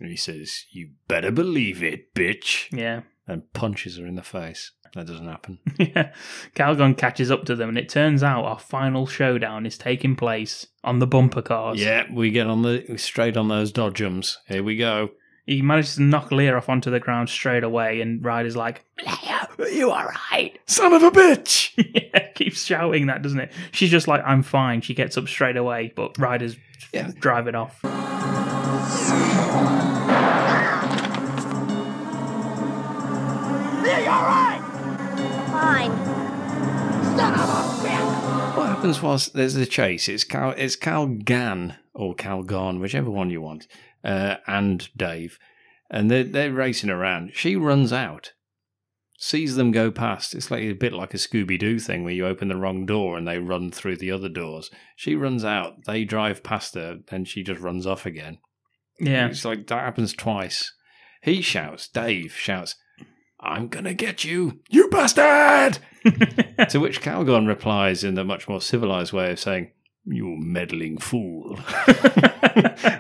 Speaker 4: And he says, You better believe it, bitch.
Speaker 3: Yeah. [LAUGHS]
Speaker 4: And punches her in the face. That doesn't happen.
Speaker 3: Yeah. Calgon catches up to them, and it turns out our final showdown is taking place on the bumper cars.
Speaker 4: yeah, we get on the straight on those dodgeums. Here we go.
Speaker 3: He manages to knock Lear off onto the ground straight away, and Ryder's like, [LAUGHS] Leia, you alright?
Speaker 4: Son of a bitch!
Speaker 3: yeah, keeps shouting that, doesn't it? She's just like, I'm fine. She gets up straight away, but Ryder's driving off.
Speaker 12: There you are!
Speaker 10: Fine.
Speaker 12: Son of a bitch!
Speaker 4: What happens whilst there's a chase? It's Cal, it's Calgan or Calgon, whichever one you want, uh, and Dave, and they're they're racing around. She runs out, sees them go past. It's like a bit like a Scooby Doo thing where you open the wrong door and they run through the other doors. She runs out, they drive past her, and she just runs off again.
Speaker 3: Yeah.
Speaker 4: it's like that happens twice. He shouts, Dave shouts, "I'm gonna get you, you
Speaker 3: [LAUGHS]
Speaker 4: bastard!" to which Calgon replies in the much more civilized way of saying, "You meddling
Speaker 3: [LAUGHS]
Speaker 4: fool,"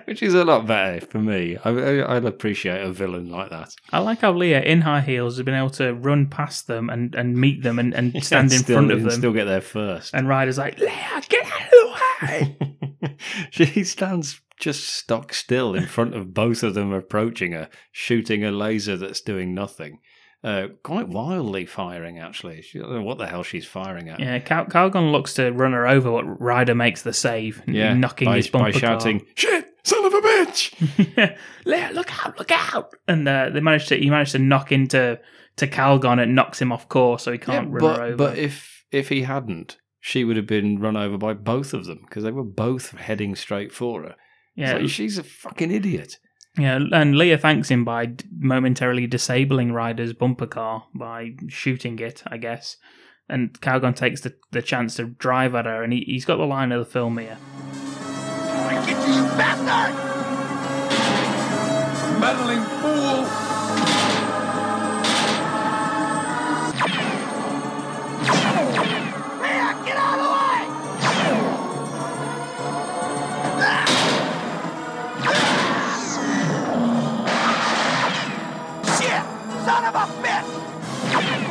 Speaker 4: which is a lot better for me. I, I, I'd appreciate a villain like that.
Speaker 3: I like how Leah, in high heels, has been able to run past them and, and meet them and,
Speaker 4: [LAUGHS]
Speaker 3: and stand in
Speaker 4: still-
Speaker 3: front of
Speaker 4: and
Speaker 3: them.
Speaker 4: still get there first.
Speaker 3: And Ryder's like, Leia, get out
Speaker 4: [LAUGHS] She stands just stock still in front of both of them approaching her, shooting a laser that's doing nothing. Uh, quite wildly firing, actually. She, I don't know what the hell she's firing at.
Speaker 3: Yeah, Cal- Calgon looks to run her over, but Ryder makes the save,
Speaker 4: Yeah,
Speaker 3: knocking
Speaker 4: by-
Speaker 3: his bumper
Speaker 4: by
Speaker 3: [LAUGHS]
Speaker 4: shouting, "Shit, son of a bitch!"
Speaker 3: Leia, look out, look out! And uh, they managed to he managed to knock into to Calgon and knocks him off course, so he can't
Speaker 4: Yeah,
Speaker 3: run
Speaker 4: but,
Speaker 3: her over.
Speaker 4: but if if he hadn't, she would have been run over by both of them because they were both heading straight for her. It's
Speaker 3: Yeah.
Speaker 4: like, she's a fucking idiot.
Speaker 3: yeah, and Leah thanks him by d- momentarily disabling Ryder's bumper car by shooting it, I guess. And Calgon takes the, the chance to drive at her, and he, he's got the line of the film here.
Speaker 12: I get you, you bastard!
Speaker 6: meddling fool!
Speaker 12: Get out of the way!
Speaker 14: Shit! Son of a bitch!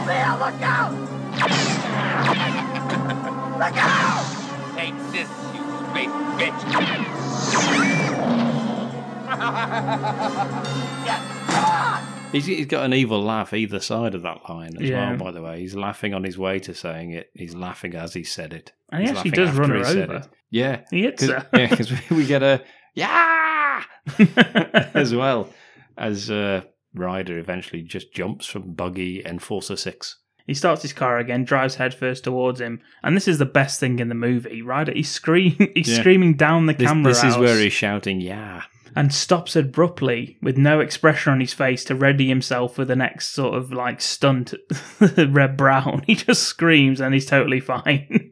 Speaker 14: Leo, look out! look out!
Speaker 12: Take this, you big bitch!
Speaker 4: He's, he's got an evil laugh either side of that line as
Speaker 3: Yeah.
Speaker 4: well. By the way, he's laughing on his way to saying it. He's laughing as he said it.
Speaker 3: And he
Speaker 4: He's
Speaker 3: actually
Speaker 4: laughing
Speaker 3: does run
Speaker 4: after
Speaker 3: her
Speaker 4: he said
Speaker 3: over.
Speaker 4: it. Yeah,
Speaker 3: He hits
Speaker 4: 'Cause-
Speaker 3: her.
Speaker 4: [LAUGHS] yeah, because we get a
Speaker 3: [LAUGHS]
Speaker 4: yeah as well as uh, Ryder eventually just jumps from buggy Enforcer Six.
Speaker 3: He starts his car again, drives headfirst towards him, and this is the best thing in the movie. Ryder, he's screaming, [LAUGHS] he's
Speaker 4: Yeah.
Speaker 3: screaming down the
Speaker 4: This,
Speaker 3: camera.
Speaker 4: this is
Speaker 3: house
Speaker 4: where he's shouting yeah.
Speaker 3: and stops abruptly with no expression on his face to ready himself for the next sort of like stunt. [LAUGHS] Red Brown, he just screams and he's totally fine.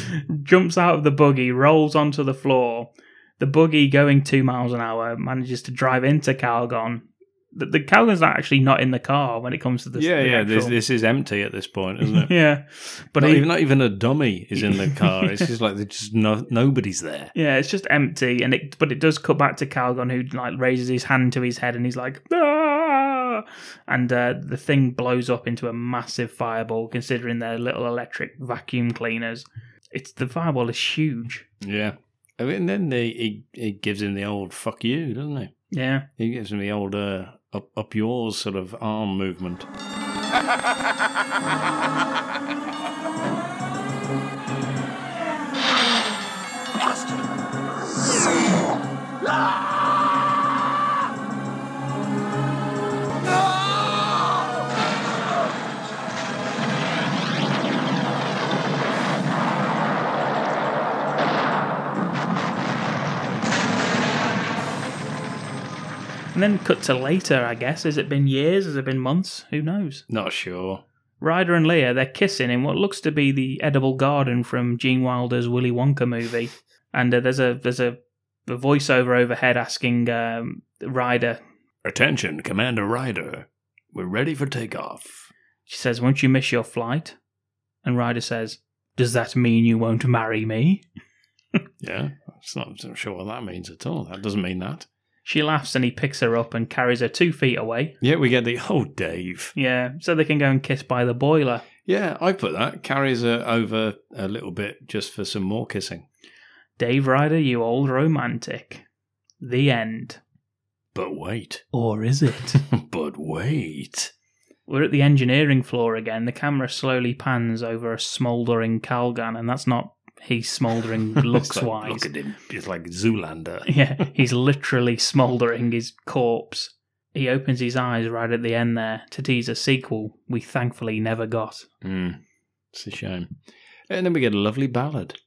Speaker 3: [LAUGHS] Jumps out of the buggy, rolls onto the floor. The buggy, going two miles an hour, manages to drive into Calgon. The, the Calgon's actually not in the car when it comes to the
Speaker 4: yeah,
Speaker 3: the
Speaker 4: yeah.
Speaker 3: actual-
Speaker 4: This, this is empty at this point, isn't it?
Speaker 3: yeah, [LAUGHS]
Speaker 4: but
Speaker 3: but
Speaker 4: not,
Speaker 3: he-
Speaker 4: even, not even a dummy
Speaker 3: [LAUGHS]
Speaker 4: is in the car. It's
Speaker 3: Yeah.
Speaker 4: just like there's just no, nobody's there.
Speaker 3: Yeah, it's just empty, and it but it does cut back to Calgon, who like raises his hand to his head, and he's like, "Ah!" and uh, the thing blows up into a massive fireball. Considering their little electric vacuum cleaners, it's the fireball is huge.
Speaker 4: Yeah. I mean, and then they, he, he gives him the old fuck you, doesn't he?
Speaker 3: Yeah.
Speaker 4: He gives him the old uh, up, up yours sort of arm movement.
Speaker 3: And then cut to later, I guess. Has it been years? Has it been months? Who knows?
Speaker 4: Not sure.
Speaker 3: Ryder and Leah, they're kissing in what looks to be the edible garden from Gene Wilder's Willy Wonka movie. And uh, there's a there's a, a voiceover overhead asking um, Ryder,
Speaker 4: Attention, Commander Ryder. We're ready for takeoff.
Speaker 3: She says, Won't you miss your flight? And Ryder says, Does that mean you won't marry me?
Speaker 4: Yeah. It's not, I'm not sure what that means at all. That doesn't mean that.
Speaker 3: She laughs and he picks her up and carries her two feet away.
Speaker 4: Yeah, we get the, [LAUGHS] oh, Dave.
Speaker 3: Yeah, so they can go and kiss by the boiler.
Speaker 4: Yeah, I put that. Carries her over a little bit just for some more kissing.
Speaker 3: Dave Ryder, you old romantic. The end.
Speaker 4: But wait. [LAUGHS]
Speaker 3: Or is it?
Speaker 4: but wait.
Speaker 3: [LAUGHS] We're at the engineering floor again. The camera slowly pans over a smouldering Calgan, and that's not he [LAUGHS] smouldering
Speaker 4: It's
Speaker 3: looks
Speaker 4: like,
Speaker 3: wise.
Speaker 4: Look at him. It's like [LAUGHS] Zoolander.
Speaker 3: yeah, he's literally smouldering his corpse. He opens his eyes right at the end there to tease a sequel we thankfully never got.
Speaker 4: Mm, it's a shame. And then we get a lovely ballad.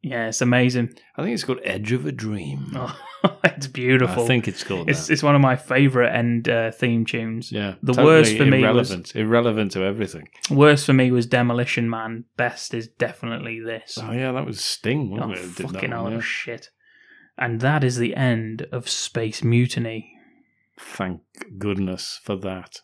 Speaker 3: Yeah, it's amazing. [LAUGHS]
Speaker 4: I think it's called Edge of a Dream.
Speaker 3: Oh, it's beautiful.
Speaker 4: I think it's called
Speaker 3: It's,
Speaker 4: that.
Speaker 3: it's one of my favourite end uh, theme tunes.
Speaker 4: yeah,
Speaker 3: the
Speaker 4: totally
Speaker 3: worst for me
Speaker 4: irrelevant, irrelevant to everything.
Speaker 3: was worst for me was Demolition Man. Best is definitely this.
Speaker 4: Oh yeah, that was Sting, wasn't
Speaker 3: Oh,
Speaker 4: it? that did that
Speaker 3: fucking
Speaker 4: one,
Speaker 3: hell,
Speaker 4: yeah.
Speaker 3: shit. And that is the end of Space Mutiny.
Speaker 4: Thank goodness for that.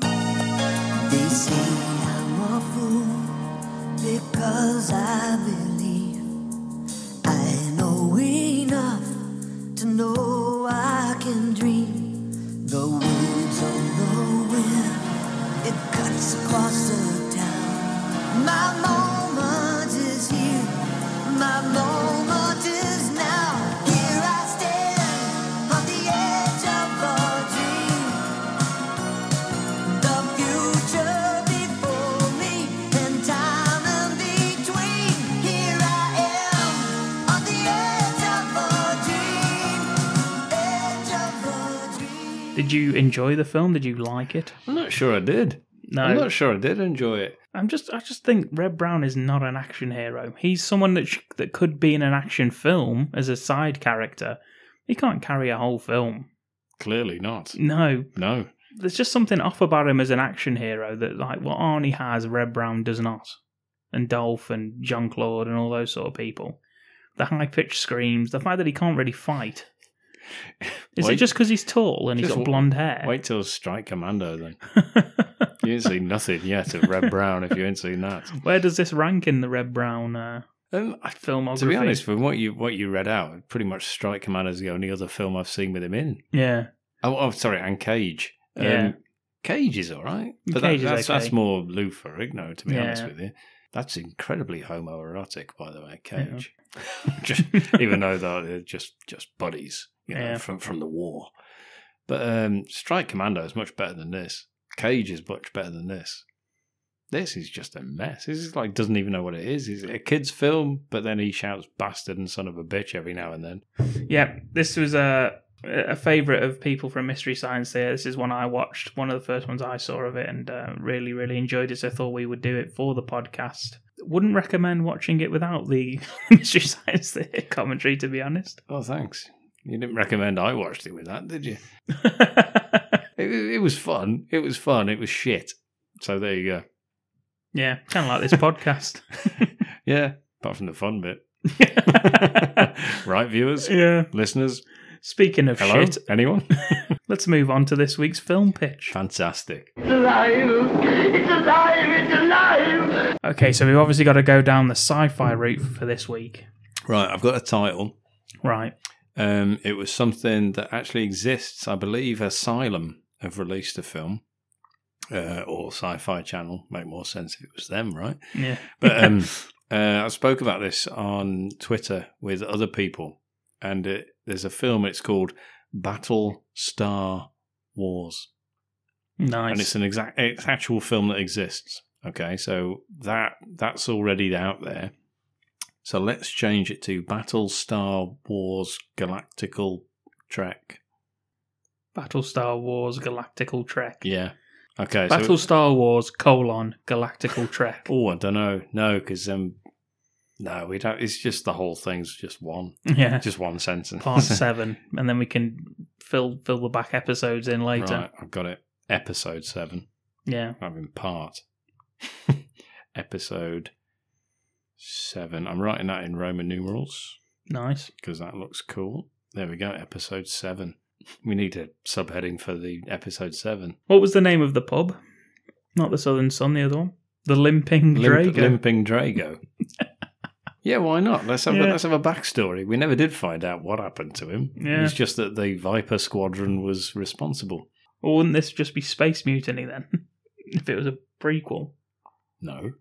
Speaker 12: They say I'm a fool because I believe I know enough to know I can dream. The words of the wind, it cuts across the town. My moment is here, my moment is now. Here I stand on the edge of a dream. The future before me and time in between. Here I am on the edge of a dream, edge of a dream.
Speaker 3: Did you enjoy the film? Did you like it?
Speaker 4: I'm not sure I did.
Speaker 3: No.
Speaker 4: I'm not sure I did enjoy it.
Speaker 3: I'm just, I just think Red Brown is not an action hero. He's someone that sh- that could be in an action film as a side character. He can't carry a whole film.
Speaker 4: Clearly not.
Speaker 3: No,
Speaker 4: No.
Speaker 3: there's just something off about him as an action hero that like what Arnie has, Red Brown does not, and Dolph and Jean Claude and all those sort of people. The high pitched screams, the fact that he can't really
Speaker 4: [LAUGHS]
Speaker 3: fight. Is it
Speaker 4: Wait.
Speaker 3: just because he's tall and he's
Speaker 4: Just
Speaker 3: got
Speaker 4: w-
Speaker 3: blonde hair?
Speaker 4: Wait till Strike Commando then. you ain't seen nothing yet of Red Brown if you ain't seen that.
Speaker 3: [LAUGHS]
Speaker 4: Um,
Speaker 3: Where does this rank in the Red Brown uh, filmography?
Speaker 4: To be honest, from what you what you read out, pretty much Strike Commando is the only other film I've seen with him in.
Speaker 3: yeah,
Speaker 4: Oh, oh sorry, and Cage. Um,
Speaker 3: Yeah.
Speaker 4: Cage is all right,
Speaker 3: Cage
Speaker 4: but that,
Speaker 3: is
Speaker 4: that's,
Speaker 3: okay.
Speaker 4: that's more Lou Ferrigno, to be
Speaker 3: Yeah.
Speaker 4: honest with you. That's incredibly homoerotic, by the way, Cage. [LAUGHS] Just- even though they're they're just just buddies, you know,
Speaker 3: Yeah.
Speaker 4: from from the war. But um, Strike Commando is much better than this. Cage is much better than this. This is just a mess. This is like doesn't even know what it is. It's a kid's film, but then he shouts "bastard" and "son of a bitch" every now and then.
Speaker 3: yeah, this was a a favorite of people from Mystery Science Theater. This is one I watched, one of the first ones I saw of it, and uh, really, really enjoyed it. So I thought we would do it for the podcast. Wouldn't recommend watching it without the [LAUGHS] Mystery Science Theater commentary, to be honest. [LAUGHS]
Speaker 4: Oh, thanks. You didn't recommend I watched it with that, did you? it, it was fun. It was fun. It was shit. So there you go.
Speaker 3: Yeah, kind of like this podcast. [LAUGHS]
Speaker 4: Yeah, apart from the fun [LAUGHS] bit. right, viewers?
Speaker 3: Yeah.
Speaker 4: Listeners?
Speaker 3: Speaking of
Speaker 4: Hello?
Speaker 3: shit.
Speaker 4: [LAUGHS] Anyone?
Speaker 3: Let's move on to this week's film pitch.
Speaker 4: Fantastic.
Speaker 21: It's alive! It's alive! It's alive!
Speaker 3: Okay, so we've obviously got to go down the sci-fi route for this week.
Speaker 4: Right, I've got a title.
Speaker 3: Right.
Speaker 4: Um, it was something that actually exists. I believe Asylum have released a film. Uh, or Sci-Fi Channel make more sense if it was them, right?
Speaker 3: Yeah.
Speaker 4: But [LAUGHS] um, uh, I spoke about this on Twitter with other people, and it, there's a film. It's called Battle Star Wars.
Speaker 3: Nice.
Speaker 4: And it's an exact it's actual film that exists. Okay, so that that's already out there. So let's change it to Battlestar Wars Galactical Trek.
Speaker 3: Battlestar Wars Galactical Trek.
Speaker 4: Yeah. Okay. so-
Speaker 3: Battlestar Wars colon Galactical Trek.
Speaker 4: [LAUGHS] Oh, I don't know. No, because um, no, we don't. It's just the whole thing's just one.
Speaker 3: Yeah.
Speaker 4: just one sentence. [LAUGHS]
Speaker 3: Part seven, and then we can fill fill the back episodes in later.
Speaker 4: Right, I've got it. Episode seven.
Speaker 3: Yeah.
Speaker 4: I'm in
Speaker 3: [LAUGHS]
Speaker 4: part. Episode seven. I'm writing that in Roman numerals.
Speaker 3: Nice.
Speaker 4: Because that looks cool. There we go. Episode seven. We need a subheading for the episode seven.
Speaker 3: What was the name of the pub? Not the Southern Sun, the other one. The Limping
Speaker 4: Limp-
Speaker 3: Drago. [LAUGHS]
Speaker 4: Limping Drago. yeah, why not? Let's have
Speaker 3: Yeah.
Speaker 4: a, let's have a backstory. We never did find out what happened to him.
Speaker 3: Yeah.
Speaker 4: It's just that the Viper Squadron was responsible.
Speaker 3: Or wouldn't this just be Space Mutiny then? [LAUGHS] if it was a prequel.
Speaker 4: No.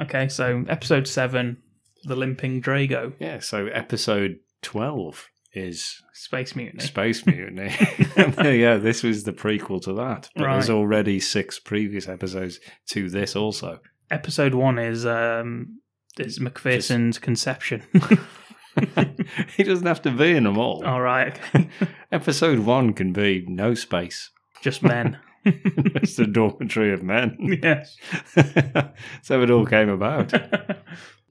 Speaker 3: Okay, so episode seven, The Limping Drago.
Speaker 4: Yeah. So episode twelve
Speaker 3: [LAUGHS]
Speaker 4: is
Speaker 3: Space Mutiny.
Speaker 4: Space Mutiny. [LAUGHS] yeah, this was the prequel to that. But there's
Speaker 3: Right.
Speaker 4: already six previous episodes to this
Speaker 3: [LAUGHS]
Speaker 4: also. [LAUGHS]
Speaker 3: episode one is um is McPherson's
Speaker 4: [LAUGHS]
Speaker 3: conception. [LAUGHS]
Speaker 4: he doesn't have to be in them all.
Speaker 3: All right,
Speaker 4: Episode one can be no space. [LAUGHS]
Speaker 3: [LAUGHS] Just men.
Speaker 4: it's the dormitory of men. [LAUGHS]
Speaker 3: Yes.
Speaker 4: so it all came about.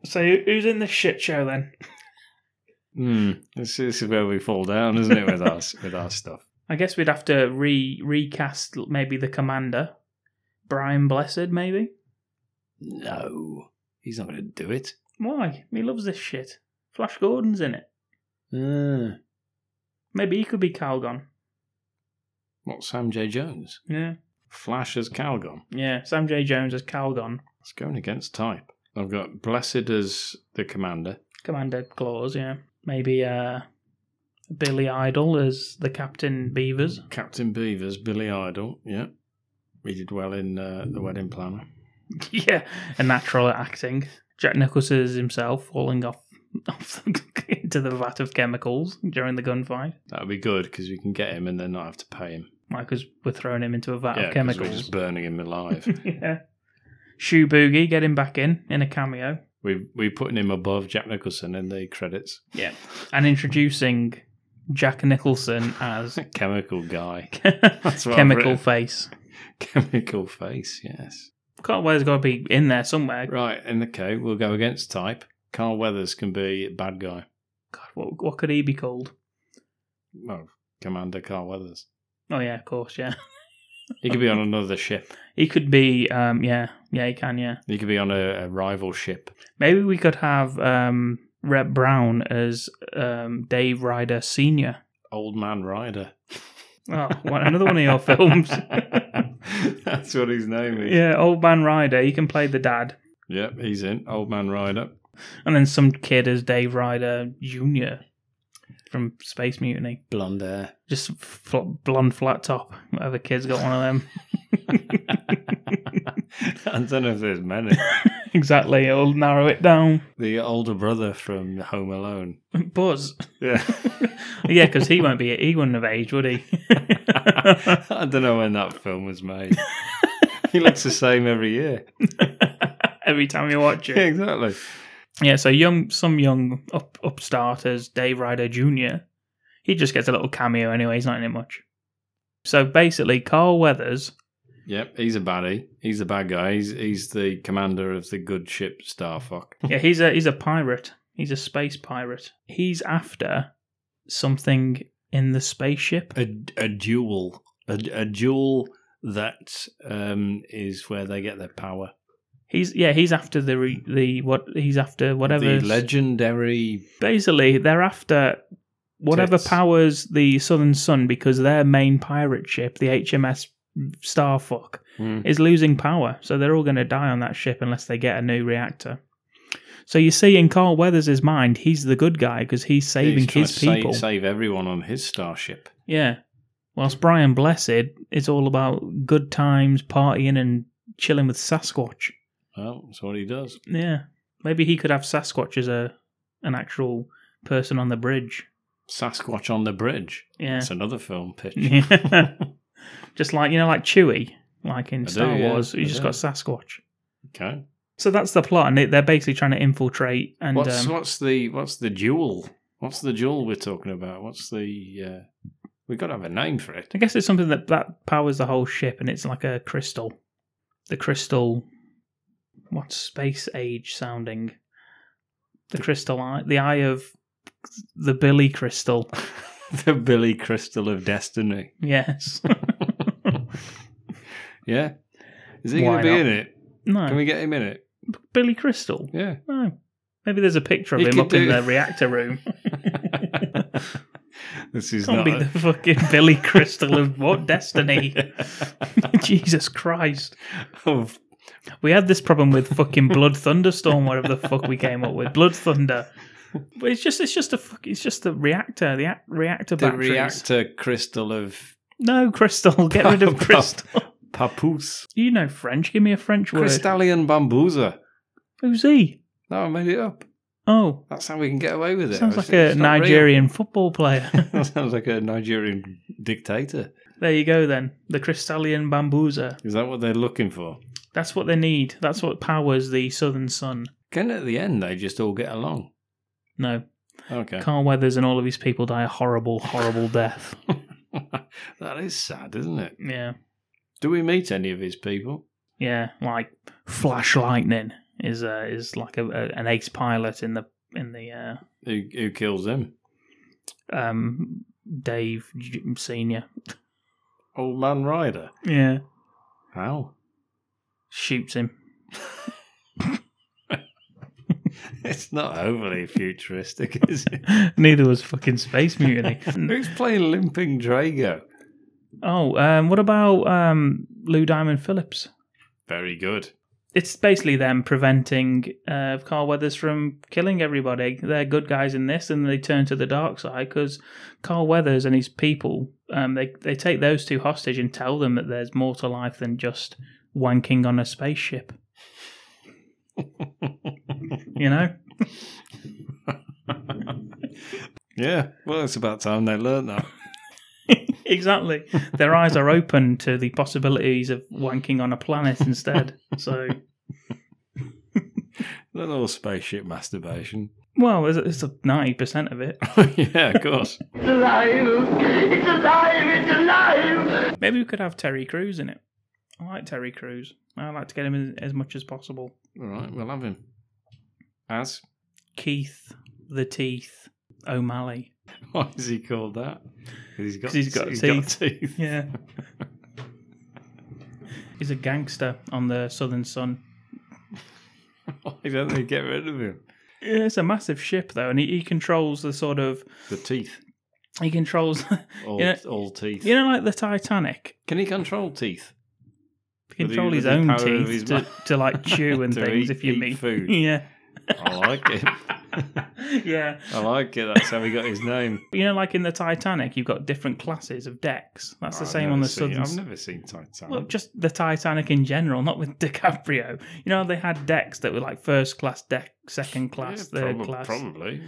Speaker 3: so who- who's in this shit show then?
Speaker 4: Hmm. this, this is where we fall down, isn't it, with our, with our stuff?
Speaker 3: I guess we'd have to re recast maybe the commander, Brian Blessed, maybe.
Speaker 4: No, he's not going to do it.
Speaker 3: Why? He loves this shit. Flash Gordon's in it.
Speaker 4: Hmm.
Speaker 3: Maybe he could be Calgon.
Speaker 4: What, Sam J. Jones?
Speaker 3: Yeah.
Speaker 4: Flash as Calgon.
Speaker 3: Yeah, Sam J. Jones as Calgon.
Speaker 4: It's going against type. I've got Blessed as the commander.
Speaker 3: Commander Claws, yeah. Maybe uh, Billy Idol as the Captain Beavers. [LAUGHS]
Speaker 4: Captain Beavers, Billy Idol, yeah. He did well in uh, The Wedding Planner.
Speaker 3: yeah, a natural at acting. Jack Nicholson is himself falling off, [LAUGHS] off the- into the vat of chemicals during the gunfight.
Speaker 4: That would be good because we can get him and then not have to pay him.
Speaker 3: Because we're throwing him into a vat
Speaker 4: yeah,
Speaker 3: of
Speaker 4: 'cause we're
Speaker 3: chemicals.
Speaker 4: just burning him alive.
Speaker 3: [LAUGHS] yeah. Shoe Boogie, get him back in in a cameo.
Speaker 4: we we're putting him above Jack Nicholson in the credits.
Speaker 3: Yeah. And introducing Jack Nicholson
Speaker 4: [LAUGHS]
Speaker 3: as
Speaker 4: Chemical guy.
Speaker 3: That's
Speaker 4: what I've
Speaker 3: Chemical
Speaker 4: written.
Speaker 3: Face.
Speaker 4: Chemical face, yes.
Speaker 3: Carl Weather's got to be in there somewhere.
Speaker 4: Right, and okay, we'll go against type. Carl Weathers can be bad guy.
Speaker 3: God, what, what could he be called?
Speaker 4: Well, Commander Carl Weathers.
Speaker 3: Oh, yeah, [LAUGHS] of course, yeah.
Speaker 4: He could be on another ship.
Speaker 3: He could be, um, yeah, yeah, he can, yeah.
Speaker 4: He could be on a, a rival ship.
Speaker 3: Maybe we could have um, Rep Brown as um, Dave Ryder Senior.
Speaker 4: Old Man [LAUGHS] Ryder.
Speaker 3: Oh, one, another one of
Speaker 4: [LAUGHS]
Speaker 3: your films.
Speaker 4: That's what his name is.
Speaker 3: yeah, Old Man Ryder. He can play the dad,
Speaker 4: Yep, he's in. Old Man Ryder.
Speaker 3: and then some kid as Dave Ryder Junior from Space Mutiny.
Speaker 4: Blonde [LAUGHS] hair.
Speaker 3: Just fl- blonde flat top. Whatever kid's got one of them.
Speaker 4: I don't know if there's [LAUGHS] many.
Speaker 3: exactly. It'll narrow it down.
Speaker 4: the older brother from Home [LAUGHS] Alone.
Speaker 3: Buzz.
Speaker 4: Yeah.
Speaker 3: yeah, because he won't be. He wouldn't have aged, would he?
Speaker 4: [LAUGHS] I don't know when that film was [LAUGHS] made. he looks the same every year.
Speaker 3: Every time you watch it.
Speaker 4: Yeah, exactly.
Speaker 3: Yeah, so young, some young up, upstart as Dave Ryder Jr. He just gets a little cameo anyway. He's not in it much. So basically, Carl Weathers.
Speaker 4: Yep, he's a baddie. He's the bad guy. He's he's the commander of the good ship Starfuck.
Speaker 3: Yeah, he's a he's a pirate. He's a space pirate. He's after something in the spaceship.
Speaker 4: A, a duel, a, a duel that um, is where they get their power.
Speaker 3: He's yeah, he's after the re, the what he's after whatever.
Speaker 4: The legendary
Speaker 3: basically, they're after whatever
Speaker 4: Tits.
Speaker 3: powers the Southern Sun because their main pirate ship, the HMS Starfuck,
Speaker 4: Hmm.
Speaker 3: is losing power. So they're all going to die on that ship unless they get a new reactor. So you see, in Carl Weathers' mind, he's the good guy because he's saving
Speaker 4: he's trying
Speaker 3: his
Speaker 4: to sa-
Speaker 3: people.
Speaker 4: Save, everyone on his starship.
Speaker 3: Yeah. Whilst Brian Blessed, it's all about good times, partying, and chilling with Sasquatch.
Speaker 4: Well, that's what he does.
Speaker 3: Yeah. Maybe he could have Sasquatch as a an actual person on the bridge.
Speaker 4: Sasquatch on the bridge.
Speaker 3: Yeah.
Speaker 4: it's another film pitch.
Speaker 3: [LAUGHS] just like you know, like Chewie, like in
Speaker 4: I
Speaker 3: Star
Speaker 4: do, yeah,
Speaker 3: Wars, you
Speaker 4: I
Speaker 3: just
Speaker 4: do.
Speaker 3: got Sasquatch.
Speaker 4: Okay.
Speaker 3: So that's the plot, and they- they're basically trying to infiltrate. And
Speaker 4: what's
Speaker 3: um,
Speaker 4: what's the what's the duel? What's the duel we're talking about? What's the uh, we got to have a name for it? [LAUGHS]
Speaker 3: I guess it's something that that powers the whole ship, and it's like a crystal. The crystal, what's space age sounding? The crystal eye, the eye of the Billy
Speaker 4: [LAUGHS]
Speaker 3: crystal.
Speaker 4: the Billy Crystal of Destiny.
Speaker 3: Yes.
Speaker 4: Yeah. Is he
Speaker 3: Why
Speaker 4: going to be
Speaker 3: not?
Speaker 4: in it?
Speaker 3: No.
Speaker 4: Can we get him in it?
Speaker 3: Billy Crystal.
Speaker 4: Yeah. [LAUGHS]
Speaker 3: No. Maybe there's a picture of
Speaker 4: He
Speaker 3: him
Speaker 4: could
Speaker 3: up in
Speaker 4: do- [LAUGHS]
Speaker 3: the reactor room. [LAUGHS]
Speaker 4: This is
Speaker 3: Can't
Speaker 4: not.
Speaker 3: be
Speaker 4: a-
Speaker 3: the fucking Billy Crystal of what
Speaker 4: [LAUGHS]
Speaker 3: destiny? [LAUGHS] Jesus Christ! [LAUGHS]
Speaker 4: Oh.
Speaker 3: We had this problem with fucking Blood Thunderstorm, whatever the fuck we came up with. Blood Thunder. But it's just it's just a fuck, it's just the reactor, the ac- reactor
Speaker 4: the
Speaker 3: batteries.
Speaker 4: reactor crystal of
Speaker 3: no, Crystal, [LAUGHS]
Speaker 4: [LAUGHS]
Speaker 3: get
Speaker 4: Oh,
Speaker 3: rid of Crystal. [LAUGHS]
Speaker 4: Papoose.
Speaker 3: You know French. Give me a French word.
Speaker 4: Crystallian Bamboozer.
Speaker 3: Who's he?
Speaker 4: No, I made it up.
Speaker 3: Oh,
Speaker 4: That's how we can get away with it.
Speaker 3: sounds
Speaker 4: It's-
Speaker 3: like a
Speaker 4: it's not real.
Speaker 3: Nigerian football player.
Speaker 4: [LAUGHS]
Speaker 3: [LAUGHS]
Speaker 4: sounds like a Nigerian dictator.
Speaker 3: there you go. Then the Crystallian Bamboozer.
Speaker 4: Is that what they're looking for?
Speaker 3: That's what they need. That's what powers the Southern Sun.
Speaker 4: Can at the end they just all get along?
Speaker 3: No,
Speaker 4: Okay.
Speaker 3: Carl Weathers and all of his people die a horrible, horrible death.
Speaker 4: [LAUGHS] that is sad, isn't it?
Speaker 3: Yeah.
Speaker 4: Do we meet any of his people?
Speaker 3: Yeah, like Flash Lightning is uh, is like a, a, an ace pilot in the in the uh,
Speaker 4: Who, who kills him?
Speaker 3: um, Dave J- Senior.
Speaker 4: Old Man Ryder.
Speaker 3: Yeah,
Speaker 4: How? [LAUGHS]
Speaker 3: shoots him.
Speaker 4: It's not overly futuristic, [LAUGHS] is it?
Speaker 3: [LAUGHS] Neither was fucking Space Mutiny.
Speaker 4: Who's playing Limping Drago?
Speaker 3: [LAUGHS] oh, um, what about um, Lou Diamond Phillips?
Speaker 4: Very good.
Speaker 3: It's basically them preventing uh, Carl Weathers from killing everybody. They're good guys in this, and they turn to the dark side because Carl Weathers and his people um, they they take those two hostage and tell them that there's more to life than just wanking on a spaceship. you know,
Speaker 4: Yeah, well, it's about time they learned [LAUGHS] that.
Speaker 3: exactly. Their eyes are open to the possibilities of wanking on a planet instead. So,
Speaker 4: That little spaceship masturbation.
Speaker 3: well, it's- it's ninety percent of it.
Speaker 4: [LAUGHS] yeah, of course.
Speaker 21: It's alive. It's alive. It's alive.
Speaker 3: Maybe we could have Terry Crews in it. I like Terry Crews. I like to get him in as much as possible.
Speaker 4: All right, we'll have him. [LAUGHS] As?
Speaker 3: Keith, the teeth, O'Malley.
Speaker 4: Why is he called that? Because he's got,
Speaker 3: Because he's got
Speaker 4: he's
Speaker 3: teeth.
Speaker 4: got teeth.
Speaker 3: Yeah. [LAUGHS] He's a gangster on the Southern Sun.
Speaker 4: [LAUGHS] Why don't they get rid of him?
Speaker 3: Yeah, It's a massive ship though, and he, he controls the sort of
Speaker 4: the teeth.
Speaker 3: He controls [LAUGHS]
Speaker 4: All,
Speaker 3: you know,
Speaker 4: all teeth.
Speaker 3: you know, like the Titanic.
Speaker 4: Can he control teeth?
Speaker 3: He
Speaker 4: With the-
Speaker 3: control
Speaker 4: with
Speaker 3: his
Speaker 4: the
Speaker 3: own
Speaker 4: power of
Speaker 3: teeth
Speaker 4: his
Speaker 3: to,
Speaker 4: mouth.
Speaker 3: to
Speaker 4: [LAUGHS]
Speaker 3: like chew and
Speaker 4: To
Speaker 3: things.
Speaker 4: eat-
Speaker 3: if you
Speaker 4: eat
Speaker 3: mean [LAUGHS]
Speaker 4: food.
Speaker 3: yeah,
Speaker 4: I like it.
Speaker 3: yeah.
Speaker 4: I like it. That's how he got his name.
Speaker 3: You know, like in the Titanic, you've got different classes of decks. That's the
Speaker 4: I've
Speaker 3: same
Speaker 4: never
Speaker 3: on the
Speaker 4: seen-
Speaker 3: Southern.
Speaker 4: I've never seen Titanic.
Speaker 3: Well, just the Titanic in general, not with [LAUGHS] DiCaprio. You know, they had decks that were like first class deck, second class,
Speaker 4: Yeah,
Speaker 3: third
Speaker 4: probab-
Speaker 3: class.
Speaker 4: Probably.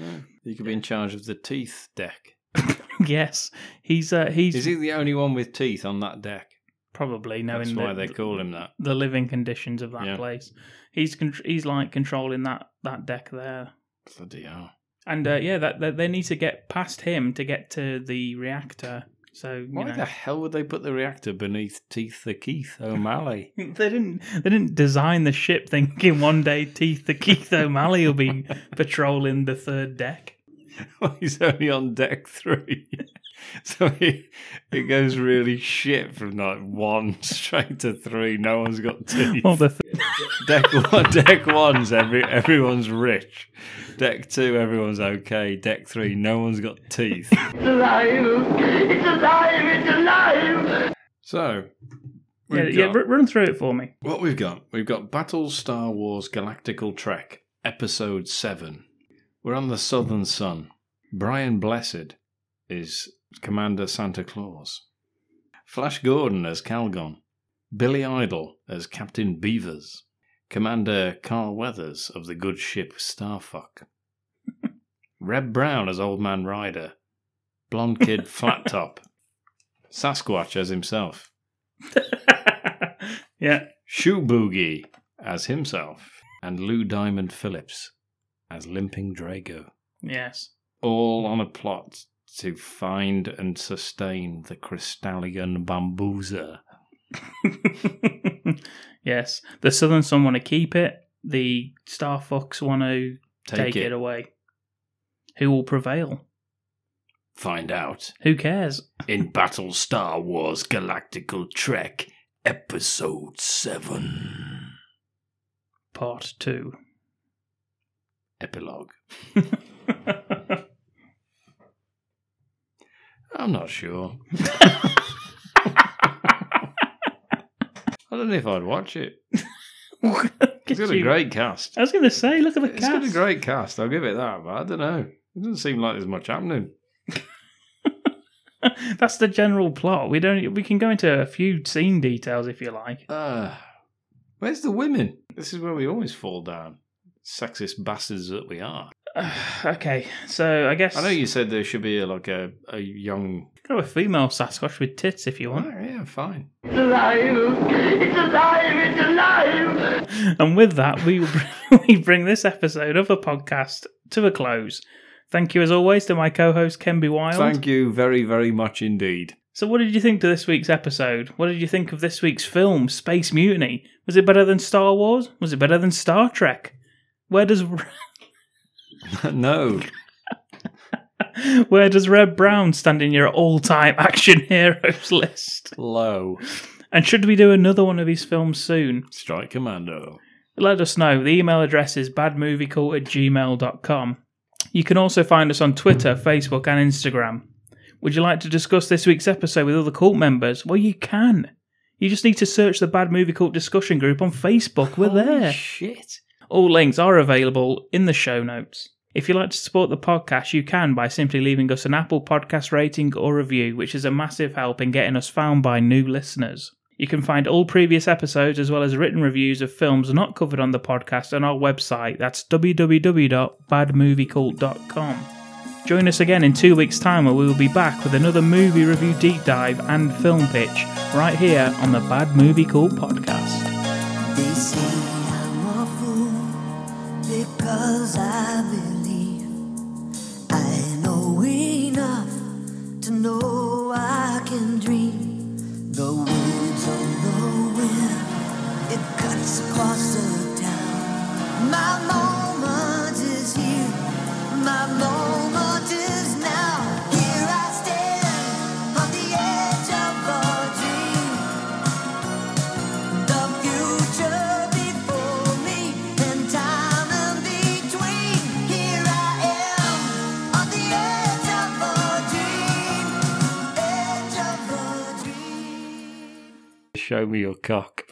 Speaker 4: You could be in charge of the teeth deck.
Speaker 3: [LAUGHS] yes, he's uh, he's
Speaker 4: Is he the only one with teeth on that deck?
Speaker 3: probably knowing
Speaker 4: That's why
Speaker 3: the,
Speaker 4: they call him that.
Speaker 3: the living conditions of that
Speaker 4: Yeah.
Speaker 3: place. He's con- he's like controlling that that deck there.
Speaker 4: Bloody hell.
Speaker 3: And
Speaker 4: Hmm.
Speaker 3: uh, yeah, that, that they need to get past him to get to the reactor. So you
Speaker 4: Why
Speaker 3: know, [LAUGHS]
Speaker 4: the hell would they put the reactor beneath Teeth the Keith O'Malley? [LAUGHS]
Speaker 3: they didn't they didn't design the ship thinking one day Teeth the Keith O'Malley will
Speaker 4: [LAUGHS]
Speaker 3: be patrolling the third deck.
Speaker 4: Well, he's only on deck three. [LAUGHS] so he, it goes really shit from like one [LAUGHS] straight to three. No one's got teeth.
Speaker 3: Well, the th-
Speaker 4: deck [LAUGHS] one, deck one's every everyone's rich. Deck two, everyone's okay. Deck three, no one's got teeth.
Speaker 21: It's alive. It's alive. It's alive.
Speaker 4: So,
Speaker 3: Yeah,
Speaker 4: we've
Speaker 3: yeah,
Speaker 4: got-
Speaker 3: ru- run through it for [LAUGHS] me.
Speaker 4: What we've got? We've got Battle Star Wars Galactical Trek, Episode 7. We're on the Southern Sun. Brian Blessed is Commander Santa Claus. Flash Gordon as Calgon. Billy Idol as Captain Beavers. Commander Carl Weathers of the good ship Starfuck. Reb Brown as Old Man Ryder. Blonde Kid Flat Top. Sasquatch as himself.
Speaker 3: Yeah.
Speaker 4: Shoe Boogie as himself, and Lou Diamond Phillips as Limping Drago,
Speaker 3: Yes. [LAUGHS]
Speaker 4: all on a plot to find and sustain the Crystallian Bamboozer.
Speaker 3: Yes. The Southern Sun want to keep it. The Star Fox want to
Speaker 4: Take
Speaker 3: take,
Speaker 4: it.
Speaker 3: it. away. Who will prevail?
Speaker 4: Find out
Speaker 3: Who cares?
Speaker 4: in Battle Star Wars Galactical Trek, Episode 7.
Speaker 3: Part [LAUGHS] two.
Speaker 4: Epilogue. I'm not sure. I don't know if I'd watch it. It's got a
Speaker 3: you.
Speaker 4: great cast.
Speaker 3: I was going to say, look at the
Speaker 4: It's got a
Speaker 3: cast.
Speaker 4: great cast. I'll give it that, but I don't know. It doesn't seem like there's much happening.
Speaker 3: That's the general plot. We don't. We can go into a few scene details if you like. [SIGHS]
Speaker 4: Uh, where's the women? This is where we always fall down. Sexist bastards that we are.
Speaker 3: okay, so I guess
Speaker 4: I know you said there should be a, like a, a young.
Speaker 3: go a female Sasquatch with tits if you want.
Speaker 4: Oh, yeah, fine.
Speaker 21: It's alive. It's alive. It's alive.
Speaker 3: And with that, we br- we bring [LAUGHS] this episode of the podcast to a close. Thank you, as always, to my co-host Kenby Wild.
Speaker 4: Thank you very, very much indeed. [LAUGHS]
Speaker 3: So, what did you think to this week's episode? What did you think of this week's film, Space Mutiny? Was it better than Star Wars? Was it better than Star Trek? Where does [LAUGHS]
Speaker 4: no.
Speaker 3: where does Red Brown stand in your all-time [LAUGHS] action heroes list?
Speaker 4: Low.
Speaker 3: And should we do another one of his films soon?
Speaker 4: Strike Commando.
Speaker 3: let us know. The email address is badmoviecult at gmail.com. You can also find us on Twitter, Facebook, and Instagram. Would you like to discuss this week's episode with other cult members? Well, you can. You just need to search the Bad Movie Cult discussion group on Facebook. We're there.
Speaker 4: Shit.
Speaker 3: All links are available in the show notes. If you'd like to support the podcast, you can by simply leaving us an Apple Podcast rating or review, which is a massive help in getting us found by new listeners. You can find all previous episodes as well as written reviews of films not covered on the podcast on our website. That's www.badmoviecult.com. Join us again in two weeks' time where we will be back with another movie review deep dive and film pitch right here on the Bad Movie Cult podcast.
Speaker 12: They say I'm a fool because I believe I know enough to know I can dream. The words of the wind, it cuts across the town. My moment is here, my moment is now. Here I stand on the edge of a dream.
Speaker 4: Show me your cock.